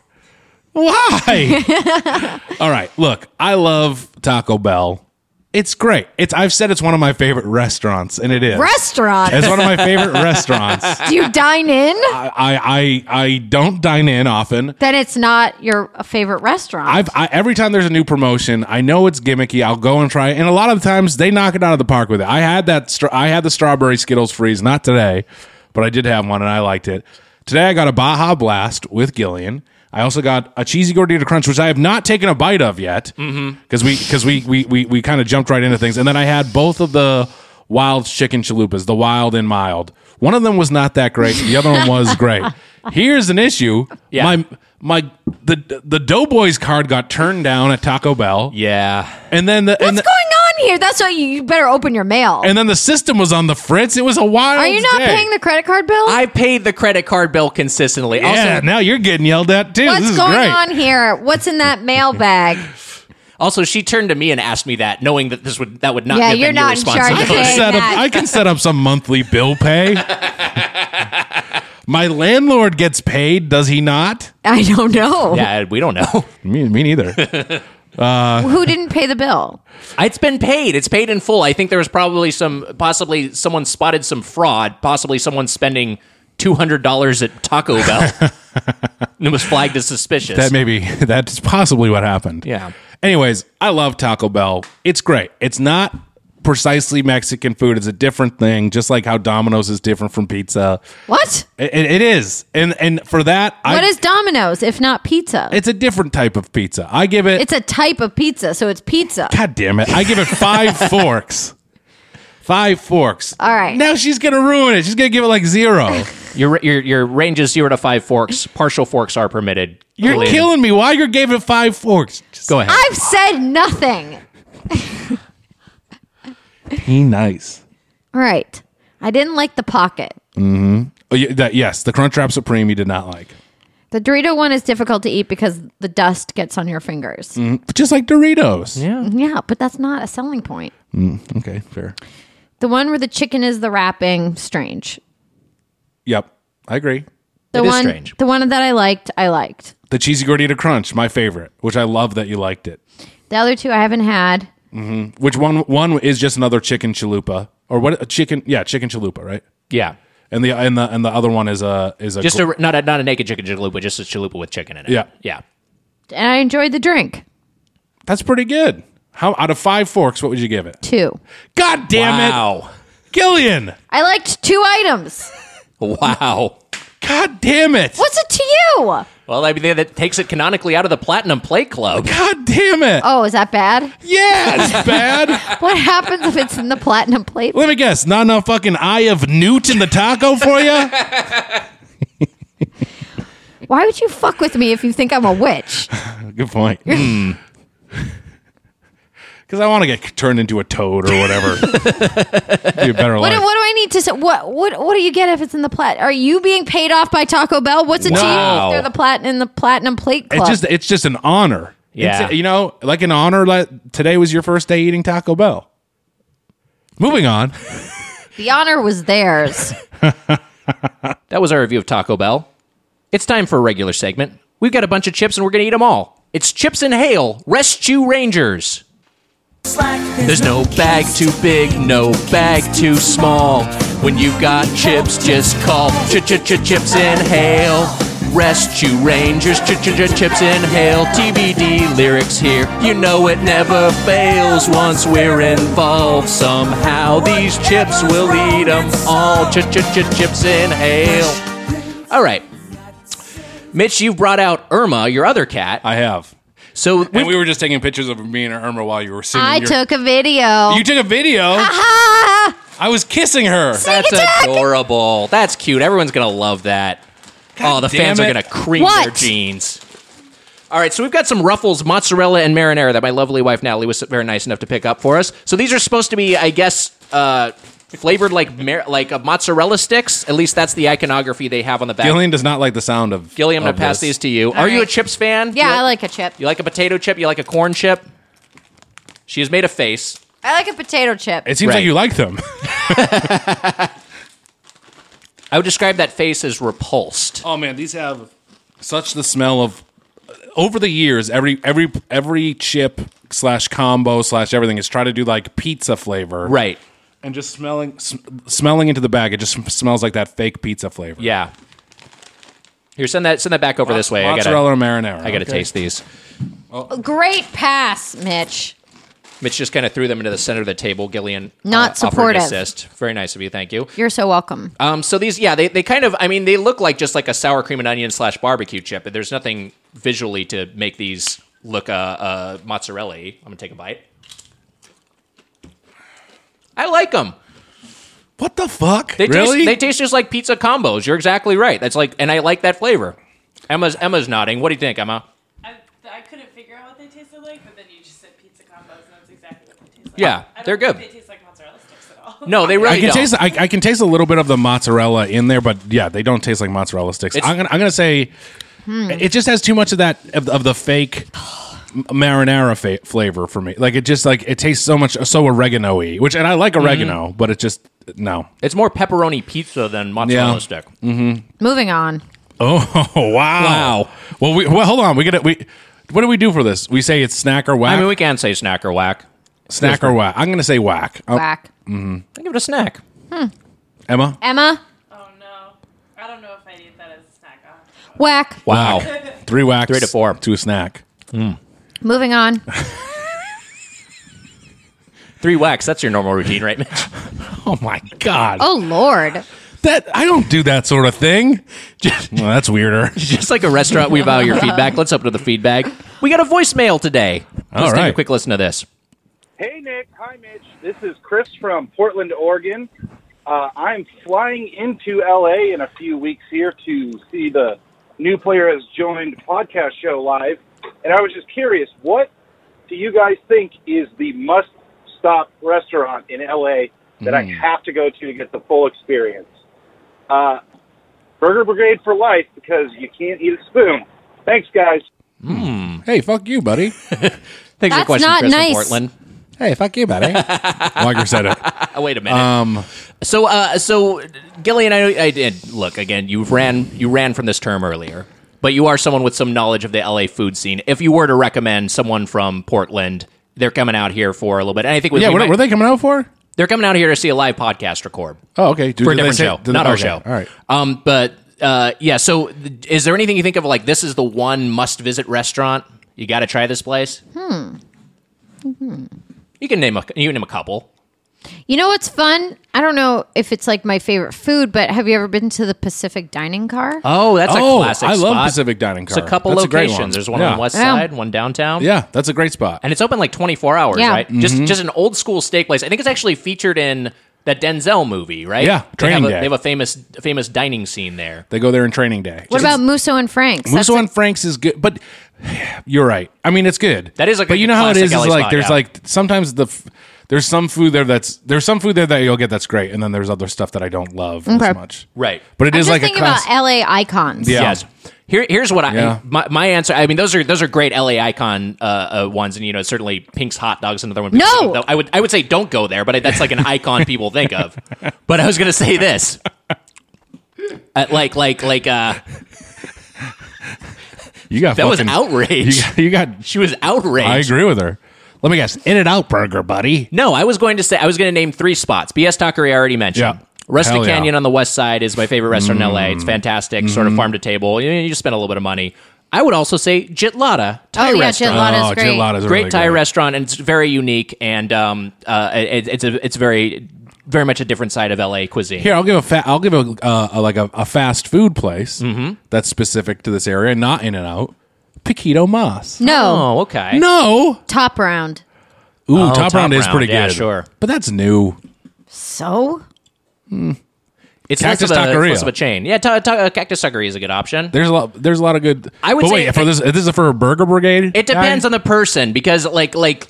Speaker 3: Why? All right. Look, I love Taco Bell. It's great. It's I've said it's one of my favorite restaurants, and it is.
Speaker 4: Restaurant.
Speaker 3: it's one of my favorite restaurants.
Speaker 4: Do you dine in?
Speaker 3: I, I I don't dine in often.
Speaker 4: Then it's not your favorite restaurant.
Speaker 3: I've I, every time there's a new promotion, I know it's gimmicky. I'll go and try, it. and a lot of the times they knock it out of the park with it. I had that stra- I had the strawberry Skittles freeze, not today, but I did have one and I liked it. Today I got a Baja Blast with Gillian. I also got a cheesy gordita crunch, which I have not taken a bite of yet, because we because we we we, we kind of jumped right into things, and then I had both of the wild chicken chalupas, the wild and mild. One of them was not that great. The other one was great. Here's an issue.
Speaker 2: Yeah.
Speaker 3: My my the the Doughboys card got turned down at Taco Bell.
Speaker 2: Yeah,
Speaker 3: And then the and,
Speaker 4: What's
Speaker 3: the,
Speaker 4: going on here? That's why you, you better open your mail.
Speaker 3: and then the system was on the fritz. It was a wild
Speaker 4: Are you not
Speaker 3: day.
Speaker 4: paying the credit card bill?
Speaker 2: I paid the credit card bill consistently.
Speaker 3: Yeah,
Speaker 2: Also,
Speaker 3: now you're getting yelled at too. this
Speaker 4: What's
Speaker 3: is
Speaker 4: going
Speaker 3: great.
Speaker 4: on here? What's in that mailbag?
Speaker 2: also, she turned to me and asked me that, knowing that this would that would not
Speaker 4: Yeah,
Speaker 2: have
Speaker 4: you're
Speaker 2: been
Speaker 4: not
Speaker 2: your
Speaker 4: in charge of
Speaker 2: responsibility.
Speaker 3: I can
Speaker 4: Okay,
Speaker 3: set
Speaker 4: Matt.
Speaker 3: up I can set up some monthly bill pay. My landlord gets paid, does he not?
Speaker 4: I don't know.
Speaker 2: Yeah, we don't know.
Speaker 3: Me, me neither.
Speaker 4: Who didn't pay the bill?
Speaker 2: It's been paid. It's paid in full. I think there was probably some, possibly someone spotted some fraud. Possibly someone spending two hundred dollars at Taco Bell. and it was flagged as suspicious.
Speaker 3: That may be that's possibly what happened.
Speaker 2: Yeah.
Speaker 3: Anyways, I love Taco Bell. It's great. It's not precisely Mexican food. It's a different thing, just like how Domino's is different from pizza.
Speaker 4: What?
Speaker 3: It, it- it is, and and for that,
Speaker 4: what
Speaker 3: I,
Speaker 4: is Domino's if not pizza?
Speaker 3: It's a different type of pizza. I give it.
Speaker 4: It's a type of pizza, so it's pizza.
Speaker 3: God damn it! I give it five forks. Five forks.
Speaker 4: All right.
Speaker 3: Now she's gonna ruin it. She's gonna give it like zero.
Speaker 2: your your your range is zero to five forks. Partial forks are permitted.
Speaker 3: You're
Speaker 2: Julian,
Speaker 3: killing me. Why you gave it five forks? Just
Speaker 2: Go ahead.
Speaker 4: I've said nothing.
Speaker 3: be nice.
Speaker 4: All right. I didn't like the pocket.
Speaker 3: Oh, yeah, that, yes, the Crunchwrap Supreme you did not like,
Speaker 4: The Dorito one is difficult to eat because the dust gets on your fingers.
Speaker 2: Mm.
Speaker 3: but just like Doritos. Yeah.
Speaker 4: Yeah, but that's not a selling point.
Speaker 3: Okay. Fair.
Speaker 4: The one where the chicken is the wrapping, strange.
Speaker 3: Yep. I agree.
Speaker 4: The
Speaker 2: It is
Speaker 4: one,
Speaker 2: strange.
Speaker 4: The one that I liked, I liked.
Speaker 3: The cheesy gordita crunch, my favorite, which I love that you liked it.
Speaker 4: The other two I haven't had.
Speaker 3: Which one? One is just another chicken chalupa, or what? A chicken? Yeah, chicken chalupa, right?
Speaker 2: yeah.
Speaker 3: And the and the and the other one is a is a
Speaker 2: Just
Speaker 3: gl-
Speaker 2: a not a not a naked chicken chalupa, just a chalupa with chicken in it.
Speaker 3: Yeah.
Speaker 2: Yeah.
Speaker 4: And I enjoyed the drink,
Speaker 3: that's pretty good. How out of five forks, what would you give it?
Speaker 4: too.
Speaker 3: God damn
Speaker 2: wow.
Speaker 3: it, Gillian!
Speaker 4: I liked two items.
Speaker 2: Wow.
Speaker 3: God damn it!
Speaker 4: What's it to you?
Speaker 2: Well, I mean that takes it canonically out of the platinum play club.
Speaker 3: God damn it!
Speaker 2: Uh,
Speaker 4: Oh, is that bad?
Speaker 3: yeah, it's bad.
Speaker 4: What happens if it's in the platinum plate?
Speaker 3: Let me guess. Not enough fucking eye of newt in the taco for you.
Speaker 4: Why would you fuck with me if you think I'm a witch?
Speaker 3: Good point. Because I want to get turned into a toad or whatever. Be a better
Speaker 4: What,
Speaker 3: life.
Speaker 4: do- what do I need to say? What what what do you get if it's in the plat? Are you being paid off by Taco Bell? What's it to
Speaker 2: Wow.
Speaker 4: you? They're the platinum in the platinum plate
Speaker 3: It's
Speaker 4: club.
Speaker 3: just it's just an honor.
Speaker 2: Yeah.
Speaker 3: It's, you know, like an honor. Like today was your first day eating Taco Bell. Moving on.
Speaker 4: the honor was theirs.
Speaker 2: That was our review of Taco Bell. It's time for a regular segment. We've got a bunch of chips and we're going to eat them all. It's Chips and Hail, Rescue Rangers. There's no bag too big, no bag too small. When you've got chips, just call ch ch ch chips and hail. Rescue Rangers, ch ch ch chips and hail. TBD lyrics here, you know it never fails. Once we're involved, somehow these chips will lead 'em all. Ch ch ch chips and hail. All right. Mitch, you've brought out Irma, your other cat.
Speaker 3: I have.
Speaker 2: So
Speaker 3: And we were just taking pictures of me and Irma while you were singing.
Speaker 4: I
Speaker 3: your-
Speaker 4: took a video.
Speaker 3: You took a video.
Speaker 4: Ah!
Speaker 3: I was kissing her.
Speaker 2: That's
Speaker 4: attack.
Speaker 2: adorable. That's cute. Everyone's gonna love that. oh, the
Speaker 3: damn
Speaker 2: fans
Speaker 3: it.
Speaker 2: are gonna cream their
Speaker 4: What?
Speaker 2: jeans. All right, so we've got some Ruffles mozzarella and marinara that my lovely wife Natalie was very nice enough to pick up for us. So these are supposed to be, I guess, uh, flavored like mar- like uh, mozzarella sticks. At least that's the iconography they have on the back.
Speaker 3: Gillian does not like the sound of.
Speaker 2: Gilliam, I'm
Speaker 3: of
Speaker 2: gonna pass
Speaker 3: this.
Speaker 2: these to you. are you a
Speaker 4: right.
Speaker 2: chips fan?
Speaker 4: yeah,
Speaker 2: you
Speaker 4: I like a chip.
Speaker 2: You like a potato chip? You like a corn chip? She has made a face.
Speaker 4: I like a potato chip.
Speaker 3: It seems
Speaker 2: Right.
Speaker 3: like you like them.
Speaker 2: I would describe that face as repulsed.
Speaker 3: Oh man, these have such the smell of. Over the years, every every every chip slash combo slash everything has tried to do like pizza flavor,
Speaker 2: Right.
Speaker 3: And just smelling sm- smelling into the bag, it just sm- smells like that fake pizza flavor.
Speaker 2: Yeah. Here, send that send that back over this way. I
Speaker 3: mozzarella
Speaker 2: gotta,
Speaker 3: and marinara.
Speaker 2: I gotta
Speaker 3: okay?
Speaker 2: taste these.
Speaker 4: Great pass, Mitch.
Speaker 2: Mitch just kind of threw them into the center of the table. Gillian uh,
Speaker 4: Not
Speaker 2: offered
Speaker 4: supportive.
Speaker 2: Assist. Very nice of you. Thank you.
Speaker 4: You're so welcome.
Speaker 3: Uh,
Speaker 2: Um, so these, yeah, they, they kind of, I mean, they look like just like a sour cream and onion slash barbecue chip, but there's nothing visually to make these look uh, uh, mozzarella. I'm gonna take a bite. I like them.
Speaker 3: What the fuck?
Speaker 2: They taste,
Speaker 3: really?
Speaker 2: they taste just like pizza combos. You're exactly right. That's like, and I like that flavor. Emma's Emma's nodding. What do you think, Emma?
Speaker 8: I, I couldn't figure out what they tasted like, but then you just said pizza combos, and that's exactly what they taste like.
Speaker 2: Yeah,
Speaker 8: I don't
Speaker 2: they're
Speaker 8: think
Speaker 2: good.
Speaker 8: They taste like mozzarella sticks at all.
Speaker 2: No, they really
Speaker 3: I can
Speaker 2: don't.
Speaker 3: taste. I, I can taste a little bit of the mozzarella in there, but yeah, they don't taste like mozzarella sticks.
Speaker 2: It's-
Speaker 3: I'm gonna, I'm gonna say it just has too much of that of, of the fake m- marinara fa- flavor for me. Like it just like it tastes so much so oregano-y, which and I like
Speaker 2: Mm-hmm.
Speaker 3: oregano, but it just no.
Speaker 2: It's more pepperoni pizza than mozzarella
Speaker 3: Yeah.
Speaker 2: stick.
Speaker 4: Moving on.
Speaker 3: Oh wow! Well, we well hold on. We gotta we What do we do for this? We say it's snack or whack.
Speaker 2: I mean, we can say snack or whack.
Speaker 3: snack or whack. I'm gonna say whack. Uh,
Speaker 4: Whack.
Speaker 2: I give it a snack.
Speaker 3: Emma.
Speaker 4: Emma,
Speaker 8: Oh no. I don't know if I'd eat that as a snack. I'll have to-
Speaker 4: whack.
Speaker 2: Wow.
Speaker 3: Three whacks.
Speaker 2: Three to four.
Speaker 3: To a snack.
Speaker 4: Moving on.
Speaker 2: Three whacks. That's your normal routine, right, Mitch?
Speaker 3: Oh my god.
Speaker 4: Oh Lord.
Speaker 3: That I don't do that sort of thing. well, that's weirder.
Speaker 2: Just like a restaurant, we value your feedback. Let's open to the feedback. We got a voicemail today. Let's
Speaker 3: All
Speaker 2: take a
Speaker 3: right.
Speaker 2: quick listen to this.
Speaker 9: Hey, Nick. Hi, Mitch. This is Chris from Portland, Oregon. Uh, I'm flying into LA in a few weeks here to see the new player has joined podcast show live. And I was just curious, what do you guys think is the must stop restaurant in LA that I have to go to to get the full experience? Uh, Burger Brigade for life because you can't eat a spoon. Thanks, guys.
Speaker 3: Hey, fuck you, buddy.
Speaker 2: Thanks for
Speaker 4: That's
Speaker 2: the question,
Speaker 4: not
Speaker 2: Chris from
Speaker 4: nice.
Speaker 2: Portland.
Speaker 3: Hey, fuck you, buddy. Lager said it.
Speaker 2: Oh, wait a minute. Um, so, uh, so Gillian, I, I did look again. You ran, you ran from this term earlier, but you are someone with some knowledge of the LA food scene. If you were to recommend someone from Portland, they're coming out here for a little bit. And I think we,
Speaker 3: Yeah,
Speaker 2: we
Speaker 3: what
Speaker 2: might-
Speaker 3: were they coming out for?
Speaker 2: they're coming out here to see a live podcast record.
Speaker 3: Oh, okay. Do-
Speaker 2: for a
Speaker 3: do they
Speaker 2: different
Speaker 3: say-
Speaker 2: show,
Speaker 3: do they-
Speaker 2: not our
Speaker 3: okay,
Speaker 2: show.
Speaker 3: All right.
Speaker 2: Um, but uh, yeah. So, th- is there anything you think of like this is the one must visit restaurant? You got to try this place. Hmm.
Speaker 4: Mm-hmm.
Speaker 2: You can name a you can name a couple.
Speaker 4: You know what's fun? I don't know if it's like my favorite food, but have you ever been to the Pacific Dining Car?
Speaker 2: Oh, that's
Speaker 3: Oh,
Speaker 2: a classic.
Speaker 3: I love
Speaker 2: spot.
Speaker 3: Pacific Dining
Speaker 2: It's a
Speaker 3: Car.
Speaker 2: couple
Speaker 3: That's a great
Speaker 2: locations.
Speaker 3: one.
Speaker 2: There's one on
Speaker 3: Yeah.
Speaker 2: the west
Speaker 4: Yeah.
Speaker 2: side, one downtown.
Speaker 3: Yeah, that's a great spot.
Speaker 2: and it's open like 24 hours,
Speaker 4: Yeah.
Speaker 2: right? Just just an old school steak place. I think it's actually featured in that Denzel movie, right?
Speaker 3: Yeah,
Speaker 2: they have,
Speaker 3: Training
Speaker 2: a,
Speaker 3: Day.
Speaker 2: they have a famous famous dining scene there.
Speaker 3: They go there in training day.
Speaker 4: what about Musso and Frank's? That's
Speaker 3: Musso
Speaker 4: a-
Speaker 3: and Frank's is good, but you're right. I mean, it's good.
Speaker 2: That is like
Speaker 3: but
Speaker 2: a
Speaker 3: you know how it
Speaker 2: classic
Speaker 3: is. is
Speaker 2: LA
Speaker 3: like
Speaker 2: spot,
Speaker 3: there's
Speaker 2: yeah.
Speaker 3: like sometimes the f- there's some food there that's there's some food there that you'll get that's great, and then there's other stuff that I don't love
Speaker 4: Okay.
Speaker 3: as much.
Speaker 2: Right.
Speaker 3: But it
Speaker 4: I'm
Speaker 3: is
Speaker 4: just
Speaker 3: like a
Speaker 4: thinking
Speaker 3: class.
Speaker 4: about LA icons.
Speaker 3: Yeah.
Speaker 2: Yes. Here, here's what I
Speaker 3: Yeah.
Speaker 2: my, my answer. I mean, those are those are great LA icon uh, uh, ones, and you know, certainly Pink's hot dogs another one.
Speaker 4: No!
Speaker 2: Though I would I would say don't go there, but I, that's like an icon people think of. But I was gonna say this, Uh, like like like uh,
Speaker 3: you got
Speaker 2: that was
Speaker 3: fucking-
Speaker 2: outrage.
Speaker 3: You got, you got.
Speaker 2: she was outraged.
Speaker 3: I agree with her. Let me guess. In and out burger, buddy.
Speaker 2: No, I was going to say I was going to name three spots. BS Taqueria I already mentioned.
Speaker 3: Yeah.
Speaker 2: Rustic
Speaker 3: Hell yeah. Mm-hmm.
Speaker 2: Canyon on the west side is my favorite restaurant in LA. It's fantastic, sort of farm to table. You, you just spend a little bit of money. I would also say Jitlada Thai
Speaker 4: Oh yeah,
Speaker 2: restaurant.
Speaker 4: Gelata's
Speaker 3: oh,
Speaker 4: great.
Speaker 3: gelata's
Speaker 2: great
Speaker 3: really
Speaker 2: Thai
Speaker 3: good.
Speaker 2: restaurant, and it's very unique, and um, uh, it, it's a, it's very very much a different side of LA cuisine.
Speaker 3: Here, I'll give a fa- I'll give a, uh, a like a, a fast food place
Speaker 2: Mm-hmm.
Speaker 3: that's specific to this area, not In and Out. Paquito Mas.
Speaker 4: No,
Speaker 2: Oh, okay.
Speaker 3: No.
Speaker 4: top round.
Speaker 3: Ooh,
Speaker 2: Oh,
Speaker 3: top,
Speaker 2: Top
Speaker 3: round, is
Speaker 2: Round.
Speaker 3: pretty
Speaker 2: Yeah,
Speaker 3: good.
Speaker 2: sure.
Speaker 3: But that's new.
Speaker 4: So
Speaker 2: It's
Speaker 3: Cactus
Speaker 2: less of, a, it's
Speaker 3: Taqueria.
Speaker 2: less of a chain. Yeah, ta- ta- uh, Cactus Taqueria is a good option.
Speaker 3: There's a lot. There's a lot of good.
Speaker 2: I would
Speaker 3: but
Speaker 2: say
Speaker 3: wait
Speaker 2: it-
Speaker 3: for this. This is for a Burger Brigade.
Speaker 2: It depends on the person because like like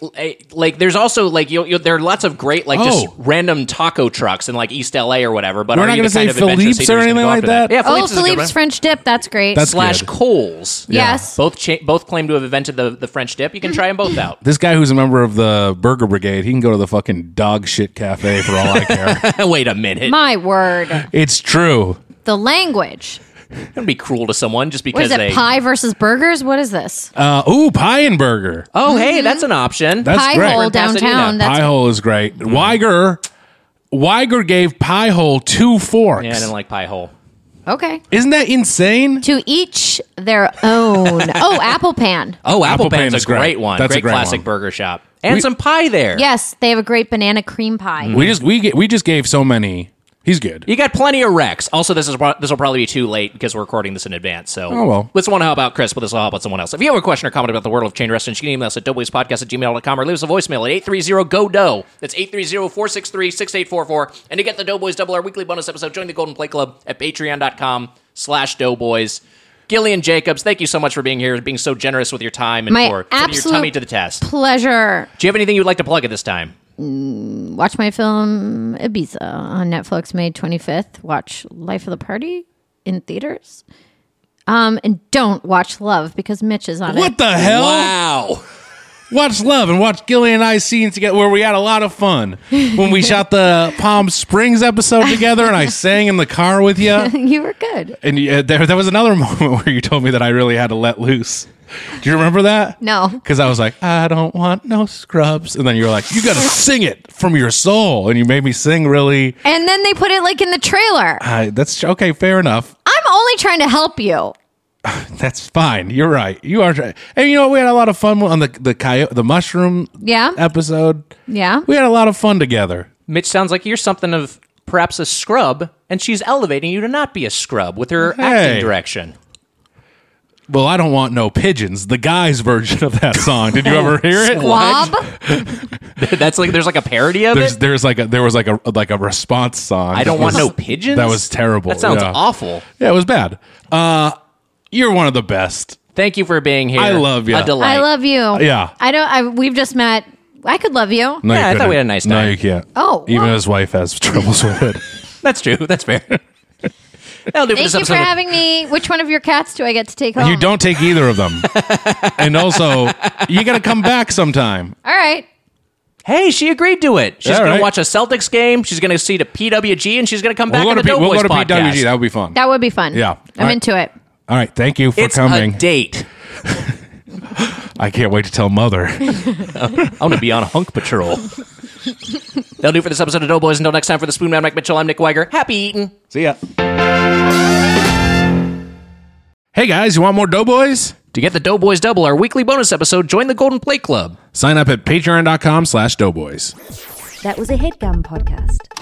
Speaker 2: like there's also like you will there are lots of great like just
Speaker 3: Oh.
Speaker 2: random taco trucks in like East LA or whatever. But
Speaker 3: We're
Speaker 2: are
Speaker 3: not
Speaker 2: you
Speaker 3: gonna
Speaker 2: the kind of
Speaker 3: say
Speaker 2: adventurous
Speaker 3: Philippe's
Speaker 2: eater
Speaker 3: or
Speaker 2: who's gonna
Speaker 3: anything
Speaker 2: go
Speaker 3: like
Speaker 2: after that?
Speaker 3: that?
Speaker 2: Yeah,
Speaker 4: oh,
Speaker 2: Philippe's, is a good
Speaker 4: Philippe's
Speaker 2: one.
Speaker 4: French dip. That's great.
Speaker 3: That's-
Speaker 2: slash
Speaker 3: good.
Speaker 2: Coles.
Speaker 4: yes.
Speaker 2: Both cha- both claim to have invented the, the French dip. You can try them both out.
Speaker 3: This guy who's a member of the Burger Brigade, he can go to the fucking dog shit cafe for all I care.
Speaker 2: Wait a minute.
Speaker 4: My word,
Speaker 3: it's true.
Speaker 4: the language.
Speaker 2: Don't be cruel to someone just
Speaker 4: What
Speaker 2: because
Speaker 4: is it?
Speaker 2: they.
Speaker 4: Pie versus burgers? What is this?
Speaker 3: Uh, ooh, pie and burger.
Speaker 2: Oh, hey, that's an option.
Speaker 3: That's
Speaker 4: Mm-hmm. pie
Speaker 3: great.
Speaker 4: hole
Speaker 2: We're in Pasadena.
Speaker 4: downtown. That's
Speaker 3: pie hole is great. Weiger, Weiger gave pie hole two forks.
Speaker 2: yeah, I didn't like Mm-hmm. pie hole.
Speaker 4: okay.
Speaker 3: Isn't that insane?
Speaker 4: To each their own. oh, apple pan.
Speaker 2: Oh, Apple,
Speaker 3: Apple
Speaker 2: Pan's
Speaker 3: Pan's
Speaker 2: a great,
Speaker 3: great.
Speaker 2: one.
Speaker 3: That's a
Speaker 2: great,
Speaker 3: great
Speaker 2: classic
Speaker 3: one.
Speaker 2: burger shop. And some pie there.
Speaker 4: Yes, they have a great banana cream pie.
Speaker 3: We just we ge- we just gave so many. He's good.
Speaker 2: You got plenty of Rex. Also, this is pro- this will probably be too late because we're recording this in advance. So,
Speaker 3: Oh, well.
Speaker 2: this won't help out Chris, but this will help out someone else. If you have a question or comment about the world of chain restaurants, you can email us at doughboyspodcast at gmail.com or leave us a voicemail at 830 go dough. That's 830 463 6844. And to get the Doughboys Double R weekly bonus episode, join the Golden Play Club at patreon.com slash doughboys. Gillian Jacobs, thank you so much for being here, being so generous with your time and
Speaker 4: My
Speaker 2: for putting your
Speaker 4: absolute
Speaker 2: tummy to the test.
Speaker 4: Pleasure.
Speaker 2: Do you have anything you'd like to plug at this time?
Speaker 4: Watch my film Ibiza on Netflix May 25th. Watch Life of the Party in theaters. Um, and don't watch Love because Mitch is on
Speaker 3: What
Speaker 4: it.
Speaker 3: the hell?
Speaker 2: Wow.
Speaker 3: Watch Love and watch Gillian and I scenes together where we had a lot of fun. When we shot the Palm Springs episode together and I sang in the car with you.
Speaker 4: you were good.
Speaker 3: And you, uh, there, there was another moment where you told me that I really had to let loose. Do you remember that?
Speaker 4: No.
Speaker 3: Because I was like, I don't want no scrubs. And then you were like, you got to sing it from your soul. And you made me sing really.
Speaker 4: And then they put it like in the trailer.
Speaker 3: I that's okay, fair enough.
Speaker 4: I'm only trying to help you.
Speaker 3: That's fine. You're right. You are. Try- and you know what? We had a lot of fun on the the coyote, the mushroom
Speaker 4: Yeah.
Speaker 3: episode.
Speaker 4: Yeah.
Speaker 3: We had a lot of fun together.
Speaker 2: Mitch sounds like you're something of perhaps a scrub, and she's elevating you to not be a scrub with her
Speaker 3: Hey.
Speaker 2: acting direction.
Speaker 3: Well, I don't want no pigeons. The guy's version of that song. Did you ever hear it?
Speaker 4: Blob.
Speaker 2: That's like there's like a parody of
Speaker 3: There's
Speaker 2: it.
Speaker 3: there's like a there was like a like a response song.
Speaker 2: I don't
Speaker 3: that
Speaker 2: want
Speaker 3: was-
Speaker 2: no pigeons.
Speaker 3: That was terrible.
Speaker 2: That sounds
Speaker 3: Yeah.
Speaker 2: awful.
Speaker 3: Yeah, it was bad. Uh, you're one of the best.
Speaker 2: Thank you for being here.
Speaker 3: I love ya.
Speaker 2: A delight.
Speaker 4: I love you.
Speaker 3: Yeah.
Speaker 4: I don't. I, we've just met. I could love you.
Speaker 3: No,
Speaker 2: Yeah, I thought
Speaker 3: you couldn't.
Speaker 2: we had a nice
Speaker 3: No,
Speaker 2: time.
Speaker 3: you can't.
Speaker 4: Oh,
Speaker 3: even
Speaker 4: well.
Speaker 3: his wife has troubles with it.
Speaker 2: That's true. That's fair. That'll do for
Speaker 4: Thank
Speaker 2: this
Speaker 4: you for
Speaker 2: episode.
Speaker 4: having me. Which one of your cats do I get to take home?
Speaker 3: you don't take either of them, and also you got to come back sometime.
Speaker 4: All right.
Speaker 2: hey, she agreed to it. She's
Speaker 3: All
Speaker 2: going
Speaker 3: right.
Speaker 2: to watch a Celtics game. She's going to see the PWG, and she's going to come back
Speaker 3: we'll
Speaker 2: on
Speaker 3: go
Speaker 2: the
Speaker 3: to, P- we'll
Speaker 2: Doughboys
Speaker 3: go to
Speaker 2: podcast.
Speaker 3: PWG. That would be fun.
Speaker 4: That would be fun.
Speaker 3: Yeah.
Speaker 4: I'm
Speaker 3: All right.
Speaker 4: into it.
Speaker 3: All right, thank you for
Speaker 2: it's
Speaker 3: coming.
Speaker 2: a date.
Speaker 3: I can't wait to tell mother.
Speaker 2: I'm going to be on Hunk Patrol. That'll do for this episode of Doughboys. Until next time, for the Spoon Man, Mike Mitchell, I'm Nick Weiger. Happy eating.
Speaker 3: See ya. Hey guys, you want more Doughboys?
Speaker 2: To get the Doughboys Double, our weekly bonus episode, join the Golden Plate Club.
Speaker 3: Sign up at patreon.com slash doughboys.
Speaker 10: That was a headgum podcast.